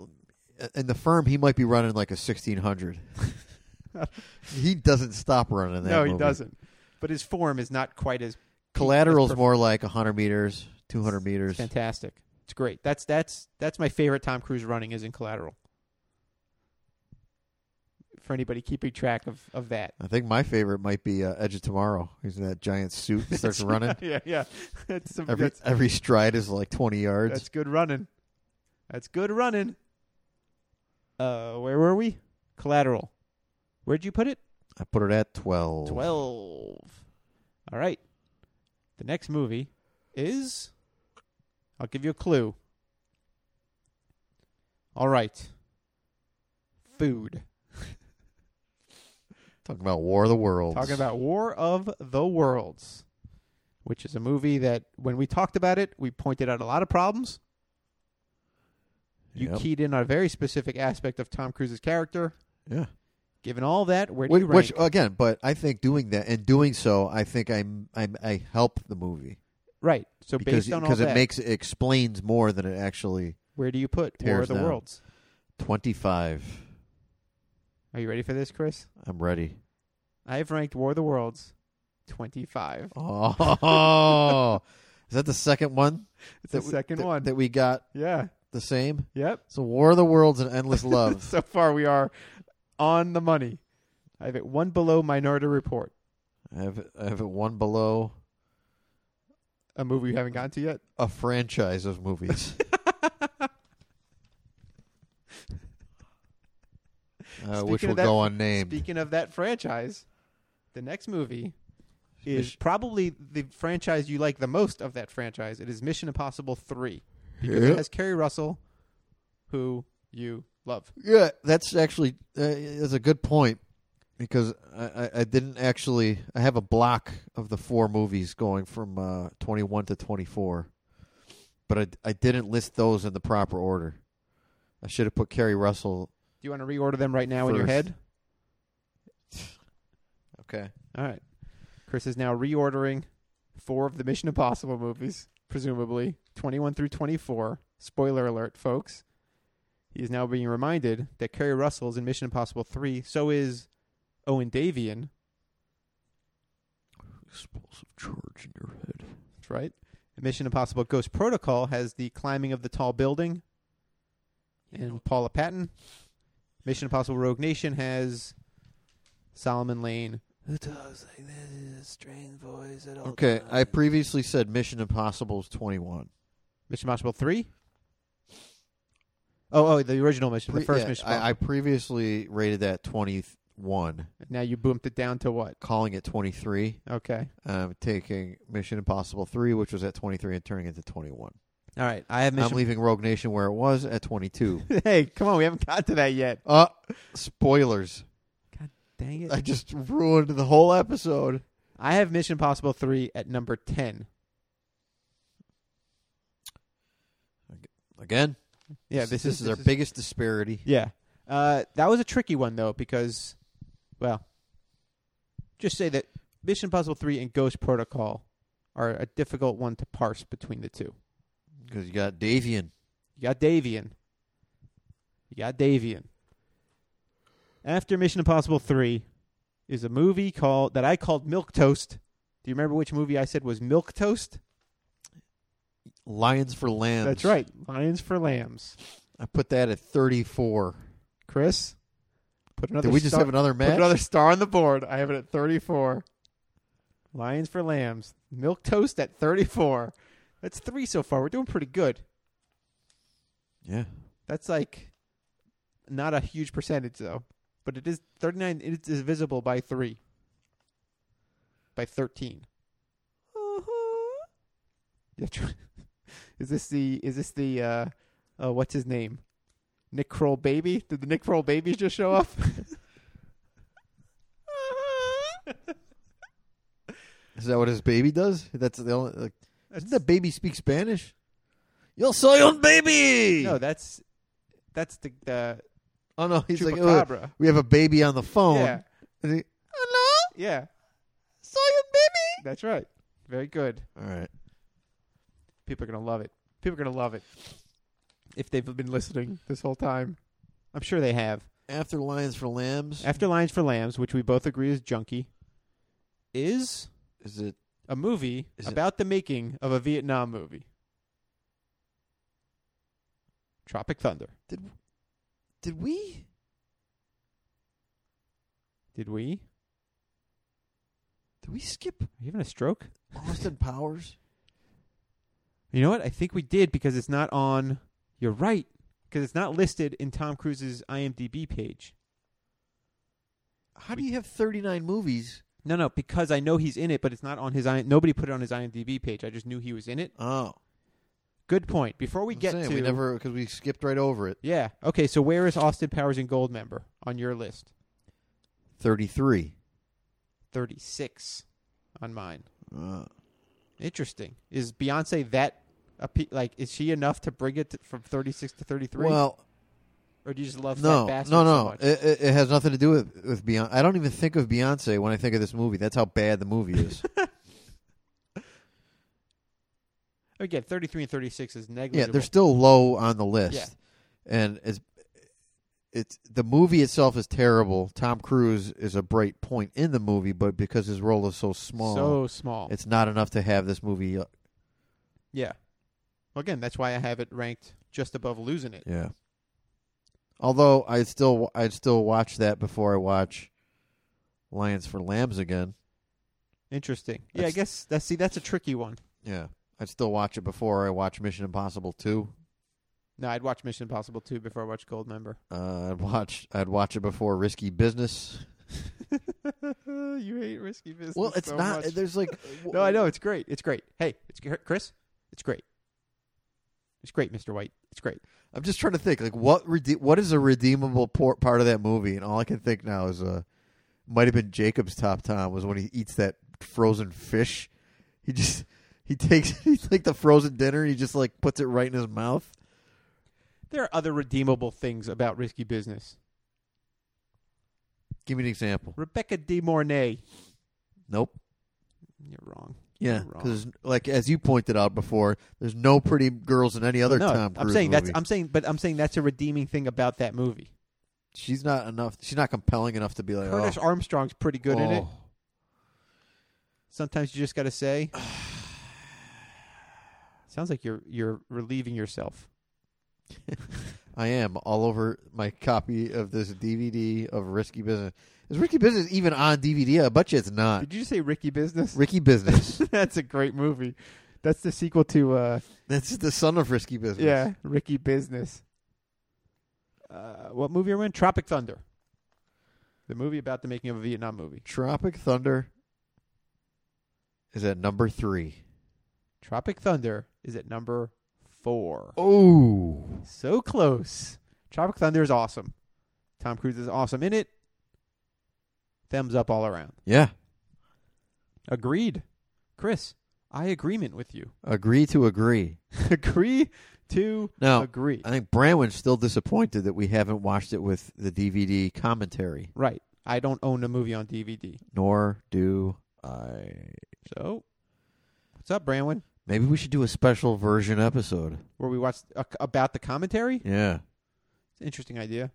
Speaker 4: In the firm, he might be running like a sixteen hundred. he doesn't stop running that.
Speaker 1: No, he
Speaker 4: movie.
Speaker 1: doesn't. But his form is not quite as
Speaker 4: Collateral's
Speaker 1: It's perf-
Speaker 4: more like hundred meters, two hundred meters.
Speaker 1: fantastic. It's great. That's that's that's my favorite Tom Cruise running is in Collateral. For anybody keeping track of, of that.
Speaker 4: I think my favorite might be uh, Edge of Tomorrow. He's in that giant suit, and starts running.
Speaker 1: yeah, yeah. That's, some,
Speaker 4: Every
Speaker 1: that's,
Speaker 4: every stride is like twenty yards.
Speaker 1: that's good running. That's good running. Uh, where were we? Collateral. Where'd you put it?
Speaker 4: I put it at twelve.
Speaker 1: Twelve. All right. The next movie is. I'll give you a clue. All right. Food.
Speaker 4: Talking about War of the Worlds.
Speaker 1: Talking about War of the Worlds, which is a movie that when we talked about it, we pointed out a lot of problems. You
Speaker 4: Yep.
Speaker 1: keyed in on a very specific aspect of Tom Cruise's character.
Speaker 4: yeah.
Speaker 1: Given all that, where do
Speaker 4: Which,
Speaker 1: you rank?
Speaker 4: which, uh, again, but I think doing that and doing so, I think I'm, I'm I help the movie
Speaker 1: right. So
Speaker 4: because
Speaker 1: based on all
Speaker 4: because it
Speaker 1: that,
Speaker 4: makes it explains more than it actually.
Speaker 1: where do you put War of
Speaker 4: tears
Speaker 1: the
Speaker 4: down.
Speaker 1: Worlds?
Speaker 4: Twenty five.
Speaker 1: Are you ready for this, Chris?
Speaker 4: I'm ready.
Speaker 1: I've ranked War of the Worlds 25.
Speaker 4: Oh, is that the second one?
Speaker 1: It's
Speaker 4: That
Speaker 1: the
Speaker 4: we-
Speaker 1: second
Speaker 4: that-
Speaker 1: one.
Speaker 4: that we got
Speaker 1: yeah.
Speaker 4: the same.
Speaker 1: Yep.
Speaker 4: So War of the Worlds and Endless Love.
Speaker 1: so far, we are on the money. I have it one below Minority Report,
Speaker 4: I have I have it one below
Speaker 1: a movie we haven't gotten to yet.
Speaker 4: a franchise of movies. uh, which
Speaker 1: Speaking of
Speaker 4: will
Speaker 1: that-
Speaker 4: Uh, go unnamed.
Speaker 1: Speaking of that franchise, the next movie is probably the franchise you like the most of that franchise. It is Mission Impossible 3 because
Speaker 4: Yeah.
Speaker 1: it has Kerry Russell who you love.
Speaker 4: Yeah, that's actually uh, that's a good point because I, I, I didn't actually I have a block of the four movies going from uh, twenty one to twenty four, but I I didn't list those in the proper order. I should have put Kerry Russell.
Speaker 1: Do you want to reorder them right now in your
Speaker 4: First.
Speaker 1: head?
Speaker 4: Okay,
Speaker 1: All right. Chris is now reordering four of the Mission Impossible movies, presumably 21 through 24. Spoiler alert, folks. He is now being reminded that Kerry Russell is in Mission Impossible 3. So is Owen Davian,
Speaker 4: explosive charge in your head.
Speaker 1: That's right. And Mission Impossible Ghost Protocol has the climbing of the tall building and Paula Patton. Mission Impossible Rogue Nation has Solomon Lane.
Speaker 6: Who talks like this in a strange voice at all
Speaker 4: Okay,
Speaker 6: times?
Speaker 4: I previously said Mission Impossible is twenty one.
Speaker 1: Mission Impossible 3? Oh, oh, the original mission, the first mission.
Speaker 4: I, I
Speaker 1: Impossible.
Speaker 4: previously rated that twenty one,
Speaker 1: now you bumped it down to what?
Speaker 4: calling it twenty three.
Speaker 1: Okay.
Speaker 4: I'm taking Mission Impossible three, which was at twenty three, and turning it to twenty one.
Speaker 1: All right. I have
Speaker 4: I'm
Speaker 1: Mission
Speaker 4: leaving Rogue Nation where it was at 22.
Speaker 1: Hey, come on. We haven't got to that yet.
Speaker 4: uh, spoilers.
Speaker 1: Dang it.
Speaker 4: I just ruined the whole episode.
Speaker 1: I have Mission Impossible 3 at number 10.
Speaker 4: Again,
Speaker 1: Yeah,
Speaker 4: this,
Speaker 1: this,
Speaker 4: this is,
Speaker 1: this
Speaker 4: our biggest disparity.
Speaker 1: Yeah. Uh, that was a tricky one, though, because, well, just say that Mission Impossible 3 and Ghost Protocol are a difficult one to parse between the two.
Speaker 4: Because you got Davian.
Speaker 1: You got Davian. You got Davian. After Mission Impossible 3 is a movie called that I called Milk Toast. Do you remember which movie I said was Milk Toast?
Speaker 4: Lions for Lambs.
Speaker 1: That's right. Lions for Lambs.
Speaker 4: I put that at 34.
Speaker 1: Chris, put another
Speaker 4: Did we just
Speaker 1: star-
Speaker 4: have another
Speaker 1: put
Speaker 4: match?
Speaker 1: another star on the board. I have it at 34. Lions for Lambs. Milk Toast at 34. That's 3 so far. We're doing pretty good.
Speaker 4: Yeah.
Speaker 1: That's like not a huge percentage though, but it is 39 it is visible by 3 by 13.
Speaker 4: Uh-huh.
Speaker 1: Yeah, true. Is this the is this the uh, uh what's his name? Nick Kroll baby? Did the Nick Kroll babies just show up?
Speaker 4: Uh-huh. Is that what his baby does? That's the only. Like,
Speaker 1: That's-
Speaker 4: doesn't that baby speak Spanish? Yo soy un baby!
Speaker 1: no, that's that's the the
Speaker 4: oh, no. He's like, oh,
Speaker 1: chupacabra.
Speaker 4: we have a baby on the phone.
Speaker 1: yeah.
Speaker 4: And he, Hello?
Speaker 1: Yeah.
Speaker 4: Soy un baby!
Speaker 1: That's right. Very good.
Speaker 4: All right.
Speaker 1: People are gonna love it. People are gonna love it. If they've been listening this whole time. I'm sure they have.
Speaker 4: After Lions for Lambs,
Speaker 1: After Lions for Lambs, which we both agree is junky, is
Speaker 4: is it
Speaker 1: a movie
Speaker 4: Is it-
Speaker 1: about the making of a Vietnam movie. Tropic Thunder.
Speaker 4: Did we?
Speaker 1: Did we?
Speaker 4: Did we skip
Speaker 1: Are you having a stroke?
Speaker 4: Austin Powers?
Speaker 1: You know what? I think we did because it's not on. You're right. Because it's not listed in Tom Cruise's IMDb page.
Speaker 4: How do you have 39 movies?
Speaker 1: No, no, because I know he's in it, but it's not on his. I- Nobody put it on his IMDb page. I just knew he was in it.
Speaker 4: Oh,
Speaker 1: Good point. Before we
Speaker 4: I'm
Speaker 1: get
Speaker 4: saying,
Speaker 1: to
Speaker 4: we never because we skipped right over it.
Speaker 1: yeah, okay. So where is Austin Powers and Goldmember on your list?
Speaker 4: 33.
Speaker 1: 36 on mine.
Speaker 4: Uh,
Speaker 1: Interesting. Is Beyonce that appe- like is she enough to bring it to, from 36 to 33
Speaker 4: well,
Speaker 1: or do you just love
Speaker 4: no,
Speaker 1: Fat Bastard
Speaker 4: no,
Speaker 1: so
Speaker 4: no.
Speaker 1: much?
Speaker 4: it, it, it has nothing to do with with Beyonce. I don't even think of Beyonce when I think of this movie. That's how bad the movie is.
Speaker 1: Again, 33 and 36 is negligible.
Speaker 4: yeah, they're still low on the list, and it's it's the movie itself is terrible. Tom Cruise is a bright point in the movie, but because his role is so small,
Speaker 1: so small.
Speaker 4: it's not enough to have this movie. uh,
Speaker 1: yeah. Well, again, that's why I have it ranked just above losing it.
Speaker 4: Yeah. Although I still I'd still watch that before I watch Lions for Lambs again.
Speaker 1: Interesting. yeah, I
Speaker 4: That's-
Speaker 1: guess that's see that's a tricky one.
Speaker 4: Yeah. I'd still watch it before I watch Mission Impossible 2.
Speaker 1: No, I'd watch Mission Impossible 2 before I watch Goldmember.
Speaker 4: Uh, I'd watch I'd watch it before Risky Business.
Speaker 1: you hate risky business.
Speaker 4: Well, it's
Speaker 1: so
Speaker 4: not.
Speaker 1: much.
Speaker 4: There's like
Speaker 1: No, I know it's great. It's great. Hey, it's gr- Chris. It's great. It's great, Mister White. It's great.
Speaker 4: I'm just trying to think like what rede- what is a redeemable por- part of that movie, and all I can think now is uh might have been Jacob's top Tom was when he eats that frozen fish. He just he takes he's like the frozen dinner. He just like puts it right in his mouth.
Speaker 1: There are other redeemable things about risky business.
Speaker 4: Give me an example.
Speaker 1: Rebecca De Mornay.
Speaker 4: Nope.
Speaker 1: You're wrong.
Speaker 4: Yeah,
Speaker 1: You're wrong.
Speaker 4: because like as you pointed out before, there's no pretty girls in any other
Speaker 1: no,
Speaker 4: Tom Cruise
Speaker 1: I'm saying that's.
Speaker 4: movie.
Speaker 1: I'm saying, but I'm saying that's a redeeming thing about that movie.
Speaker 4: she's not enough. She's not compelling enough to be like
Speaker 1: Curtis
Speaker 4: oh,
Speaker 1: Armstrong's pretty good in it.
Speaker 4: oh.
Speaker 1: Sometimes you just got to say. Sounds like you're you're relieving yourself.
Speaker 4: I am all over my copy of this DVD of Risky Business. Is Risky Business even on DVD? I bet you it's not.
Speaker 1: Did you just say Ricky Business?
Speaker 4: Ricky Business.
Speaker 1: that's a great movie. That's the sequel to uh,
Speaker 4: That's the son of Risky Business.
Speaker 1: yeah, Ricky Business. Uh, what movie are we in? Tropic Thunder. The movie about the making of a Vietnam movie.
Speaker 4: Tropic Thunder is at number three.
Speaker 1: Tropic Thunder is at number four.
Speaker 4: Oh.
Speaker 1: So close. Tropic Thunder is awesome. Tom Cruise is awesome in it. Thumbs up all around.
Speaker 4: Yeah.
Speaker 1: Agreed. Chris, I agreement with you.
Speaker 4: Agree to agree.
Speaker 1: agree to
Speaker 4: Now,
Speaker 1: agree.
Speaker 4: I think Branwyn's still disappointed that we haven't watched it with the DVD commentary.
Speaker 1: right. I don't own a movie on DVD.
Speaker 4: Nor do I.
Speaker 1: So, what's up, Branwyn?
Speaker 4: Maybe we should do a special version episode.
Speaker 1: Where we watched uh, about the commentary?
Speaker 4: Yeah.
Speaker 1: It's an interesting idea.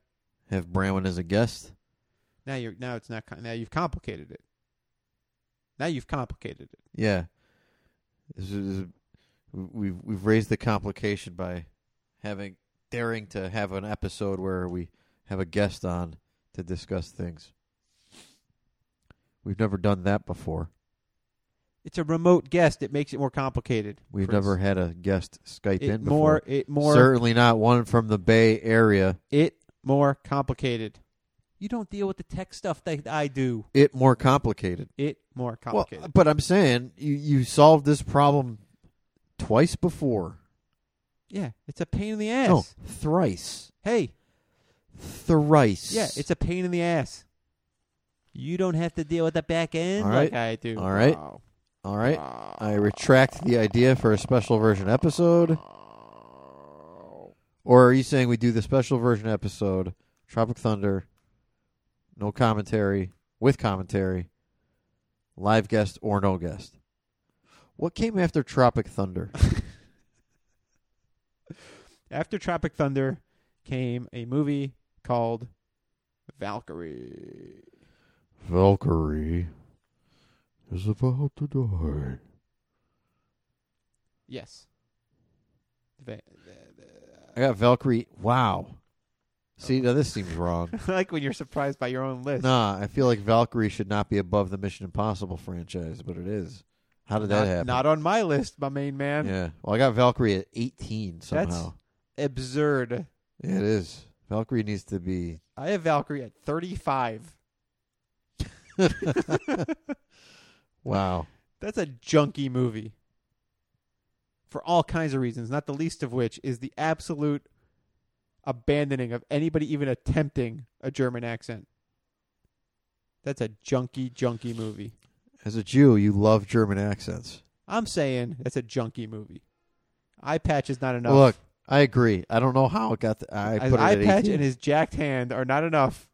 Speaker 4: Have Branwyn as a guest.
Speaker 1: Now you're now it's not com- now you've complicated it. Now you've complicated it.
Speaker 4: Yeah. This is, we've we've raised the complication by having daring to have an episode where we have a guest on to discuss things. We've never done that before.
Speaker 1: It's a remote guest. It makes it more complicated.
Speaker 4: We've
Speaker 1: Chris.
Speaker 4: never had a guest Skype
Speaker 1: it
Speaker 4: in
Speaker 1: more
Speaker 4: before.
Speaker 1: it more
Speaker 4: Certainly not one from the Bay Area.
Speaker 1: it more complicated. You don't deal with the tech stuff that I do.
Speaker 4: It more complicated.
Speaker 1: It more
Speaker 4: Well, uh,
Speaker 1: complicated.
Speaker 4: but I'm saying you, you solved this problem twice before.
Speaker 1: yeah, it's a pain in the ass.
Speaker 4: No, thrice.
Speaker 1: Hey,
Speaker 4: Thrice.
Speaker 1: yeah, it's a pain in the ass. You don't have to deal with the back end
Speaker 4: All
Speaker 1: like
Speaker 4: right.
Speaker 1: I do.
Speaker 4: All right.
Speaker 1: Wow.
Speaker 4: All right. I retract the idea for a special version episode.
Speaker 1: Uh,
Speaker 4: Or are you saying we do the special version episode, Tropic Thunder, no commentary, with commentary, live guest or no guest? What came after Tropic Thunder?
Speaker 1: After Tropic Thunder came a movie called Valkyrie.
Speaker 4: Valkyrie is about to die.
Speaker 1: Yes. Va- the-
Speaker 4: I got Valkyrie. Wow. See, now this seems wrong.
Speaker 1: the- I like when you're surprised by your own list.
Speaker 4: nah, I feel like Valkyrie should not be above the Mission Impossible franchise, but it is. How did that
Speaker 1: not,
Speaker 4: happen?
Speaker 1: not on my list, my main man.
Speaker 4: Yeah. Well, I got Valkyrie at 18 somehow.
Speaker 1: Absurd.
Speaker 4: Yeah, it is. Valkyrie needs to be.
Speaker 1: I have Valkyrie at 35.
Speaker 4: wow.
Speaker 1: That's a junky movie. For all kinds of reasons, not the least of which is the absolute abandoning of anybody even attempting a German accent. That's a junky, junky movie.
Speaker 4: As a Jew, you love German accents.
Speaker 1: I'm saying that's a junky movie. Eye patch is not enough.
Speaker 4: Look, I agree. I don't know how it got. The, I
Speaker 1: His
Speaker 4: put it
Speaker 1: eye
Speaker 4: at
Speaker 1: patch
Speaker 4: 18.
Speaker 1: and his jacked hand are not enough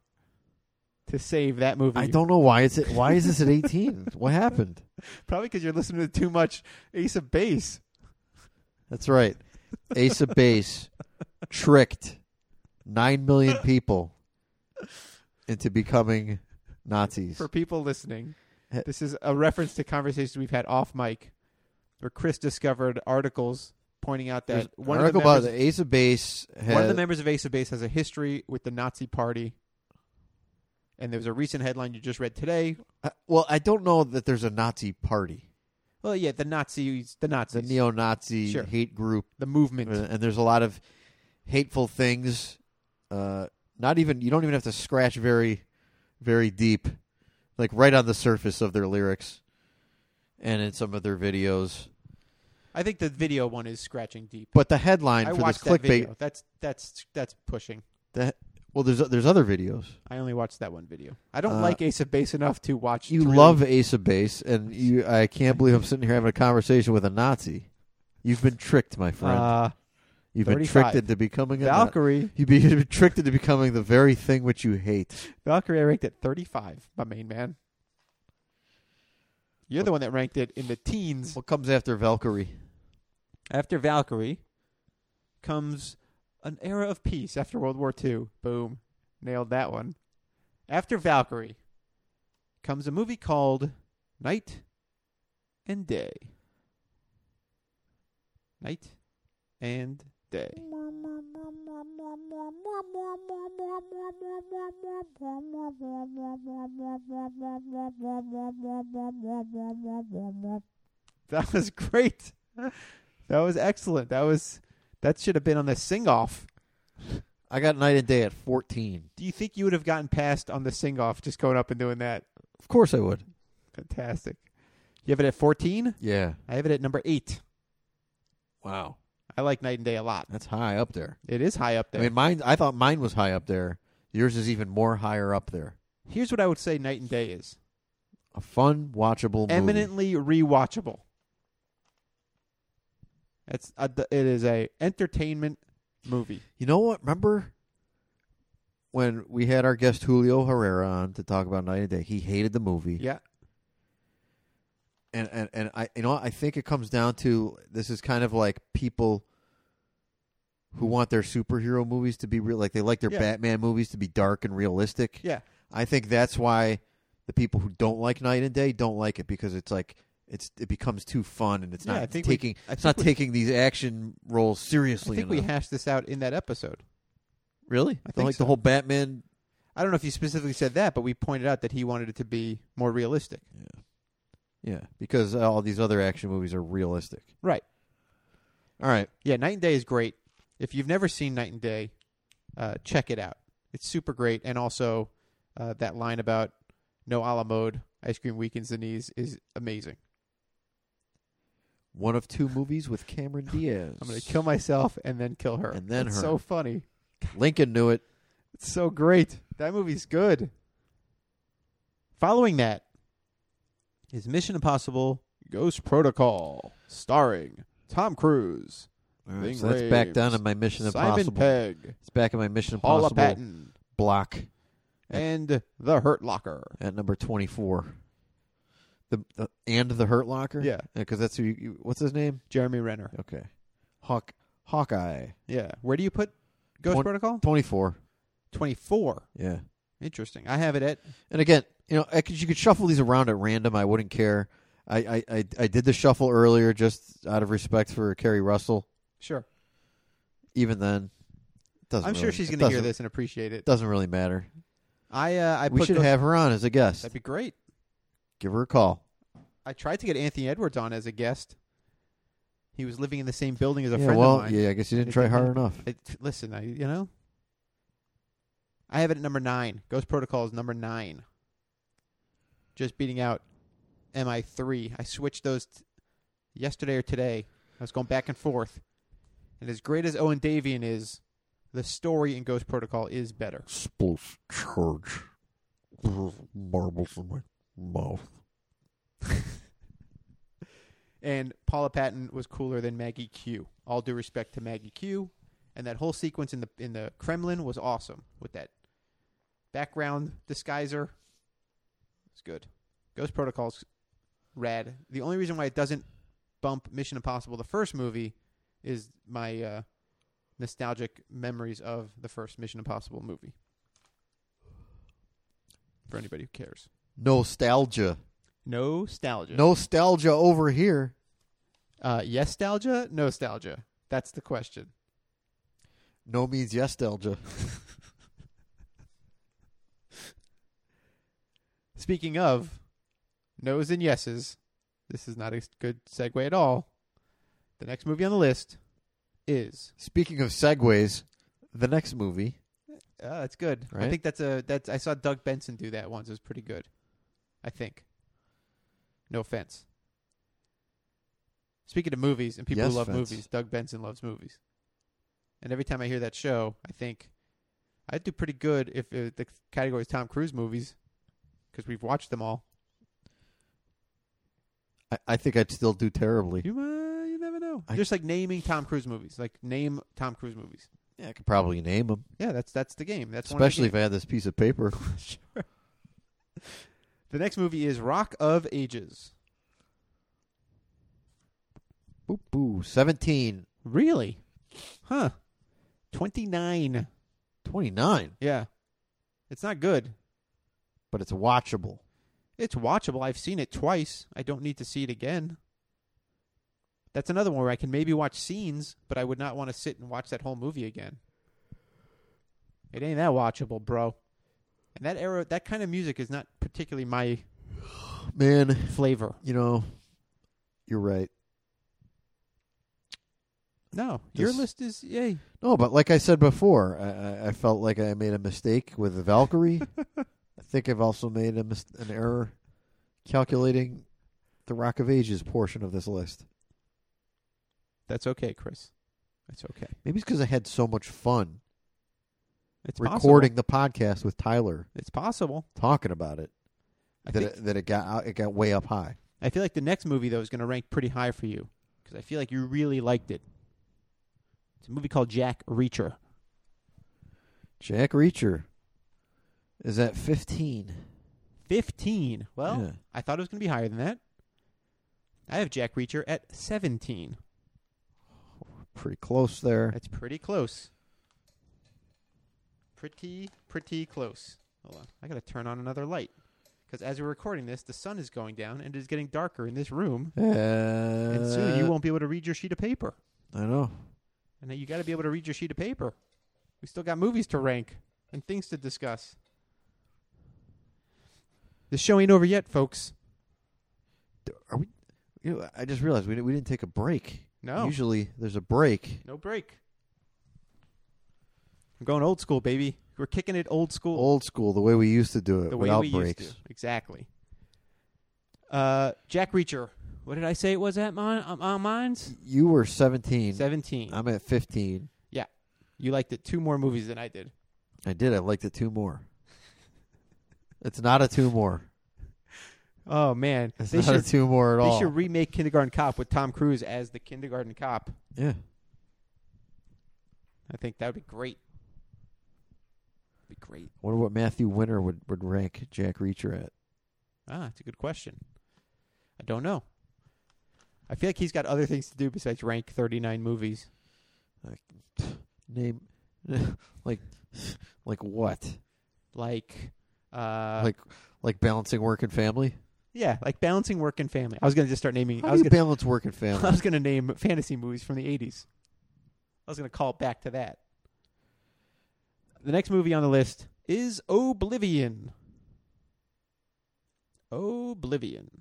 Speaker 1: to save that movie.
Speaker 4: I don't know why it's. At, why is this at 18? what happened?
Speaker 1: Probably because you're listening to too much Ace of Base.
Speaker 4: That's right. Ace of Base tricked nine million people into becoming Nazis.
Speaker 1: for people listening, this is a reference to conversations we've had off mic, where Chris discovered articles pointing out
Speaker 4: There's
Speaker 1: that one of, the
Speaker 4: article about
Speaker 1: members,
Speaker 4: the Ace of Base. Had,
Speaker 1: one of the members of Ace of Base has a history with the Nazi Party, and there was a recent headline you just read today.
Speaker 4: Uh, well, I don't know that there's a Nazi party.
Speaker 1: Well, yeah, the Nazis, the
Speaker 4: the
Speaker 1: Nazis, the,
Speaker 4: neo-Nazi
Speaker 1: Sure.
Speaker 4: hate group,
Speaker 1: movement.
Speaker 4: uh, and there's a lot of hateful things. Uh, not even you don't even have to scratch very, very deep like right on the surface of their lyrics, and in some of their videos.
Speaker 1: I think the video one is scratching deep.
Speaker 4: But the headline
Speaker 1: I
Speaker 4: for this
Speaker 1: watched that
Speaker 4: clickbait.
Speaker 1: video. That's that's that's pushing.
Speaker 4: The, he- well, there's there's other videos.
Speaker 1: I only watched that one video. I don't
Speaker 4: Uh,
Speaker 1: like Ace of Base enough to watch.
Speaker 4: You
Speaker 1: to really-
Speaker 4: love Ace of Base, and you I can't believe I'm sitting here having a conversation with a Nazi. You've been tricked, my friend.
Speaker 1: uh,
Speaker 4: You've been
Speaker 1: 35.
Speaker 4: tricked into becoming a Nazi.
Speaker 1: Valkyrie.
Speaker 4: You've been, you've been tricked into becoming the very thing which you hate.
Speaker 1: Valkyrie I ranked at 35, my main man. You're the one that ranked it in the teens.
Speaker 4: What comes after Valkyrie?
Speaker 1: After Valkyrie comes an era of peace after World War II. Boom. Nailed that one. After Valkyrie comes a movie called Night and Day. Night and Day. That was great. That was excellent. That was that should have been on the sing off.
Speaker 4: I got Night and Day at 14.
Speaker 1: Do you think you would have gotten past on the sing off just going up and doing that?
Speaker 4: Of course I would.
Speaker 1: Fantastic. You have it at 14?
Speaker 4: Yeah.
Speaker 1: I have it at number 8.
Speaker 4: Wow.
Speaker 1: I like Night and Day a lot.
Speaker 4: That's high up there.
Speaker 1: It is high up there.
Speaker 4: I mean, mine. I thought mine was high up there. Yours is even more higher up there.
Speaker 1: Here's what I would say Night and Day is.
Speaker 4: A fun, watchable, Oh, movie.
Speaker 1: Eminently rewatchable. It's a, it is a entertainment movie.
Speaker 4: You know what? Remember when we had our guest Julio Herrera on to talk about Night and Day? He hated the movie.
Speaker 1: Yeah.
Speaker 4: and and and I you know what? I think it comes down to this is kind of like people who want their superhero movies to be real, like they like their
Speaker 1: Hmm. Yeah.
Speaker 4: Batman movies to be dark and realistic.
Speaker 1: Yeah.
Speaker 4: I think that's why the people who don't like Night and Day don't like it because it's like it's it becomes too fun and it's
Speaker 1: Yeah,
Speaker 4: not
Speaker 1: I think we-
Speaker 4: taking
Speaker 1: I
Speaker 4: it's
Speaker 1: think
Speaker 4: not
Speaker 1: we-
Speaker 4: taking these action roles
Speaker 1: I
Speaker 4: seriously
Speaker 1: think we
Speaker 4: enough.
Speaker 1: hashed this out in that episode.
Speaker 4: really
Speaker 1: I think
Speaker 4: like
Speaker 1: so.
Speaker 4: the whole Batman.
Speaker 1: I don't know if you specifically said that, but we pointed out that he wanted it to be more realistic.
Speaker 4: Yeah, because all these other action movies are realistic.
Speaker 1: Right.
Speaker 4: All right.
Speaker 1: Yeah, Night and Day is great. If you've never seen Night and Day, uh, check it out. It's super great. And also, uh, that line about no a la mode, ice cream weakens the knees is amazing.
Speaker 4: One of two movies with Cameron Diaz.
Speaker 1: I'm going to kill myself and then kill her.
Speaker 4: And then
Speaker 1: it's
Speaker 4: her.
Speaker 1: so funny.
Speaker 4: Lincoln knew it.
Speaker 1: It's so great. That movie's good. Following that is Mission Impossible Ghost Protocol, starring Tom Cruise,
Speaker 4: All right,
Speaker 1: Ving
Speaker 4: so that's back
Speaker 1: Rhames,
Speaker 4: down in my Mission
Speaker 1: Simon
Speaker 4: Impossible.
Speaker 1: Pegg,
Speaker 4: It's back in my Mission
Speaker 1: Paula
Speaker 4: Impossible
Speaker 1: Patton,
Speaker 4: block
Speaker 1: and The Hurt Locker.
Speaker 4: at number twenty-four. The, the and the Hurt Locker.
Speaker 1: Yeah.
Speaker 4: because that's who. You, you- what's his name?
Speaker 1: Jeremy Renner.
Speaker 4: Okay, Hawk Hawkeye.
Speaker 1: Yeah. Where do you put Ghost
Speaker 4: Twen-
Speaker 1: Protocol?
Speaker 4: Twenty-four.
Speaker 1: 24.
Speaker 4: Yeah,
Speaker 1: Interesting. I have it at.
Speaker 4: and again, you know, I could, you could shuffle these around at random. I wouldn't care. I, I, I, I did the shuffle earlier just out of respect for Carrie Russell.
Speaker 1: Sure.
Speaker 4: Even then, doesn't.
Speaker 1: I'm sure
Speaker 4: really-
Speaker 1: she's
Speaker 4: it
Speaker 1: going to hear
Speaker 4: doesn't-
Speaker 1: this and appreciate it.
Speaker 4: Doesn't really matter.
Speaker 1: I uh, I
Speaker 4: we
Speaker 1: put
Speaker 4: should
Speaker 1: Ghost-
Speaker 4: have her on as a guest.
Speaker 1: That'd be great.
Speaker 4: Give her a call.
Speaker 1: I tried to get Anthony Edwards on as a guest. He was living in the same building as a
Speaker 4: yeah,
Speaker 1: friend
Speaker 4: well,
Speaker 1: of mine.
Speaker 4: yeah, I guess you didn't
Speaker 1: It
Speaker 4: try
Speaker 1: didn't
Speaker 4: hard
Speaker 1: happen.
Speaker 4: enough.
Speaker 1: I- t- listen, I you know. I have it at number nine. Ghost Protocol is number nine. Just beating out MI3. I switched those t- yesterday or today. I was going back and forth. And as great as Owen Davian is, the story in Ghost Protocol is better.
Speaker 4: explosive charge. Marbles in my mouth.
Speaker 1: And Paula Patton was cooler than Maggie Q. All due respect to Maggie Q. And that whole sequence in the in the Kremlin was awesome with that background disguiser. It's good. Ghost Protocol's rad. The only reason why it doesn't bump Mission Impossible, the first movie, is my uh, nostalgic memories of the first Mission Impossible movie. For anybody who cares.
Speaker 4: Nostalgia.
Speaker 1: Nostalgia.
Speaker 4: Nostalgia over here.
Speaker 1: Uh, yes, nostalgia, nostalgia. That's the question.
Speaker 4: No means yes, nostalgia.
Speaker 1: Speaking of no's and yeses, this is not a good segue at all. The next movie on the list is
Speaker 4: Speaking of segues, the next movie.
Speaker 1: uh, that's good. I
Speaker 4: Right?
Speaker 1: think that's a that's I saw Doug Benson do that once. It was pretty good. I think. No offense. Speaking of movies and people
Speaker 4: Yes,
Speaker 1: who love
Speaker 4: Vince.
Speaker 1: movies, Doug Benson loves movies. And every time I hear that show, I think I'd do pretty good if uh, the category is Tom Cruise movies because we've watched them all.
Speaker 4: I, I think I'd still do terribly.
Speaker 1: You, uh, you never know.
Speaker 4: I-
Speaker 1: Just like naming Tom Cruise movies, like name Tom Cruise movies.
Speaker 4: Yeah, I could probably name them,
Speaker 1: Yeah, that's that's the game. That's one of the
Speaker 4: especially if I had this piece of paper.
Speaker 1: The next movie is Rock of Ages.
Speaker 4: Boop boo. 17,
Speaker 1: Really? Huh. 29.
Speaker 4: 29,
Speaker 1: Yeah. It's not good.
Speaker 4: but it's watchable.
Speaker 1: It's watchable. I've seen it twice. I don't need to see it again. That's another one where I can maybe watch scenes, but I would not want to sit and watch that whole movie again. It ain't that watchable, bro. And that era, that kind of music is not particularly my
Speaker 4: Man,
Speaker 1: flavor.
Speaker 4: you know, you're right.
Speaker 1: No, your
Speaker 4: This-
Speaker 1: list is yay.
Speaker 4: No, but like I said before, I, I, I felt like I made a mistake with the Valkyrie. I think I've also made a mis- an error calculating the Rock of Ages portion of this list.
Speaker 1: That's okay, Chris. That's okay.
Speaker 4: Maybe it's because I had so much fun
Speaker 1: It's Possible.
Speaker 4: recording the podcast with Tyler,
Speaker 1: It's possible.
Speaker 4: talking about it.
Speaker 1: I
Speaker 4: that
Speaker 1: think-
Speaker 4: it, that it got out, it got way up high.
Speaker 1: I feel like the next movie though is going to rank pretty high for you because I feel like you really liked it. It's a movie called Jack Reacher.
Speaker 4: Jack Reacher is at fifteen.
Speaker 1: Fifteen. Well,
Speaker 4: Yeah.
Speaker 1: I thought it was going to be higher than that. I have Jack Reacher at seventeen.
Speaker 4: Pretty close there.
Speaker 1: That's pretty close. Pretty, pretty close. Hold on, I got to turn on another light because as we're recording this, the sun is going down and it is getting darker in this room, and soon you
Speaker 4: Uh,
Speaker 1: won't be able to read your sheet of paper.
Speaker 4: I know.
Speaker 1: And then you got to be able to read your sheet of paper. We still got movies to rank and things to discuss. The show ain't over yet, folks.
Speaker 4: Are we? You know, I just realized we didn't, we didn't take a break.
Speaker 1: No.
Speaker 4: Usually there's a break.
Speaker 1: No break. I'm going old school, baby. We're kicking it old school.
Speaker 4: Old school, the way we used to do it
Speaker 1: the way
Speaker 4: without
Speaker 1: we
Speaker 4: breaks.
Speaker 1: used to. Exactly. Uh, Jack Reacher. What did I say it was at mine? Um, on mine's?
Speaker 4: You were 17.
Speaker 1: 17.
Speaker 4: I'm at 15.
Speaker 1: you liked it two more movies than I did.
Speaker 4: I did. I liked it two more. it's not a two more.
Speaker 1: Oh, man.
Speaker 4: It's
Speaker 1: They
Speaker 4: not
Speaker 1: should,
Speaker 4: a two more at
Speaker 1: they
Speaker 4: all.
Speaker 1: should remake Kindergarten Cop with Tom Cruise as the Kindergarten Cop.
Speaker 4: yeah.
Speaker 1: I think that would be great. Be great.
Speaker 4: Wonder what Matthew Winter would, would rank Jack Reacher at.
Speaker 1: Ah, that's a good question. I don't know. I feel like he's got other things to do besides rank 39 movies.
Speaker 4: Name, like, like what?
Speaker 1: Like, uh,
Speaker 4: like, like balancing work and family.
Speaker 1: yeah, like balancing work and family. I was gonna just start naming.
Speaker 4: How
Speaker 1: I
Speaker 4: do
Speaker 1: was
Speaker 4: you
Speaker 1: gonna,
Speaker 4: balance work and
Speaker 1: I
Speaker 4: family?
Speaker 1: was gonna name fantasy movies from the 80s. I was gonna call it back to that. The next movie on the list is Oblivion. Oblivion.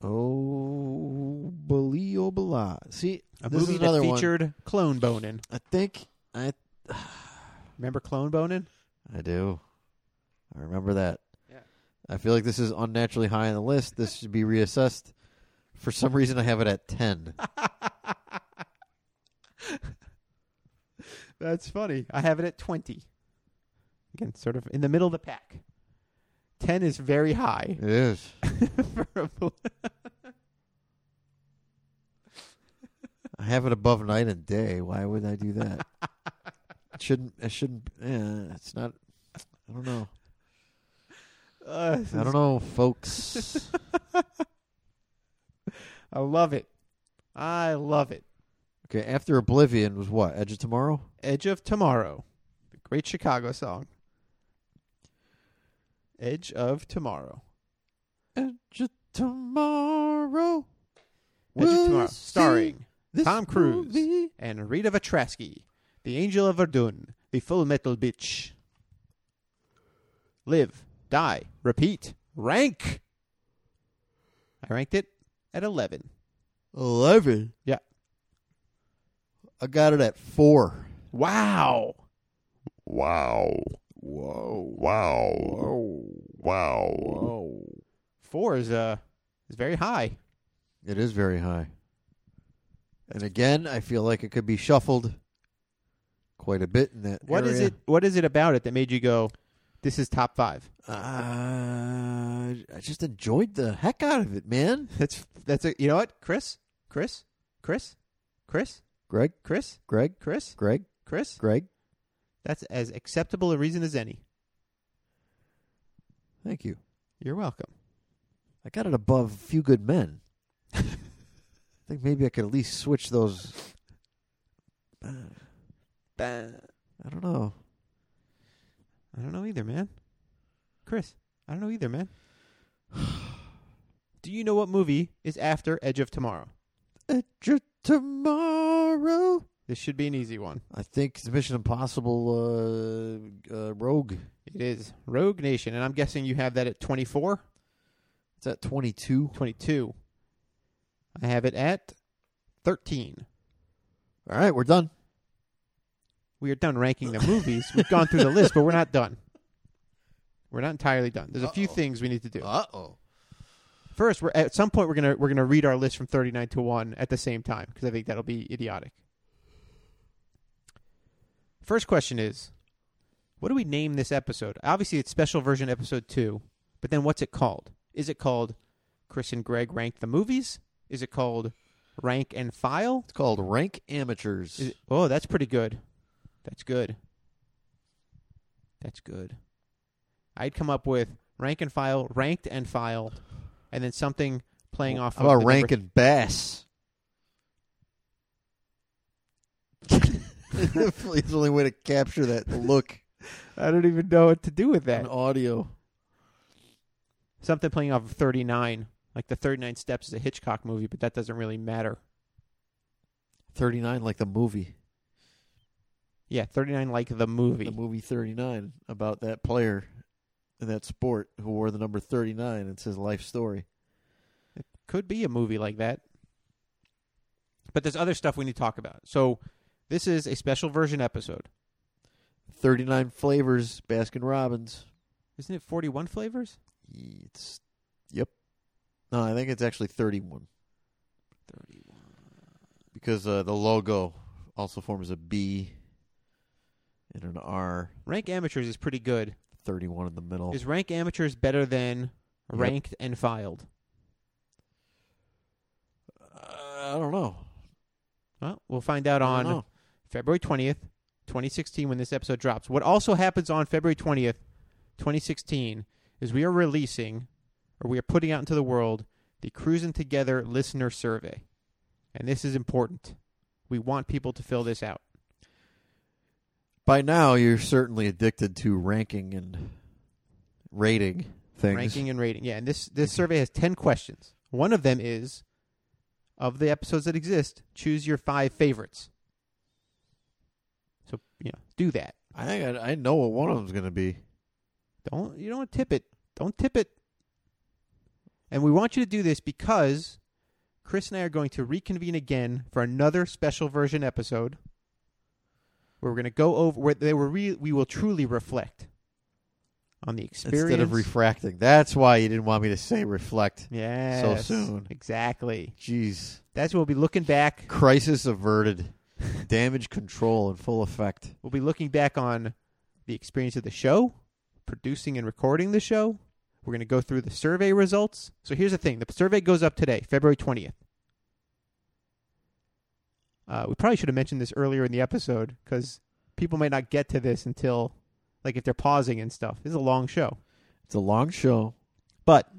Speaker 4: oh, believe oh, blah. See,
Speaker 1: A
Speaker 4: this
Speaker 1: movie
Speaker 4: is another
Speaker 1: that
Speaker 4: one.
Speaker 1: featured Clone Bonin.
Speaker 4: I think I
Speaker 1: Remember Clone Bonin?
Speaker 4: I do. I remember that.
Speaker 1: Yeah.
Speaker 4: I feel like this is unnaturally high on the list. This should be reassessed. For some reason, I have it at ten.
Speaker 1: That's funny. I have it at 20. Again, sort of in the middle of the pack. 10 is very high.
Speaker 4: it is.
Speaker 1: for a bl-
Speaker 4: I have it above night and day. Why would I do that? it shouldn't. It shouldn't. Yeah, it's not. I don't know.
Speaker 1: Uh, this
Speaker 4: I
Speaker 1: is-
Speaker 4: don't know, folks.
Speaker 1: I love it. I love it.
Speaker 4: okay, after Oblivion was what? Edge of Tomorrow.
Speaker 1: Edge of Tomorrow. The great Chicago song. Edge of Tomorrow.
Speaker 4: Edge of Tomorrow.
Speaker 1: Edge of
Speaker 4: Will
Speaker 1: Tomorrow.
Speaker 4: you see
Speaker 1: Starring
Speaker 4: this
Speaker 1: Tom Cruise
Speaker 4: movie?
Speaker 1: and Rita Vetrasky, the Angel of Verdun, the Full Metal Bitch. Live, die, repeat, rank. I ranked it at eleven.
Speaker 4: Eleven.
Speaker 1: Yeah.
Speaker 4: I got it at four.
Speaker 1: Wow.
Speaker 4: Wow. Whoa. Wow. Wow. Wow.
Speaker 1: four is uh is very high.
Speaker 4: It is very high. And again, I feel like it could be shuffled quite a bit in that.
Speaker 1: What is
Speaker 4: area.
Speaker 1: it? What is it about it that made you go? This is top five.
Speaker 4: Uh, I just enjoyed the heck out of it, man.
Speaker 1: That's that's it. You know what, Chris, Chris, Chris, Chris,
Speaker 4: Greg,
Speaker 1: Chris,
Speaker 4: Greg,
Speaker 1: Chris,
Speaker 4: Greg,
Speaker 1: Chris.
Speaker 4: Greg.
Speaker 1: That's as acceptable a reason as any.
Speaker 4: Thank you.
Speaker 1: You're welcome.
Speaker 4: I got it above Few Good Men. I think maybe I could at least switch those. I don't know.
Speaker 1: I don't know either, man. Chris, I don't know either, man. Do you know what movie is after Edge of Tomorrow?
Speaker 4: Edge tomorrow.
Speaker 1: This should be an easy one.
Speaker 4: I think it's Mission Impossible uh, uh, Rogue.
Speaker 1: It is Rogue Nation, and I'm guessing you have that at 24,
Speaker 4: It's at 22.
Speaker 1: 22. I have it at 13.
Speaker 4: All right, we're done.
Speaker 1: We are done ranking the movies. We've gone through the list, but we're not done. We're not entirely done. There's a few
Speaker 4: Uh-oh.
Speaker 1: things we need to do.
Speaker 4: Uh oh.
Speaker 1: First, we're at some point we're gonna we're gonna read our list from 39 to one at the same time because I think that'll be idiotic. First question is, what do we name this episode? Obviously, it's special version episode two, but then what's it called? Is it called Chris and Greg rank the movies? Is it called Rank and File?
Speaker 4: It's called Rank Amateurs.
Speaker 1: Is it- oh, that's pretty good. That's good. That's good. I'd come up with rank and file, ranked and filed, and then something playing off of
Speaker 4: How about
Speaker 1: the
Speaker 4: Rank
Speaker 1: number-
Speaker 4: and Bass? it's the only way to capture that look
Speaker 1: I don't even know what to do with that.
Speaker 4: on audio.
Speaker 1: Something playing off of 39. Like the 39 Steps is a Hitchcock movie, but that doesn't really matter.
Speaker 4: 39, like the movie.
Speaker 1: Yeah, 39 like the movie.
Speaker 4: The movie 39 about that player in that sport who wore the number 39. It's his life story.
Speaker 1: Could be a movie like that. But there's other stuff we need to talk about. So this is a special version episode.
Speaker 4: 39 flavors, Baskin Robbins.
Speaker 1: Isn't it 41 flavors?
Speaker 4: It's, yep. No, I think it's actually 31
Speaker 1: 31.
Speaker 4: because uh, the logo also forms a B and an R.
Speaker 1: Rank Amateurs is pretty good.
Speaker 4: 31 in the middle.
Speaker 1: Is Rank Amateurs better than
Speaker 4: Yep.
Speaker 1: Ranked and Filed?
Speaker 4: Uh, I don't know.
Speaker 1: Well, we'll find out
Speaker 4: I
Speaker 1: on
Speaker 4: don't know.
Speaker 1: February 20th, 2016, when this episode drops. What also happens on February 20th, 2016, is we are releasing or we are putting out into the world the Cruising Together listener survey. And this is important. We want people to fill this out.
Speaker 4: By now, you're certainly addicted to ranking and rating things. Mm-hmm.
Speaker 1: Ranking and rating. Yeah, and this, this survey has 10 questions. One of them is of the episodes that exist, choose your five favorites. So, yeah, do that.
Speaker 4: I think I, I know what one of them's going to be.
Speaker 1: Don't you don't tip it. Don't tip it. And we want you to do this because Chris and I are going to reconvene again for another special version episode where we're going to go over where they were re, we will truly reflect on the experience
Speaker 4: Instead of refracting. That's why you didn't want me to say reflect.
Speaker 1: yes,
Speaker 4: soon.
Speaker 1: Exactly.
Speaker 4: Jeez.
Speaker 1: That's what we'll be looking back.
Speaker 4: Crisis averted. Damage control in full effect.
Speaker 1: We'll be looking back on the experience of the show, producing and recording the show. We're going to go through the survey results. So here's the thing the survey goes up today, February 20th. Uh, we probably should have mentioned this earlier in the episode because people might not get to this until, like, if they're pausing and stuff. This is a long show.
Speaker 4: It's a long show.
Speaker 1: But,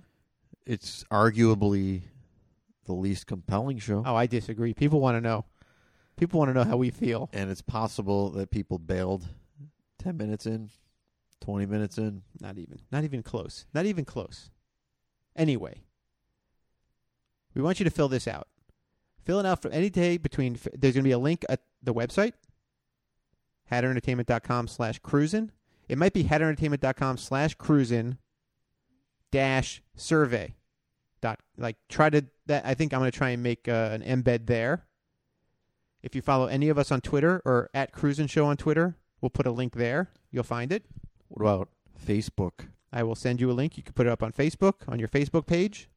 Speaker 4: It's arguably the least compelling show.
Speaker 1: oh, I disagree. People want to know. People want to know how we feel.
Speaker 4: And it's possible that people bailed 10 minutes in, 20 minutes in.
Speaker 1: Not even. Not even close. Not even close. Anyway, we want you to fill this out. Fill it out for any day between. There's going to be a link at the website, hatterentertainment.com slash cruisin. It might be hatterentertainment.com slash cruisin dash survey. Dot, like try to that I think I'm going to try and make uh, an embed there. If you follow any of us on Twitter or at Cruisin Show on Twitter, we'll put a link there. You'll find it.
Speaker 4: What about Facebook?
Speaker 1: I will send you a link. You can put it up on Facebook, on your Facebook page.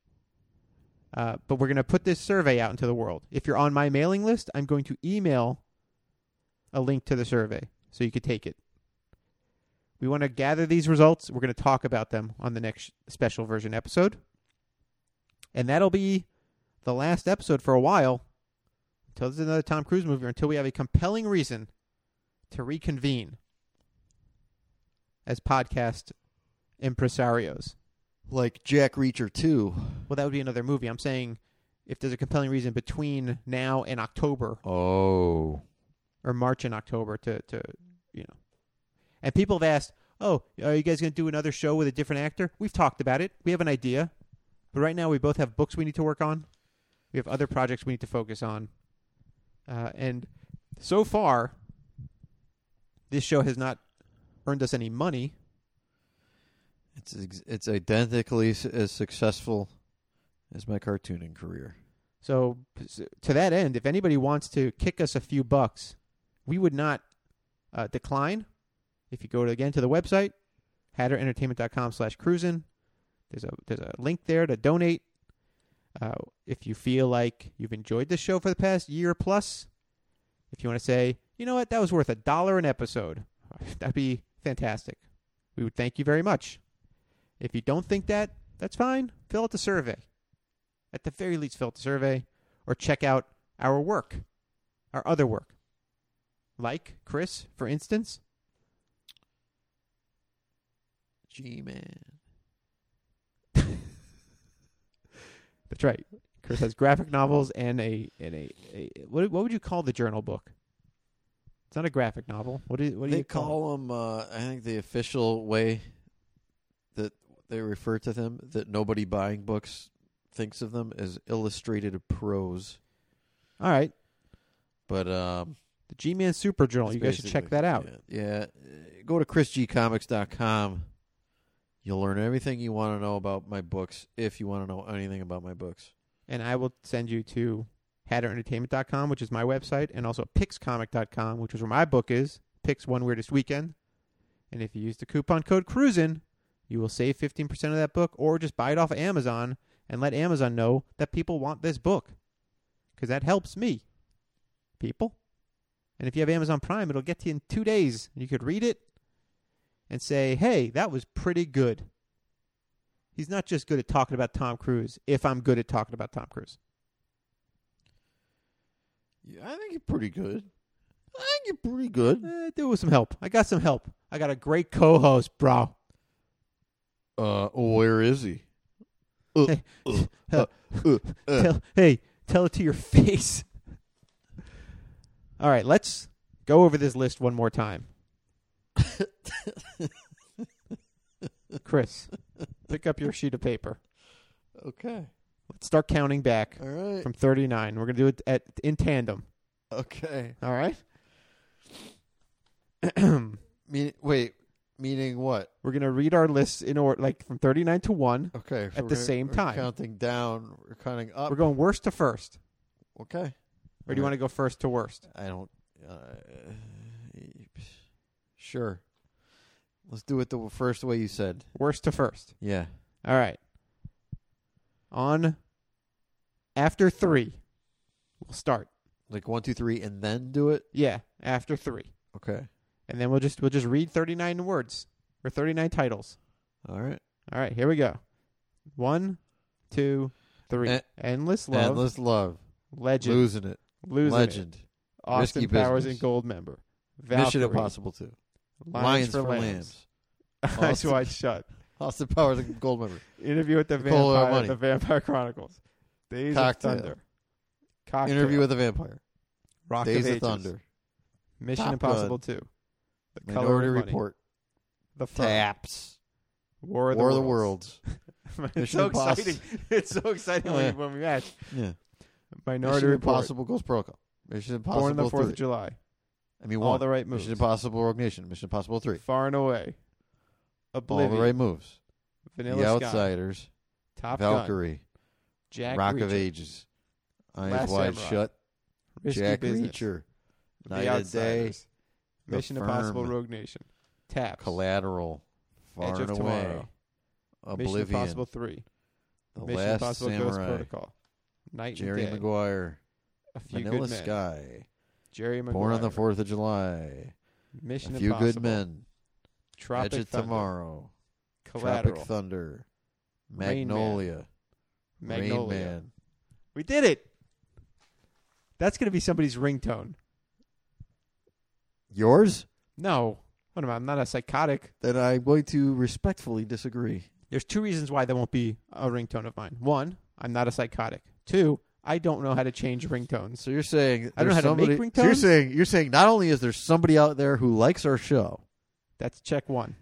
Speaker 1: Uh, but we're going to put this survey out into the world. If you're on my mailing list, I'm going to email a link to the survey so you could take it. We want to gather these results. We're going to talk about them on the next special version episode. And that'll be the last episode for a while until there's another Tom Cruise movie or until we have a compelling reason to reconvene as podcast impresarios.
Speaker 4: Like Jack Reacher 2.
Speaker 1: Well, that would be another movie. I'm saying if there's a compelling reason between now and October
Speaker 7: Oh.
Speaker 1: or March and October to, to you know. And people have asked, oh, are you guys going to do another show with a different actor? We've talked about it. We have an idea. But right now, we both have books we need to work on. We have other projects we need to focus on. Uh, and so far, this show has not earned us any money.
Speaker 4: It's ex- it's identically s- as successful as my cartooning career.
Speaker 1: So, to that end, if anybody wants to kick us a few bucks, we would not uh, decline. If you go to, again to the website, hatterentertainment.com slash cruisin', there's a, there's a link there to donate. Uh, if you feel like you've enjoyed this show for the past year plus, if you want to say, you know what, that was worth a dollar an episode, that'd be fantastic. We would thank you very much. If you don't think that, that's fine. Fill out the survey at the very least fill out the survey or check out our work, our other work. Like Chris, for instance.
Speaker 4: G man.
Speaker 1: That's right. Chris has graphic novels and a and a, a what what would you call the journal book? It's not a graphic novel. What do you, what do
Speaker 4: They
Speaker 1: you call?
Speaker 4: call them. Uh, I think the official way that they refer to them that nobody buying books thinks of them as illustrated prose.
Speaker 1: it? All right,
Speaker 4: But um,
Speaker 1: the G Man Super Journal.
Speaker 4: it's
Speaker 1: You guys should check
Speaker 4: basically-
Speaker 1: that out.
Speaker 4: Yeah, yeah. go to chrisgcomics.com. You'll learn everything you want to know about my books if you want to know anything about my books.
Speaker 1: and I will send you to hatterentertainment.com, which is my website, and also pixcomic.com, which is where my book is, Pix One Weirdest Weekend. And if you use the coupon code CRUISIN, you will save 15% of that book or just buy it off of Amazon and let Amazon know that people want this book because that helps me, people. And if you have Amazon Prime, it'll get to you in two days. You could read it and say, hey, that was pretty good he's not just good at talking about Tom Cruise. If I'm good at talking about Tom Cruise,
Speaker 4: Yeah, I think you're pretty good. I think you're pretty good.
Speaker 1: eh, there was some help. I got some help. I got a great co-host, bro.
Speaker 4: Uh, where is he? Uh,
Speaker 1: Hey,
Speaker 4: uh,
Speaker 1: tell,
Speaker 4: uh, uh.
Speaker 1: hey, tell it to your face. All right, let's go over this list one more time. Chris, pick up your sheet of paper.
Speaker 4: uh, Okay.
Speaker 1: Let's start counting back
Speaker 4: All right.
Speaker 1: from 39. We're gonna do it at in tandem.
Speaker 4: Okay.
Speaker 1: All right.
Speaker 4: Mean, wait, meaning what?
Speaker 1: We're gonna read our lists in order, like from 39 to one.
Speaker 4: Okay.
Speaker 1: At
Speaker 4: we're
Speaker 1: the
Speaker 4: gonna-
Speaker 1: same
Speaker 4: we're
Speaker 1: time.
Speaker 4: Counting down. We're counting up.
Speaker 1: We're going worst to first.
Speaker 4: okay.
Speaker 1: Or do you
Speaker 4: All
Speaker 1: want to go first to worst?
Speaker 4: I don't. Uh, sure. Let's do it the first way you said.
Speaker 1: Worst to first.
Speaker 4: Yeah.
Speaker 1: All right. On after three, we'll start.
Speaker 4: Like one, two, three, and then do it.
Speaker 1: Yeah, after three,
Speaker 4: Okay.
Speaker 1: and then we'll just we'll just read thirty nine words or thirty nine titles.
Speaker 4: All right.
Speaker 1: All right, here we go. One, two, three.
Speaker 4: Eh,
Speaker 1: Endless love.
Speaker 4: Endless love.
Speaker 1: legend.
Speaker 4: Losing it.
Speaker 1: losing It,
Speaker 4: Legend.
Speaker 1: Austin
Speaker 4: Risky
Speaker 1: Powers
Speaker 4: Business.
Speaker 1: and Gold member.
Speaker 4: Mission Impossible too.
Speaker 1: Lions, for, lambs. Eyes
Speaker 4: Austin-
Speaker 1: wide shut.
Speaker 4: Austin Powers, and gold member.
Speaker 1: Interview with the
Speaker 4: Nicole
Speaker 1: Vampire,
Speaker 4: Armani.
Speaker 1: the Vampire Chronicles, Days
Speaker 4: Cocktail.
Speaker 1: of Thunder, Cocktail,
Speaker 4: Interview with a Vampire.
Speaker 1: Rock
Speaker 4: Days of
Speaker 1: Ages,
Speaker 4: Thunder.
Speaker 1: Mission
Speaker 4: Top
Speaker 1: Impossible Two, The
Speaker 4: Minority
Speaker 1: Color of Money,
Speaker 4: Report.
Speaker 1: The Firm,
Speaker 4: Taps.
Speaker 1: War of the
Speaker 4: War of the
Speaker 1: Worlds.
Speaker 4: Worlds.
Speaker 1: it's
Speaker 4: Mission
Speaker 1: so
Speaker 4: Impos-
Speaker 1: exciting! It's so exciting when,
Speaker 4: Yeah.
Speaker 1: we, when we match
Speaker 4: Yeah.
Speaker 1: Minority
Speaker 4: Mission
Speaker 1: Report,
Speaker 4: Impossible Ghost Protocol. Mission Impossible
Speaker 1: Born on the Fourth of
Speaker 4: 3.
Speaker 1: July,
Speaker 4: I mean,
Speaker 1: All
Speaker 4: one.
Speaker 1: the Right Moves,
Speaker 4: Mission Impossible Rogue Nation. Mission Impossible 3.
Speaker 1: Far and Away, Oblivion,
Speaker 4: All the Right Moves.
Speaker 1: Vanilla
Speaker 4: the
Speaker 1: Sky,
Speaker 4: Outsiders.
Speaker 1: Top Gun,
Speaker 4: Valkyrie.
Speaker 1: Jack
Speaker 4: Rock
Speaker 1: Reacher,
Speaker 4: of Ages. Eyes
Speaker 1: Last
Speaker 4: Wide
Speaker 1: Samurai.
Speaker 4: Shut.
Speaker 1: Risky
Speaker 4: Jack
Speaker 1: Business,
Speaker 4: Reacher.
Speaker 1: The
Speaker 4: Night and Day.
Speaker 1: Outsiders,
Speaker 4: The
Speaker 1: Mission Impossible,
Speaker 4: Firm,
Speaker 1: Rogue Nation, Taps,
Speaker 4: Collateral. Far
Speaker 1: Edge
Speaker 4: and
Speaker 1: of
Speaker 4: Away.
Speaker 1: Tomorrow, Mission
Speaker 4: Oblivion,
Speaker 1: Impossible Three,
Speaker 4: The
Speaker 1: Mission
Speaker 4: Last
Speaker 1: Impossible Ghost
Speaker 4: Samurai,
Speaker 1: Protocol, Night
Speaker 4: Jerry
Speaker 1: and Day,
Speaker 4: Maguire,
Speaker 1: A Few
Speaker 4: Vanilla
Speaker 1: Good Men,
Speaker 4: Sky,
Speaker 1: Jerry Maguire,
Speaker 4: Born on the Fourth of July,
Speaker 1: Mission
Speaker 4: A Few
Speaker 1: Impossible,
Speaker 4: Good Men,
Speaker 1: Tropic
Speaker 4: Edge of
Speaker 1: Thunder,
Speaker 4: Tomorrow,
Speaker 1: Collateral,
Speaker 4: Tropic Thunder,
Speaker 1: Rain Man,
Speaker 4: Magnolia,
Speaker 1: Magnolia.
Speaker 4: Rain Man.
Speaker 1: We did it. That's gonna be somebody's ringtone.
Speaker 4: Yours?
Speaker 1: No, what am I? I'm not a psychotic.
Speaker 4: Then I'm going to respectfully disagree.
Speaker 1: There's two reasons why there won't be a ringtone of mine. One, I'm not a psychotic. Two, I don't know how to change ringtones.
Speaker 4: So you're saying
Speaker 1: I don't know
Speaker 4: there's
Speaker 1: how to
Speaker 4: somebody,
Speaker 1: make
Speaker 4: so you're
Speaker 1: ringtones?
Speaker 4: saying you're saying not only is there somebody out there who likes our show
Speaker 1: That's check one.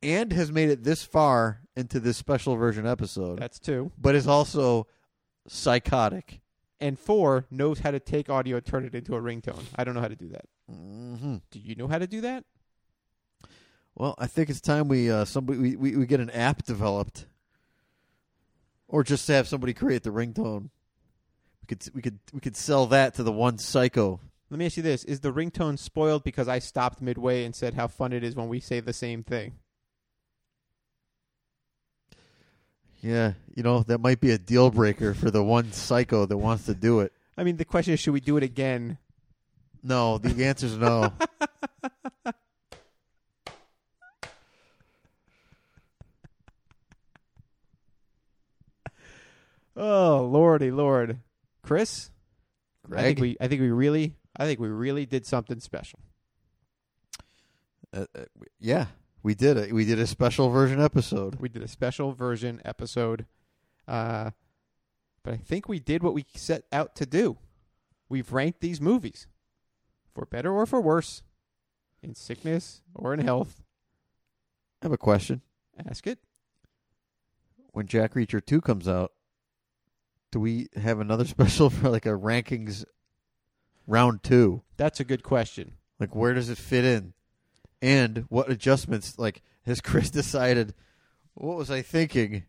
Speaker 4: and has made it this far into this special version episode,
Speaker 1: That's two.
Speaker 4: but is also psychotic.
Speaker 1: And four, knows how to take audio and turn it into a ringtone. I don't know how to do that.
Speaker 4: hmm
Speaker 1: Do you know how to do that?
Speaker 4: Well, I think it's time we uh, somebody we, we, we get an app developed, or just have somebody create the ringtone. We could we could we could sell that to the one psycho.
Speaker 1: Let me ask you this. Is the ringtone spoiled because I stopped midway and said how fun it is when we say the same thing?
Speaker 4: Yeah, you know that might be a deal breaker for the one psycho that wants to do it.
Speaker 1: I mean, the question is, should we do it again?
Speaker 4: No, the answer's no.
Speaker 1: Oh, lordy, lord. Chris? I
Speaker 4: Greg?
Speaker 1: think we I think we really I think we really did something special.
Speaker 4: Uh, uh, we- yeah, we did it. We did a special version episode.
Speaker 1: We did a special version episode. Uh, but I think we did what we set out to do. We've ranked these movies for better or for worse, in sickness or in health.
Speaker 4: I have a question.
Speaker 1: Ask it.
Speaker 4: When Jack Reacher two comes out, do we have another special for like a rankings round two?
Speaker 1: That's a good question.
Speaker 4: Like, where does it fit in? And what adjustments, like, has Chris decided? What was I thinking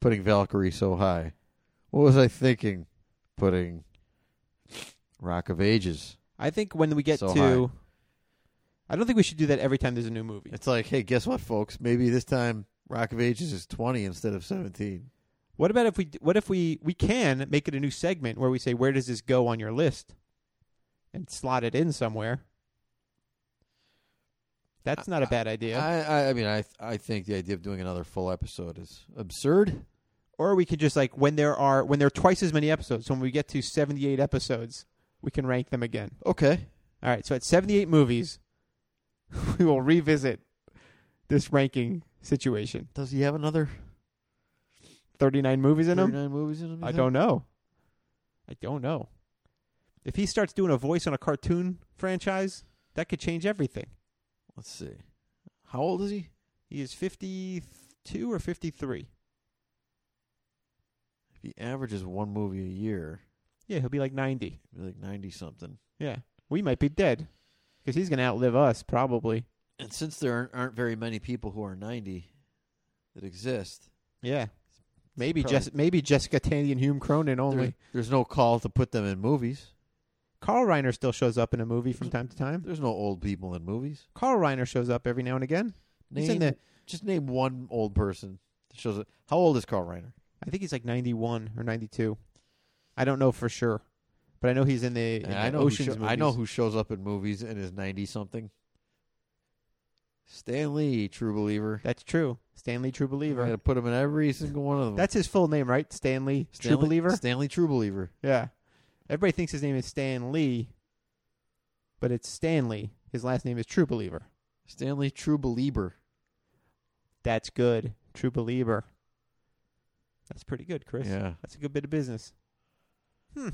Speaker 4: putting Valkyrie so high? What was I thinking putting Rock of Ages?
Speaker 1: I think when we get
Speaker 4: So
Speaker 1: to, I don't think we should do that every time there's a new movie.
Speaker 4: It's like, hey, guess what, folks? Maybe this time Rock of Ages is 20 instead of 17.
Speaker 1: What about if we? What if we? We can make it a new segment where we say, "Where does this go on your list?" and slot it in somewhere. That's not a bad idea.
Speaker 4: I, I, I mean, I, I think the idea of doing another full episode is absurd.
Speaker 1: or we could just like when there are when there are twice as many episodes so when we get to 78 episodes we can rank them again
Speaker 4: Okay.
Speaker 1: all right so at 78 movies we will revisit this ranking situation
Speaker 4: Does he have another
Speaker 1: 39 movies in
Speaker 4: 39
Speaker 1: him
Speaker 4: movies in him? you
Speaker 1: i
Speaker 4: think?
Speaker 1: don't know i don't know if he starts doing a voice on a cartoon franchise that could change everything
Speaker 4: Let's see. How old is he?
Speaker 1: he is 52 or 53
Speaker 4: If he averages one movie a year,
Speaker 1: yeah he'll be like 90
Speaker 4: Be like 90 something.
Speaker 1: yeah we might be dead because he's gonna outlive us probably
Speaker 4: And since there aren't, aren't very many people who are 90 that exist,
Speaker 1: Yeah. Maybe
Speaker 4: probably-
Speaker 1: Jess, maybe Jessica Tandy and Hume Cronin only.
Speaker 4: there- there's no call to put them in movies.
Speaker 1: Carl Reiner still shows up in a movie from time to time.
Speaker 4: There's no old people in movies.
Speaker 1: Carl Reiner shows up every now and again. He's in the-
Speaker 4: just name one old person that shows up. How old is Carl Reiner?
Speaker 1: I think he's like 91 or 92. I don't know for sure. But I know he's in the, in
Speaker 4: And
Speaker 1: the
Speaker 4: I know
Speaker 1: Ocean's
Speaker 4: who sho-
Speaker 1: movies.
Speaker 4: I know who shows up in movies and is 90 something. Stan Lee, true believer.
Speaker 1: That's true. Stanley True
Speaker 4: I
Speaker 1: Believer.
Speaker 4: got to put him in every single one of them.
Speaker 1: That's his full name, right? Stanley
Speaker 4: Stanley-
Speaker 1: True Believer?
Speaker 4: Stanley, true believer.
Speaker 1: yeah. Everybody thinks his name is Stan Lee, but it's Stanley. His last name is True Believer.
Speaker 4: Stanley, true believer.
Speaker 1: That's good. True Believer. That's pretty good, Chris.
Speaker 4: Yeah.
Speaker 1: That's a good bit of business. Hmm.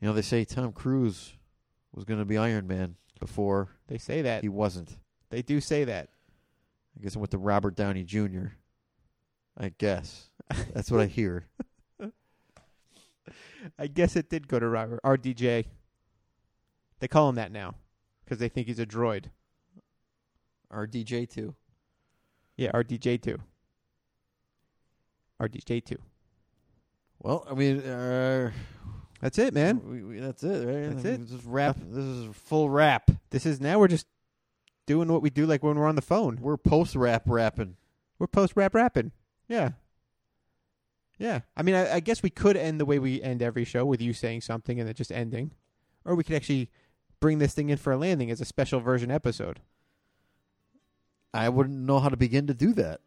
Speaker 4: You know, they say Tom Cruise was going to be Iron Man before
Speaker 1: They say that.
Speaker 4: he wasn't.
Speaker 1: They do say that.
Speaker 4: I guess I went to Robert Downey Jr. I guess that's what I hear.
Speaker 1: I guess it did go to Robert RDJ. They call him that now because they think he's a droid.
Speaker 4: RDJ too.
Speaker 1: Yeah, RDJ two. RDJ two.
Speaker 4: Well, I mean, uh,
Speaker 1: That's it, man.
Speaker 4: we, we, that's it. Right?
Speaker 1: That's it.
Speaker 4: This wrap. This is a full wrap.
Speaker 1: This is now we're just doing what we do like when we're on the phone.
Speaker 4: We're post wrap rapping.
Speaker 1: We're post rap rapping. Yeah. Yeah. I mean, I, I guess we could end the way we end every show with you saying something and it just ending. Or we could actually bring this thing in for a landing as a special version episode.
Speaker 8: I wouldn't know how to begin to do that.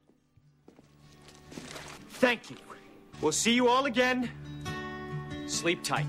Speaker 3: Thank you. We'll see you all again. Sleep tight.